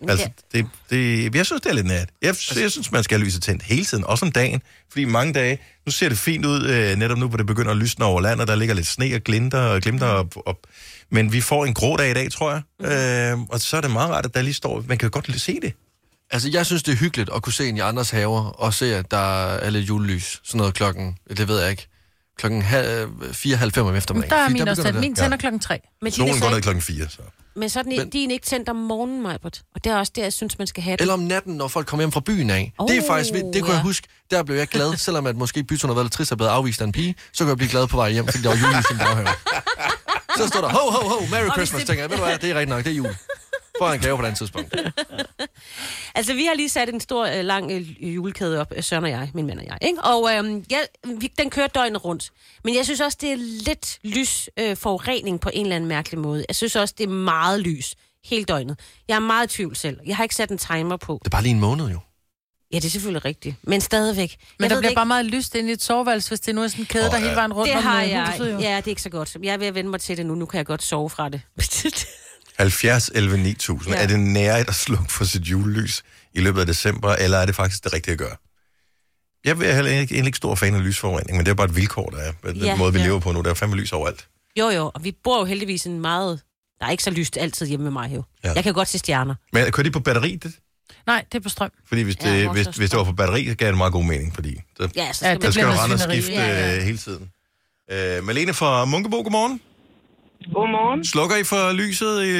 [SPEAKER 1] Altså, det, det, jeg synes, det er lidt nat. Jeg, jeg synes, man skal have lyset tændt hele tiden, også om dagen. Fordi mange dage, nu ser det fint ud, øh, netop nu, hvor det begynder at lysne over landet, der ligger lidt sne og glinter og glimter
[SPEAKER 2] Mm.
[SPEAKER 1] op. op. Men vi får en grå dag i dag, tror jeg.
[SPEAKER 2] Mm.
[SPEAKER 1] Øh, og så er det meget rart, at der lige står, man kan jo godt lige se det.
[SPEAKER 2] Altså, jeg synes, det er hyggeligt at kunne se en i andres haver, og se, at der er lidt julelys. Sådan noget klokken, det ved jeg ikke, klokken halv, 4.30 om eftermiddagen.
[SPEAKER 4] Der er
[SPEAKER 2] Fordi
[SPEAKER 4] min også
[SPEAKER 2] begynder
[SPEAKER 4] tændt.
[SPEAKER 2] det.
[SPEAKER 4] Min tænder klokken tre.
[SPEAKER 3] Men
[SPEAKER 2] Solen går ned
[SPEAKER 3] ikke,
[SPEAKER 1] klokken 4, så.
[SPEAKER 3] men så er den, men... din ikke tændt om morgenen, Majbert. Og det er også det, jeg synes, man skal have det.
[SPEAKER 2] Eller om natten, når folk kommer hjem fra byen af. Oh, det er
[SPEAKER 3] Oh,
[SPEAKER 2] faktisk, vildt. det kunne
[SPEAKER 3] ja.
[SPEAKER 2] jeg huske. Der blev jeg glad, selvom at måske byturen har været lidt trist og blevet afvist af en pige, så kunne jeg blive glad på vej hjem, fordi der var julelys i min baghave. Så stod der, ho, ho, ho,
[SPEAKER 3] Og
[SPEAKER 2] Merry
[SPEAKER 3] hvis
[SPEAKER 2] Christmas,
[SPEAKER 3] det-
[SPEAKER 2] tænker jeg. Ved du hvad, det er rigtigt nok, det er jul. Får jeg en gave på den tidspunkt.
[SPEAKER 3] Altså, vi har lige sat en stor, øh, lang øh, julekæde op, øh, Søren og jeg, min mand og jeg. Ikke? Og øh, jeg, vi, den kører døgnet rundt. Men jeg synes også, det er lidt lysforurening øh, forurening på en eller anden mærkelig måde. Jeg synes også, det er meget lys hele døgnet. Jeg er meget i tvivl selv. Jeg har ikke sat en timer på.
[SPEAKER 2] Det er bare lige en måned jo.
[SPEAKER 3] Ja, det er selvfølgelig rigtigt. Men stadigvæk.
[SPEAKER 4] Men der bliver bare meget lyst inde i et soveværelse, hvis det nu er sådan en kæde, oh, der hele vejen rundt
[SPEAKER 3] det
[SPEAKER 4] om
[SPEAKER 3] har
[SPEAKER 4] øh,
[SPEAKER 3] jeg.
[SPEAKER 4] huset, jo.
[SPEAKER 3] ja, det er ikke så godt. Jeg er ved at vende mig til det nu. Nu kan jeg godt sove fra det. [LAUGHS]
[SPEAKER 1] 70, 11, 9000.
[SPEAKER 3] Ja.
[SPEAKER 1] Ja. Er det næret at slukke for sit julelys i løbet af december, eller er det faktisk det rigtige at gøre? Jeg er heller ikke, egentlig ikke stor fan af lysforurening, men det er bare et vilkår, der er. Den
[SPEAKER 3] Ja,
[SPEAKER 1] ja, måde, vi
[SPEAKER 3] ja.
[SPEAKER 1] ja. lever på nu, der er fandme lys overalt.
[SPEAKER 3] jo, jo. Og vi bor jo heldigvis en meget... Der er ikke så lyst altid hjemme med mig, jo. Ja.
[SPEAKER 1] Ja.
[SPEAKER 3] Jeg kan godt se stjerner.
[SPEAKER 1] Men kører de på batteri? Det?
[SPEAKER 4] Nej, det er på strøm.
[SPEAKER 1] Fordi hvis
[SPEAKER 3] Ja,
[SPEAKER 1] det,
[SPEAKER 3] vores
[SPEAKER 1] hvis,
[SPEAKER 3] der
[SPEAKER 1] hvis det var på batteri, så gav det meget god mening, fordi der,
[SPEAKER 3] Ja, så skal
[SPEAKER 1] der
[SPEAKER 3] man- det
[SPEAKER 1] skal
[SPEAKER 3] bliver
[SPEAKER 1] du
[SPEAKER 3] noget
[SPEAKER 1] rende og
[SPEAKER 3] svineri.
[SPEAKER 1] skifte
[SPEAKER 3] Ja,
[SPEAKER 1] ja,
[SPEAKER 3] ja.
[SPEAKER 1] ja. hele tiden. Øh, Malene fra Munkebo, godmorgen.
[SPEAKER 14] Godmorgen.
[SPEAKER 1] Slukker I for lyset, i,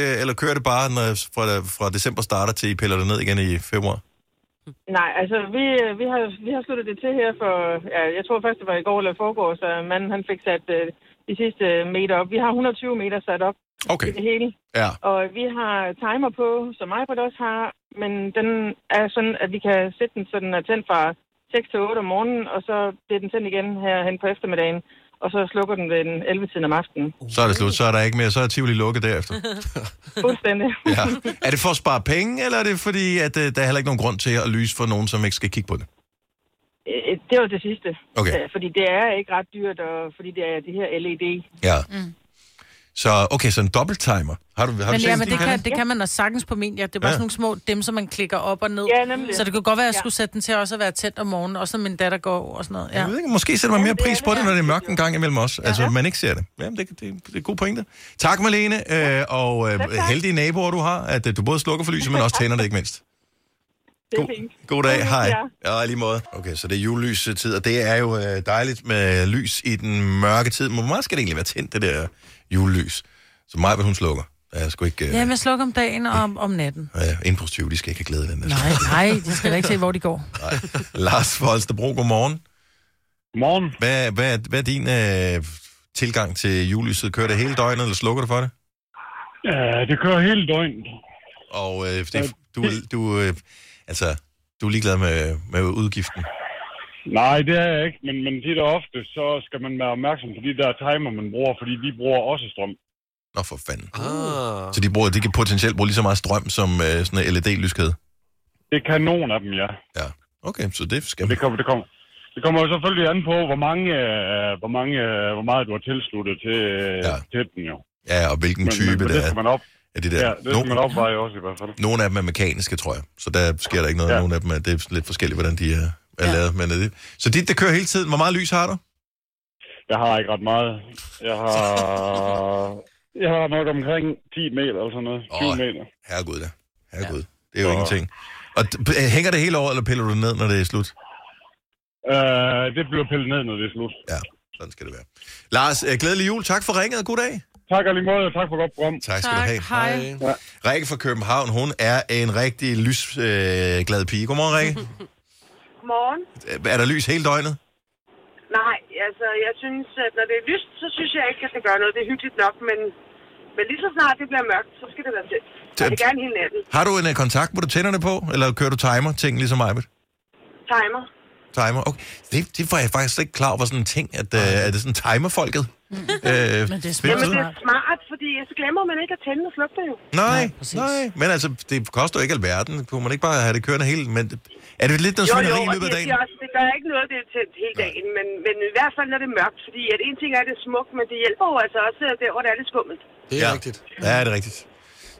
[SPEAKER 1] øh, eller kører det bare når, fra, fra december starter til I piller det ned igen i februar?
[SPEAKER 14] Nej, altså vi, øh, vi, har, vi har sluttet det til her for, ja, jeg tror først det var i går eller forgårs, så manden han fik sat øh, de sidste meter op. Vi har 120 meter sat op
[SPEAKER 1] okay.
[SPEAKER 14] i det hele,
[SPEAKER 1] Ja.
[SPEAKER 14] og vi har timer på, som iPod også har, men den er sådan, at vi kan sætte den, så den er tændt fra 6 til 8 om morgenen, og så bliver den tændt igen her hen på eftermiddagen, og så slukker den ved den 11-tiden om
[SPEAKER 1] [LAUGHS]
[SPEAKER 14] aftenen.
[SPEAKER 1] Så er det slut, så er der ikke mere, så er Tivoli lukket derefter.
[SPEAKER 14] Fuldstændig.
[SPEAKER 1] Ja. Er det for at spare penge, eller er det fordi, at øh, der er heller ikke nogen grund til at lyse for nogen, som ikke skal kigge på det?
[SPEAKER 14] Øh, Det var det sidste.
[SPEAKER 1] Okay.
[SPEAKER 14] Øh, Fordi det er ikke ret dyrt, og fordi det er det her E LED.
[SPEAKER 1] Ja.
[SPEAKER 4] Mm.
[SPEAKER 1] Så, okay, så en dobbelttimer. Har du, har
[SPEAKER 4] Men
[SPEAKER 1] du set,
[SPEAKER 4] ja,
[SPEAKER 1] at
[SPEAKER 4] men
[SPEAKER 1] de
[SPEAKER 4] det kan,
[SPEAKER 1] det?
[SPEAKER 4] det kan man også sagtens på min. Ja, det er bare
[SPEAKER 1] Ja.
[SPEAKER 4] sådan nogle små dem, som man klikker op og ned.
[SPEAKER 14] Ja, nemlig.
[SPEAKER 4] Så det kunne godt være, at jeg
[SPEAKER 14] Ja.
[SPEAKER 4] skulle sætte den til også at være tæt om morgenen, også når min datter går og sådan noget. Ja.
[SPEAKER 1] Jeg ved ikke, måske sætter man mere pris på det, når det er mørkt en gang imellem os. Altså, man ikke ser det. Jamen, det, det, det er en god pointe. Tak, Malene, øh, og øh, heldige naboer, du har, at øh, du både slukker for lyset, men også tænder det ikke mindst.
[SPEAKER 14] Det er fint. Mm,
[SPEAKER 1] God dag, hej.
[SPEAKER 14] ja.
[SPEAKER 1] Ja, i lige måde. Okay, så det er julelysetid, og det er jo øh, dejligt med lys i den mørke tid. Men hvor meget skal det egentlig være tændt, det der julelys? Så mig, hvad hun slukker. Der er sgu ikke... Øh,
[SPEAKER 4] Ja, men jeg slukker om dagen og om, om
[SPEAKER 1] [LAUGHS]
[SPEAKER 4] natten.
[SPEAKER 1] øh, indbrudstyve, de skal ikke have glæde af den der.
[SPEAKER 4] Nej, nej, de skal da ikke se, hvor de går.
[SPEAKER 1] [LAUGHS] Lars fra Holstebro, godmorgen. Morgen. Hvad, hvad, hvad er din øh, tilgang til julelyset? Kører det hele døgnet, eller slukker du for det?
[SPEAKER 15] Ja, det kører hele døgnet.
[SPEAKER 1] Og øh, det, du, du, øh, altså, du er ligeglad med, med udgiften.
[SPEAKER 15] Nej, det er jeg ikke, men, men tit og ofte, så skal man være opmærksom på de der timer, man bruger, fordi de bruger også strøm.
[SPEAKER 1] Nå for fanden. Ah. Så de, bruger, de kan potentielt bruge lige så meget strøm som øh, sådan en LED-lyskæde.
[SPEAKER 15] Det kan nogen af dem, ja.
[SPEAKER 1] Ja, okay, så det skal
[SPEAKER 15] Det kommer, det kommer. Det kommer jo selvfølgelig an på, hvor mange, øh, hvor mange, øh, hvor meget du har tilsluttet til, øh, ja. til den jo.
[SPEAKER 1] Ja, og hvilken men, type
[SPEAKER 15] men, men
[SPEAKER 1] det
[SPEAKER 15] det
[SPEAKER 1] er.
[SPEAKER 15] skal man op.
[SPEAKER 1] er det der.
[SPEAKER 15] Ja, det skal man opveje også i hvert fald.
[SPEAKER 1] Nogle af dem er mekaniske, tror jeg. Så der sker der ikke noget. Ja. Nogle af dem er, det er lidt forskelligt, hvordan de er, er ja. lavet. Men er det... Så dit, der kører hele tiden. Hvor meget lys har du?
[SPEAKER 15] Jeg har ikke ret meget. Jeg har,
[SPEAKER 1] [LAUGHS]
[SPEAKER 15] jeg har nok omkring 10 meter eller sådan noget. 20 meter.
[SPEAKER 1] Herregud da. Herregud. Det er jo ingenting. Og d- hænger det hele over, eller piller du det ned, når det er slut?
[SPEAKER 15] Øh, det bliver pillet ned, når det er slut.
[SPEAKER 1] Ja, sådan skal det være. Lars, øh, glædelig jul. Tak for ringet, og god dag.
[SPEAKER 15] Tak og lige måde, og tak for godt program.
[SPEAKER 1] Tak skal du have.
[SPEAKER 15] Hej. Ja.
[SPEAKER 1] Rikke fra København, hun er en rigtig lysglad øh, glad pige. Godmorgen, [LAUGHS] Rikke.
[SPEAKER 13] [LAUGHS] Morgen.
[SPEAKER 1] er der lys hele døgnet?
[SPEAKER 13] Nej, altså jeg synes, at når det er lyst, så synes jeg ikke, at det gør noget. Det er hyggeligt nok, men, men lige så snart det bliver mørkt, så skal det være tæt. Jeg vil gerne hele natten.
[SPEAKER 1] Har du en øh, kontakt, hvor du tænder det på, eller kører du timer, ting ligesom Ejbet?
[SPEAKER 13] Timer.
[SPEAKER 1] Timer, okay. Det, det var jeg faktisk slet ikke klar over, sådan en ting, at øh, er det sådan timer-folket? øh,
[SPEAKER 13] Men det er
[SPEAKER 1] ved
[SPEAKER 13] smart.
[SPEAKER 1] du
[SPEAKER 13] Jamen,
[SPEAKER 1] det?
[SPEAKER 13] det er smart, fordi så glemmer man ikke at tænde og slukke det jo.
[SPEAKER 1] Nej, nej, nej, men altså, det koster jo ikke alverden. Kunne man ikke bare have det kørende helt? Men det- er det lidt noget svineri i
[SPEAKER 13] og
[SPEAKER 1] løbet af
[SPEAKER 13] det,
[SPEAKER 1] dagen?
[SPEAKER 13] det, er også, det gør ikke noget, det er tændt hele dagen, men, men i hvert fald, når det er mørkt, fordi at en ting er, at det er smukt, men det hjælper jo altså også der, hvor det er lidt skummelt.
[SPEAKER 1] Det er ja. rigtigt. Ja, det er rigtigt.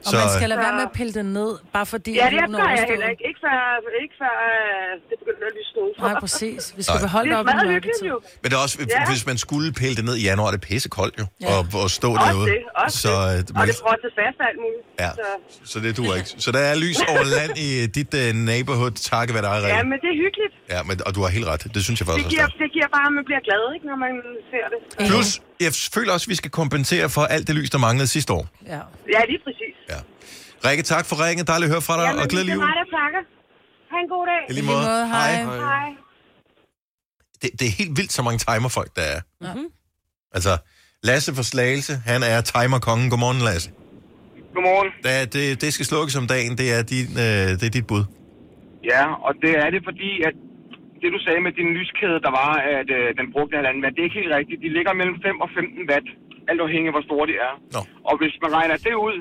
[SPEAKER 4] Og man skal
[SPEAKER 1] øh,
[SPEAKER 4] lade være med at pille den ned, bare fordi...
[SPEAKER 13] Ja,
[SPEAKER 4] at
[SPEAKER 13] det
[SPEAKER 4] julen er
[SPEAKER 13] gør jeg
[SPEAKER 4] overstået.
[SPEAKER 13] heller ikke. Ikke før, ikke før øh, det begynder at lyse ud.
[SPEAKER 4] Nej, præcis. Vi skal
[SPEAKER 1] Nej.
[SPEAKER 4] beholde
[SPEAKER 13] det er
[SPEAKER 4] det op i
[SPEAKER 13] meget
[SPEAKER 4] mørket.
[SPEAKER 13] hyggeligt jo.
[SPEAKER 1] Men det er også,
[SPEAKER 13] Ja.
[SPEAKER 1] ja. hvis man skulle pille det ned i januar, er det pissekoldt jo,
[SPEAKER 13] Ja.
[SPEAKER 1] ja. og, og stå
[SPEAKER 13] Også
[SPEAKER 1] derude.
[SPEAKER 13] det, også
[SPEAKER 1] så, øh,
[SPEAKER 13] Og
[SPEAKER 1] man,
[SPEAKER 13] det frosser fast og alt muligt.
[SPEAKER 1] Ja.
[SPEAKER 13] Så,
[SPEAKER 1] så det duer ikke. Så der er lys over land i øh, dit uh, neighborhood, takke hvad der er,
[SPEAKER 13] ja,
[SPEAKER 1] Rikke.
[SPEAKER 13] men det er hyggeligt.
[SPEAKER 1] Ja, men, og du har helt ret. Det synes jeg
[SPEAKER 13] Det
[SPEAKER 1] faktisk også.
[SPEAKER 13] giver,
[SPEAKER 1] der
[SPEAKER 13] det giver bare, at man bliver glad, ikke, når man ser det.
[SPEAKER 1] er. Plus, jeg føler også, at vi skal kompensere for alt det lys, der manglede sidste år.
[SPEAKER 4] Ja,
[SPEAKER 13] ja lige præcis.
[SPEAKER 1] Rikke, tak for ringen. Dejligt at høre fra dig, og glædelig jul.
[SPEAKER 13] Det er mig, der takker. Ha' en god dag.
[SPEAKER 1] I lige måde. I lige måde, hej. Hej.
[SPEAKER 13] Hej.
[SPEAKER 1] Det, det er helt vildt, så mange timerfolk der er.
[SPEAKER 13] Mm-hmm.
[SPEAKER 1] Altså, Lasse fra Slagelse, han er timerkongen. Godmorgen, Lasse.
[SPEAKER 16] Godmorgen.
[SPEAKER 1] Da, det, det skal slukkes om dagen, det er, din, øh, det er dit bud.
[SPEAKER 16] Ja, og det er det, fordi at det, du sagde med din lyskæde, der var, at øh, den brugte halvanden watt, det er ikke helt rigtigt. De ligger mellem 5 og 15 watt, alt afhængig af, hvor store de er.
[SPEAKER 1] Nå.
[SPEAKER 16] Og hvis man regner det ud,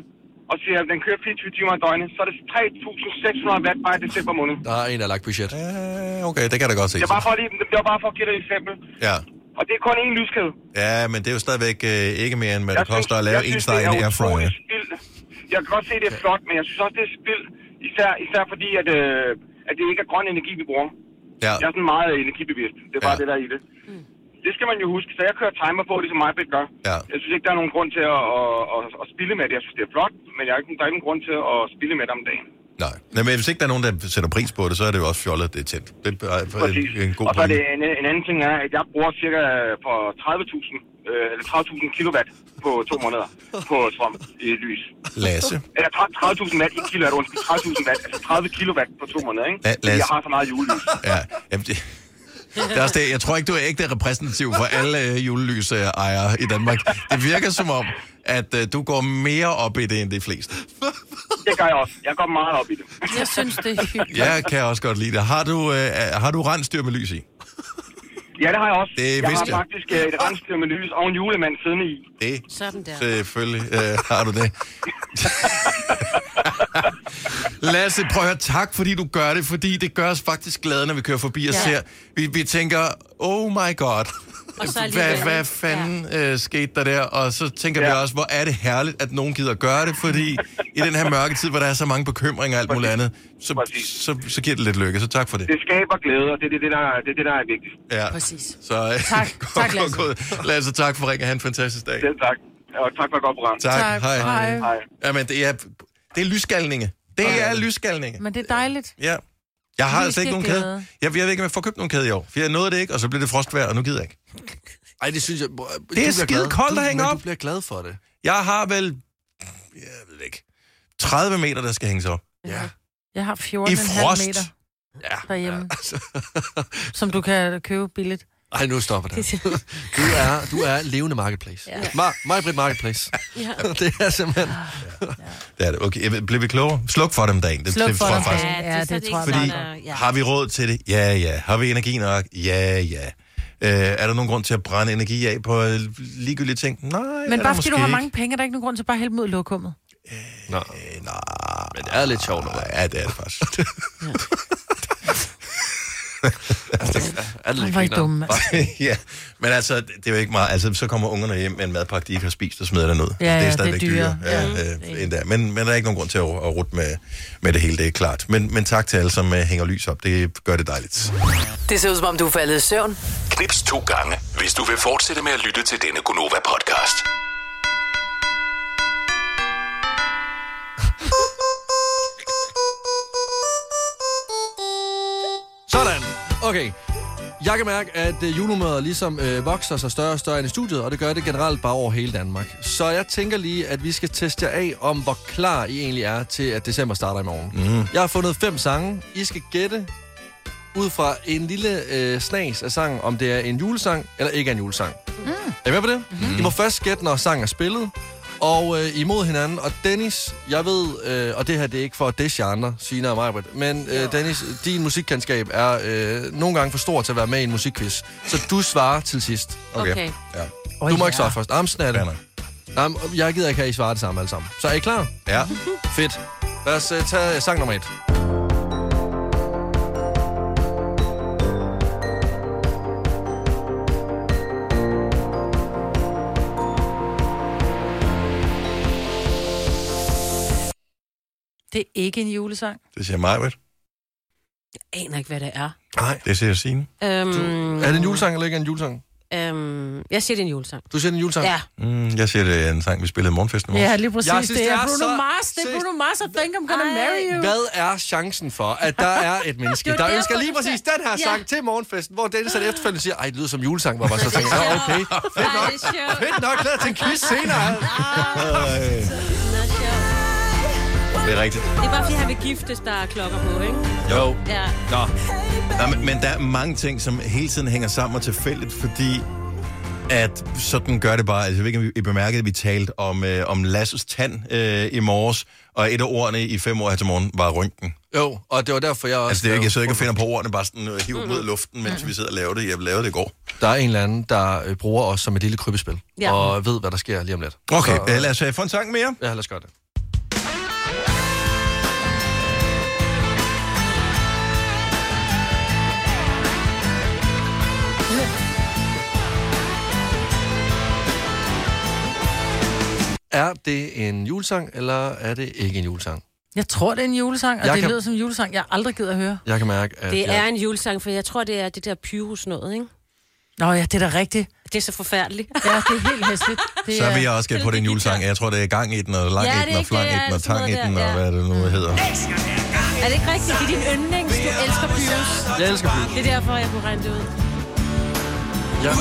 [SPEAKER 16] og siger, at den kører 24 timer i døgnet, så er det 3.600 watt bare i december måned.
[SPEAKER 2] Der er en, der har lagt budget.
[SPEAKER 1] Ja, okay, det kan jeg da godt se.
[SPEAKER 16] Det var bare for, at lige, det var bare for at give dig et eksempel.
[SPEAKER 1] Ja.
[SPEAKER 16] Og det er kun én lyskæde.
[SPEAKER 1] Ja, men det er jo stadigvæk øh, ikke mere, end hvad
[SPEAKER 16] Jeg
[SPEAKER 1] det koster at lave
[SPEAKER 16] jeg
[SPEAKER 1] en
[SPEAKER 16] synes,
[SPEAKER 1] steg
[SPEAKER 16] det
[SPEAKER 1] i
[SPEAKER 16] er
[SPEAKER 1] en airfryer.
[SPEAKER 16] utroligt spild. Jeg kan godt se, det er flot, men jeg synes også, det er spild. Især, især fordi, at, øh, at det ikke er grøn energi, vi bruger.
[SPEAKER 1] Ja.
[SPEAKER 16] Jeg er sådan meget energibevidst. Det er bare ja. det, der er i det. Det skal man jo huske, så jeg kører timer på, ligesom mig gør.
[SPEAKER 1] Ja.
[SPEAKER 16] Jeg synes ikke, der er nogen grund til at, at, at, at spille med det. Jeg synes, det er flot, men jeg er ikke, der er ingen grund til at spille med det om dagen.
[SPEAKER 1] Nej. Nej, men hvis ikke der er nogen, der sætter pris på det, så er det jo også fjollet, at det er tændt. Det er
[SPEAKER 16] Præcis.
[SPEAKER 1] en, en god
[SPEAKER 16] og så er
[SPEAKER 1] pointe.
[SPEAKER 16] det en, en anden ting er, at jeg bruger cirka øh, for 30.000 øh, eller 30.000 kilowatt på to
[SPEAKER 1] [LAUGHS]
[SPEAKER 16] måneder på strøm i lys.
[SPEAKER 1] Lasse.
[SPEAKER 16] Eller 30.000 watt i kilowatt, undskyld. 30.000 watt, altså 30 kilowatt på to måneder, ikke?
[SPEAKER 1] Ja,
[SPEAKER 16] Fordi
[SPEAKER 1] Lasse.
[SPEAKER 16] jeg har så meget julelys.
[SPEAKER 1] Ja, [LAUGHS] jamen, det, det er også det. Jeg tror ikke, du er ægte repræsentativ for alle øh, julelysejere i Danmark. Det virker som om, at øh, du går mere op i det, end de fleste.
[SPEAKER 16] Det gør jeg også. Jeg går meget op i det.
[SPEAKER 4] [LAUGHS] Jeg synes, det er hyggeligt.
[SPEAKER 1] Jeg kan også godt lide det. Har du, øh, har du rensdyr med lys i?
[SPEAKER 16] Ja, det har jeg også.
[SPEAKER 1] Det
[SPEAKER 16] jeg
[SPEAKER 1] vidste
[SPEAKER 16] har
[SPEAKER 1] jeg.
[SPEAKER 16] faktisk øh, et rensdyr med lys og en julemand siddende i.
[SPEAKER 1] Det.
[SPEAKER 3] Sådan der.
[SPEAKER 1] Selvfølgelig øh, har du det. [LAUGHS] Lasse, prøv at høre, tak fordi du gør det, fordi det gør os faktisk glade, når vi kører forbi og
[SPEAKER 3] Ja.
[SPEAKER 1] ser. Vi, vi tænker, oh my god,
[SPEAKER 3] Og
[SPEAKER 1] [LAUGHS]
[SPEAKER 3] så
[SPEAKER 1] hvad,
[SPEAKER 3] alligevel,
[SPEAKER 1] hvad
[SPEAKER 3] ikke?
[SPEAKER 1] fanden ja. øh, skete der der? Og så tænker ja.
[SPEAKER 16] Ja.
[SPEAKER 1] vi også, hvor er det herligt, at nogen gider gøre det, fordi i den her mørke tid, hvor der er så mange bekymringer og alt muligt andet, så, så, så, så giver det lidt lykke, så tak for det.
[SPEAKER 16] Det skaber glæde, og det er det, det, der, det, er det, der er vigtigt.
[SPEAKER 1] Ja.
[SPEAKER 4] Præcis.
[SPEAKER 1] Så, øh,
[SPEAKER 16] Tak.
[SPEAKER 1] [LAUGHS]
[SPEAKER 16] Tak,
[SPEAKER 1] Lasse. Lasse, tak for ringen. Ha' en fantastisk dag.
[SPEAKER 16] Selv tak. Og tak for et godt program.
[SPEAKER 1] Tak.
[SPEAKER 4] Tak.
[SPEAKER 1] Hej.
[SPEAKER 4] Hej.
[SPEAKER 16] Hej.
[SPEAKER 1] Jamen, det er, det er lysgalninge. Det er lysgalninge.
[SPEAKER 4] Men det er dejligt.
[SPEAKER 1] Ja. Jeg har
[SPEAKER 4] Lys,
[SPEAKER 1] altså ikke
[SPEAKER 4] det er
[SPEAKER 1] nogen kæde.
[SPEAKER 4] glæde.
[SPEAKER 1] Jeg, jeg ved ikke, om jeg får købt nogen kæde i år. For jeg nåede det ikke, og så blev det frostvejr, og nu gider jeg ikke.
[SPEAKER 2] Ej, det synes jeg... bro, du
[SPEAKER 1] Det er
[SPEAKER 2] bliver
[SPEAKER 1] skide
[SPEAKER 2] glad.
[SPEAKER 1] koldt
[SPEAKER 2] Du-
[SPEAKER 1] at hænge
[SPEAKER 2] men
[SPEAKER 1] op.
[SPEAKER 2] Du bliver glad for det. [LAUGHS]
[SPEAKER 1] Jeg har vel, jeg ved det ikke, 30 meter, der skal hænges op.
[SPEAKER 2] Ja.
[SPEAKER 4] Jeg har 14,5
[SPEAKER 1] I frost. [LAUGHS]
[SPEAKER 4] meter derhjemme, som du kan købe billigt.
[SPEAKER 2] Ej, nu stopper det. [LAUGHS] Du er, du er levende marketplace. Ja.
[SPEAKER 1] Ja.
[SPEAKER 2] Mar- Majbrit Marketplace.
[SPEAKER 1] Ja.
[SPEAKER 2] [LAUGHS] Det er simpelthen...
[SPEAKER 1] Det er det. Okay, jeg ved- bliver vi klogere? Sluk for dem dagen. Det,
[SPEAKER 4] Sluk
[SPEAKER 1] det
[SPEAKER 4] for
[SPEAKER 1] tror jeg
[SPEAKER 4] dem
[SPEAKER 1] faktisk.
[SPEAKER 4] dagen. Ja, det tror jeg
[SPEAKER 1] Fordi
[SPEAKER 4] nok, øh, ja.
[SPEAKER 1] har vi råd til det? Ja, ja. Har vi energi nok? Ja, ja. Øh, er der nogen grund til at brænde energi af på øh, ligegyldige ting? Nej, er
[SPEAKER 4] Men
[SPEAKER 1] der
[SPEAKER 4] bare fordi du
[SPEAKER 1] måske
[SPEAKER 4] har
[SPEAKER 1] ikke.
[SPEAKER 4] mange penge, er der ikke nogen grund til bare at hælde mod lokummet.
[SPEAKER 2] Nej. Men det er lidt sjovt, eller
[SPEAKER 1] Ja, det er det faktisk.
[SPEAKER 2] [LAUGHS] [LAUGHS]
[SPEAKER 1] [LAUGHS]
[SPEAKER 2] Er det
[SPEAKER 4] lidt Hvor er I grineren? dumme,
[SPEAKER 1] ja, men altså, det det er jo ikke meget. Altså, så kommer ungerne hjem med en madpakke, de ikke har spist, og smider den ud.
[SPEAKER 4] Ja, ja,
[SPEAKER 1] det
[SPEAKER 4] det
[SPEAKER 1] er
[SPEAKER 4] er
[SPEAKER 1] stadigvæk dyrere.
[SPEAKER 4] dyrere.
[SPEAKER 1] Ja, øh, endda. Men, men der er ikke nogen grund til at, at rute med, med det hele, det er klart. Men, men tak til alle, som uh, hænger lys op. Det gør det dejligt.
[SPEAKER 6] Det ser ud som om, du er faldet i søvn.
[SPEAKER 5] Knips to gange, hvis du vil fortsætte med at lytte til denne Gunova-podcast.
[SPEAKER 2] Sådan. Okay. Jeg kan mærke, at øh, julenummeret ligesom øh, vokser sig større og større end i studiet, og det gør det generelt bare over hele Danmark. Så jeg tænker lige, at vi skal teste jer af om, hvor klar I egentlig er til, at december starter i morgen.
[SPEAKER 1] Mm.
[SPEAKER 2] Jeg har fundet fem sange. I skal gætte ud fra en lille øh, snas af sangen, om det er en julesang eller ikke er en julesang. Mm. Er I med på det?
[SPEAKER 1] Mhm.
[SPEAKER 2] Mm. I må først gætte, når sangen er spillet, og øh, imod hinanden. Og Dennis, jeg ved, øh, og det her det er ikke for at disse jer andre, Sina og Majbrit, men øh, Dennis, din musikkendskab er øh, nogle gange for stor til at være med i en musikquiz. Så du svarer til sidst.
[SPEAKER 1] Okay. Okay. Ja.
[SPEAKER 2] Du må ikke
[SPEAKER 1] ja.
[SPEAKER 2] svare først. Amsen er det. Nej, men jeg gider ikke, at I svarer det samme alle sammen. Så er I klar?
[SPEAKER 1] Ja.
[SPEAKER 2] Fedt. Lad os uh, tage øh, sang nummer et.
[SPEAKER 4] Det er ikke en julesang.
[SPEAKER 1] Det siger mig, vel?
[SPEAKER 3] Jeg aner ikke, hvad det er.
[SPEAKER 2] Nej.
[SPEAKER 1] Det siger Signe.
[SPEAKER 3] Øhm,
[SPEAKER 2] Er det en julesang eller ikke en julesang?
[SPEAKER 3] Øhm, jeg siger, det er en julesang.
[SPEAKER 2] Du siger, det er en julesang?
[SPEAKER 3] Ja.
[SPEAKER 1] Mm, jeg siger, det er en sang, vi spillede i morgenfesten. i morges.
[SPEAKER 4] Ja, lige præcis.
[SPEAKER 2] Jeg synes,
[SPEAKER 4] det er
[SPEAKER 2] det er
[SPEAKER 4] Bruno
[SPEAKER 2] så-
[SPEAKER 4] Mars. Det er Bruno Mars, og Think I'm Gonna Marry You.
[SPEAKER 2] Hvad er chancen for, at der er et menneske,
[SPEAKER 4] [LAUGHS] Det var
[SPEAKER 2] der
[SPEAKER 4] derfor,
[SPEAKER 2] ønsker lige
[SPEAKER 4] du
[SPEAKER 2] præcis
[SPEAKER 4] sagde-
[SPEAKER 2] den her
[SPEAKER 4] Ja.
[SPEAKER 2] sang til morgenfesten, hvor Dennis han efterfølgende siger, ej, det lyder som julesang, hvor man så
[SPEAKER 4] [LAUGHS]
[SPEAKER 2] tænker, "Nå, okay, fedt nok, fedt nok, lad os til en quiz
[SPEAKER 4] [LAUGHS]
[SPEAKER 2] senere.
[SPEAKER 1] Det er rigtigt.
[SPEAKER 3] Det er bare, fordi han vil giftes, der er klokker på, ikke?
[SPEAKER 1] Jo.
[SPEAKER 3] Ja.
[SPEAKER 1] Nå. Nå men, men der er mange ting, som hele tiden hænger sammen og tilfældigt, fordi at sådan gør det bare. Altså, jeg ved ikke, om I bemærkede, at vi talte om, øh, om Lasses tand øh, i morges, og et af ordene i fem år her til morgen var rynken.
[SPEAKER 2] Jo, og det var derfor, jeg også...
[SPEAKER 1] Altså, det er ikke, jeg sidder ikke og finder på ordene, bare sådan øh, hiver dem ud af luften, mens vi sidder og laver det. Jeg lavede det i går.
[SPEAKER 2] Der er en eller anden, der øh, bruger os som et lille krybespil,
[SPEAKER 1] Ja.
[SPEAKER 2] og ved, hvad der sker lige om lidt.
[SPEAKER 1] Okay,
[SPEAKER 2] Så,
[SPEAKER 1] øh, lad os øh, få en sang mere.
[SPEAKER 2] Ja, lad os gøre det. Er det en julesang, eller er det ikke en julesang?
[SPEAKER 4] Jeg tror, det er en julesang, og
[SPEAKER 2] Jeg
[SPEAKER 4] det
[SPEAKER 2] kan-
[SPEAKER 4] lyder som en julesang, jeg aldrig gider at høre.
[SPEAKER 2] Jeg kan mærke, at...
[SPEAKER 3] Det
[SPEAKER 2] jeg...
[SPEAKER 3] er en julesang, for jeg tror, det er det der pyrus noget, ikke?
[SPEAKER 4] Nå ja, det er da rigtigt.
[SPEAKER 3] Det er så forfærdeligt.
[SPEAKER 4] Ja, det er helt hæsligt. Det
[SPEAKER 1] Så vil jeg også gætte på, det er en julesang. Jeg tror, det er gang i den, og lang
[SPEAKER 3] Ja, det
[SPEAKER 1] i
[SPEAKER 3] er
[SPEAKER 1] den, og
[SPEAKER 3] ikke
[SPEAKER 1] flang
[SPEAKER 3] det,
[SPEAKER 1] i
[SPEAKER 3] ja,
[SPEAKER 1] den, og
[SPEAKER 3] sådan
[SPEAKER 1] tang i
[SPEAKER 3] noget
[SPEAKER 1] den,
[SPEAKER 3] der,
[SPEAKER 1] og
[SPEAKER 3] ja.
[SPEAKER 1] hvad det nu hedder.
[SPEAKER 3] Er det ikke rigtigt? Det er din yndlings. Du elsker pyrus.
[SPEAKER 2] Jeg elsker pyrus.
[SPEAKER 3] Det er derfor, jeg kunne regne det
[SPEAKER 2] [LAUGHS]
[SPEAKER 3] ud.
[SPEAKER 2] Ja.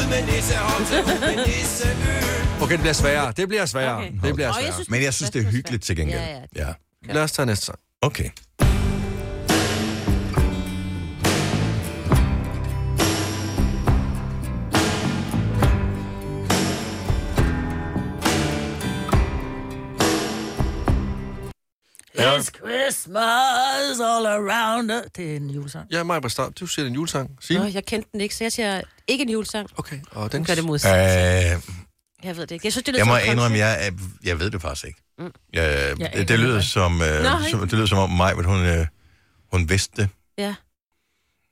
[SPEAKER 2] Okay, det bliver sværere. Det bliver sværere. Okay. Det bliver
[SPEAKER 3] Åh, jeg
[SPEAKER 2] sværere.
[SPEAKER 3] synes,
[SPEAKER 1] Men jeg synes, det er hyggeligt til gengæld.
[SPEAKER 3] Ja,
[SPEAKER 1] ja. ja.
[SPEAKER 2] Lad os tage næste sang.
[SPEAKER 1] Okay.
[SPEAKER 4] It's Christmas all around us. Det er en julesang.
[SPEAKER 2] Ja, Maja Bastard, du siger det er en julesang. Sig.
[SPEAKER 3] Nå, jeg kendte den ikke, så jeg siger ikke en julesang.
[SPEAKER 2] Okay. Og den
[SPEAKER 3] gør det
[SPEAKER 1] Øh,
[SPEAKER 3] modsat. Jeg ved det ikke. Jeg synes, det lyder
[SPEAKER 1] jeg må
[SPEAKER 3] som en
[SPEAKER 1] indrømme,
[SPEAKER 3] country.
[SPEAKER 1] jeg, er- jeg ved det faktisk ikke.
[SPEAKER 3] Mm.
[SPEAKER 1] Ja,
[SPEAKER 3] Jeg
[SPEAKER 1] det,
[SPEAKER 3] aner
[SPEAKER 1] det, lyder
[SPEAKER 3] det
[SPEAKER 1] som, øh,
[SPEAKER 3] Nå,
[SPEAKER 1] som,
[SPEAKER 3] ikke.
[SPEAKER 1] det lyder som om mig, at hun, øh, hun vidste det.
[SPEAKER 2] Mm.
[SPEAKER 3] Ja.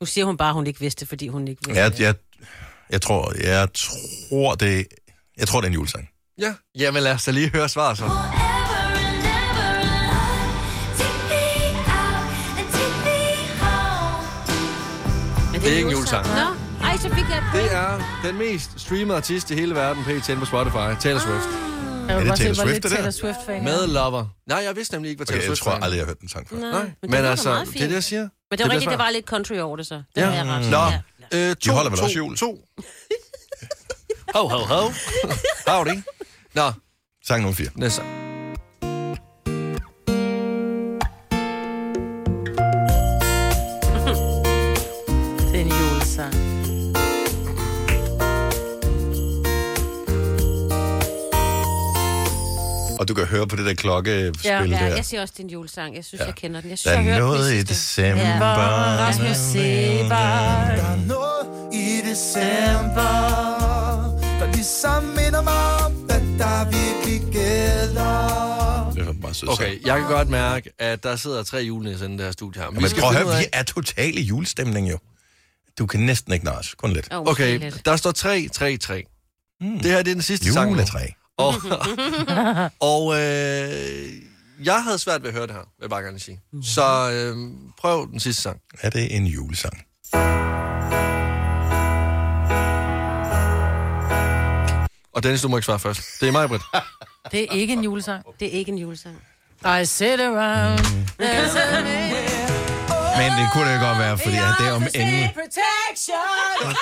[SPEAKER 3] Nu siger hun bare, at hun ikke vidste, fordi hun ikke vidste.
[SPEAKER 1] Jeg, jeg, jeg, tror, jeg, tror det, jeg tror, det er en julesang.
[SPEAKER 2] Ja. Jamen lad os da lige høre svaret så.
[SPEAKER 3] Men
[SPEAKER 2] Det er ikke en julesang.
[SPEAKER 3] Nå, ej, så fik jeg et
[SPEAKER 2] Det
[SPEAKER 3] point.
[SPEAKER 2] er den mest streamede artist i hele verden, pt. på Spotify, Taylor Swift.
[SPEAKER 1] Er
[SPEAKER 4] Jeg vil
[SPEAKER 1] det
[SPEAKER 4] bare se,
[SPEAKER 1] Taylor
[SPEAKER 4] hvor
[SPEAKER 1] Swift,
[SPEAKER 4] lidt
[SPEAKER 1] det der?
[SPEAKER 4] Taylor Swift-fan jeg er.
[SPEAKER 2] Med Lover. Nej, jeg vidste nemlig ikke, hvad Taylor
[SPEAKER 1] Okay, jeg
[SPEAKER 2] Swift
[SPEAKER 1] tror
[SPEAKER 2] var.
[SPEAKER 1] aldrig, jeg har hørt den sang før.
[SPEAKER 3] Nej,
[SPEAKER 2] Nej,
[SPEAKER 3] men,
[SPEAKER 2] men
[SPEAKER 3] det var
[SPEAKER 2] altså,
[SPEAKER 3] altså, meget
[SPEAKER 2] det
[SPEAKER 3] fint.
[SPEAKER 2] er det, jeg siger.
[SPEAKER 3] Men
[SPEAKER 2] Det
[SPEAKER 3] det
[SPEAKER 2] er
[SPEAKER 3] var
[SPEAKER 2] det,
[SPEAKER 3] rigtigt,
[SPEAKER 2] jeg
[SPEAKER 3] det var lidt country over det, så. Det
[SPEAKER 2] Ja.
[SPEAKER 3] har jeg ret.
[SPEAKER 2] Nå,
[SPEAKER 3] Ja.
[SPEAKER 2] øh, to,
[SPEAKER 1] holder vel
[SPEAKER 2] to,
[SPEAKER 1] også jul?
[SPEAKER 2] To.
[SPEAKER 1] [LAUGHS]
[SPEAKER 2] Ho, ho, [LAUGHS] ho. Har du det? Nå,
[SPEAKER 1] Sang nummer 4.
[SPEAKER 2] næste.
[SPEAKER 4] Det er en julesang.
[SPEAKER 1] Og du kan høre på det der klokkespil
[SPEAKER 3] Ja,
[SPEAKER 1] der.
[SPEAKER 3] ja, jeg siger også, det er en julesang. Jeg synes, ja. jeg kender den. Jeg synes,
[SPEAKER 1] Der
[SPEAKER 3] jeg
[SPEAKER 1] er
[SPEAKER 3] hørte den
[SPEAKER 1] noget i
[SPEAKER 3] sidste.
[SPEAKER 1] december.
[SPEAKER 3] Ja. Rasmus Sebak.
[SPEAKER 17] Der er noget i december, der ligesom minder mig om, hvad der virkelig gælder.
[SPEAKER 2] Okay, jeg kan godt mærke, at der sidder tre julenæsser i det her studie her.
[SPEAKER 1] Ja, men prøv at
[SPEAKER 2] finde ud
[SPEAKER 1] høre,
[SPEAKER 2] af-
[SPEAKER 1] vi er totale julestemning jo. Du kan næsten ikke narres, kun lidt. Mm.
[SPEAKER 3] Jo, måske
[SPEAKER 2] Okay,
[SPEAKER 3] lidt.
[SPEAKER 2] der står 3, 3, 3. Det her det er den sidste sang.
[SPEAKER 1] Juletræ.
[SPEAKER 3] [LAUGHS]
[SPEAKER 2] Og, og øh, jeg havde svært ved at høre det her, vil jeg bare gerne sige. Så øh, prøv den sidste sang.
[SPEAKER 1] Er det en julesang?
[SPEAKER 2] Og Dennis, du må ikke svare først. Det er mig, Britt.
[SPEAKER 4] [LAUGHS] Det er ikke en julesang.
[SPEAKER 3] Det er ikke en julesang.
[SPEAKER 4] I sit around. there's a man-
[SPEAKER 1] Men det kunne det godt være, fordi at det er om engle.
[SPEAKER 4] Protection. Love,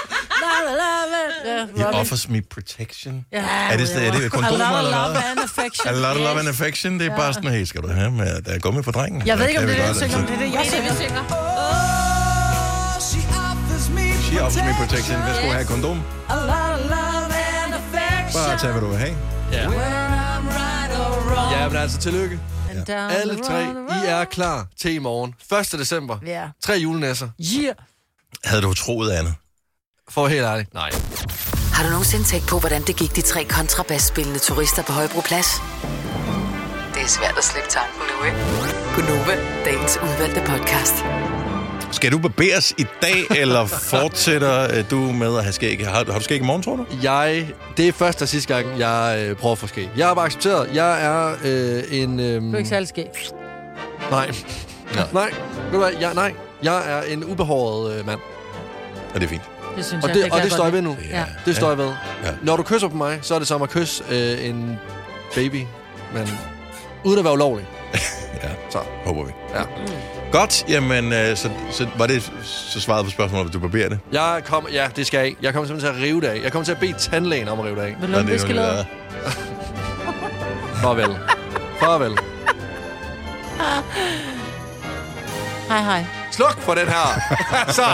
[SPEAKER 4] love,
[SPEAKER 1] I
[SPEAKER 4] love. Robin.
[SPEAKER 1] offers me protection.
[SPEAKER 4] Ja.
[SPEAKER 1] er det, er det kondomer
[SPEAKER 4] A lot of
[SPEAKER 1] eller
[SPEAKER 4] love
[SPEAKER 1] hvad?
[SPEAKER 4] and affection.
[SPEAKER 1] A lot of love and
[SPEAKER 4] Yes.
[SPEAKER 1] affection, det er
[SPEAKER 4] Ja.
[SPEAKER 1] bare sådan, hey, skal du have med, der er gummi for drengen?
[SPEAKER 4] Jeg ved ikke, om
[SPEAKER 1] kan
[SPEAKER 4] det
[SPEAKER 1] vi
[SPEAKER 4] er det,
[SPEAKER 1] godt,
[SPEAKER 4] du synger, om
[SPEAKER 1] altså.
[SPEAKER 4] det er det, jeg synger.
[SPEAKER 17] Oh,
[SPEAKER 1] She offers me protection. Hvad skulle have et kondom?
[SPEAKER 4] A lot of love and affection.
[SPEAKER 1] Bare tag, hvad du vil have.
[SPEAKER 2] Ja.
[SPEAKER 4] When I'm right or wrong.
[SPEAKER 2] Ja, men altså, tillykke.
[SPEAKER 4] And down the
[SPEAKER 2] Alle tre,
[SPEAKER 4] road.
[SPEAKER 2] I er klar til i morgen. 1. december.
[SPEAKER 4] Ja.
[SPEAKER 2] Tre julenæsser.
[SPEAKER 4] Yeah.
[SPEAKER 1] Havde du troet andet?
[SPEAKER 2] For helt ærligt, nej.
[SPEAKER 6] Har du nogensinde tænkt på, hvordan det gik de tre kontrabasspillende turister på Højbroplads? Det er svært at slippe tanken nu, ikke? Gunova, dagens udvalgte podcast.
[SPEAKER 1] Skal du barberes i dag, eller fortsætter øh, du med at have skæg? Har, har du skæg i morgen, tror du?
[SPEAKER 2] Jeg, det er første og sidste gang, jeg øh, prøver at få skæg. Jeg har bare accepteret, jeg er øh, en... Øh,
[SPEAKER 4] Du er ikke særlig skæg.
[SPEAKER 2] Nej. Nej. nej. Ved du hvad? Jeg, nej. Jeg er en ubehåret øh, mand.
[SPEAKER 1] Og det er fint.
[SPEAKER 4] Det synes
[SPEAKER 2] og
[SPEAKER 4] jeg,
[SPEAKER 2] det,
[SPEAKER 4] det kan
[SPEAKER 2] og
[SPEAKER 4] jeg
[SPEAKER 2] det
[SPEAKER 4] godt
[SPEAKER 2] står jeg ved
[SPEAKER 4] lide.
[SPEAKER 2] nu.
[SPEAKER 4] Ja.
[SPEAKER 2] Det står jeg ved.
[SPEAKER 1] Ja.
[SPEAKER 2] Når du kysser på mig, så er det som at kysse øh, en baby, men uden at være ulovlig.
[SPEAKER 1] ja.
[SPEAKER 2] Så
[SPEAKER 1] håber vi.
[SPEAKER 2] Ja.
[SPEAKER 1] Godt, jamen, øh, så, så var det så svaret på spørgsmålet, at du barberer det?
[SPEAKER 2] Jeg kom, ja, det skal jeg. ikke. Jeg kommer simpelthen til at rive det af. Jeg kommer til at bede tandlægen om at rive det af.
[SPEAKER 1] Vil du have en Nå, det er jo viskelæder? det,
[SPEAKER 2] Farvel. Farvel.
[SPEAKER 4] Hej, hej.
[SPEAKER 1] [LAUGHS]
[SPEAKER 2] Sluk for den her. så.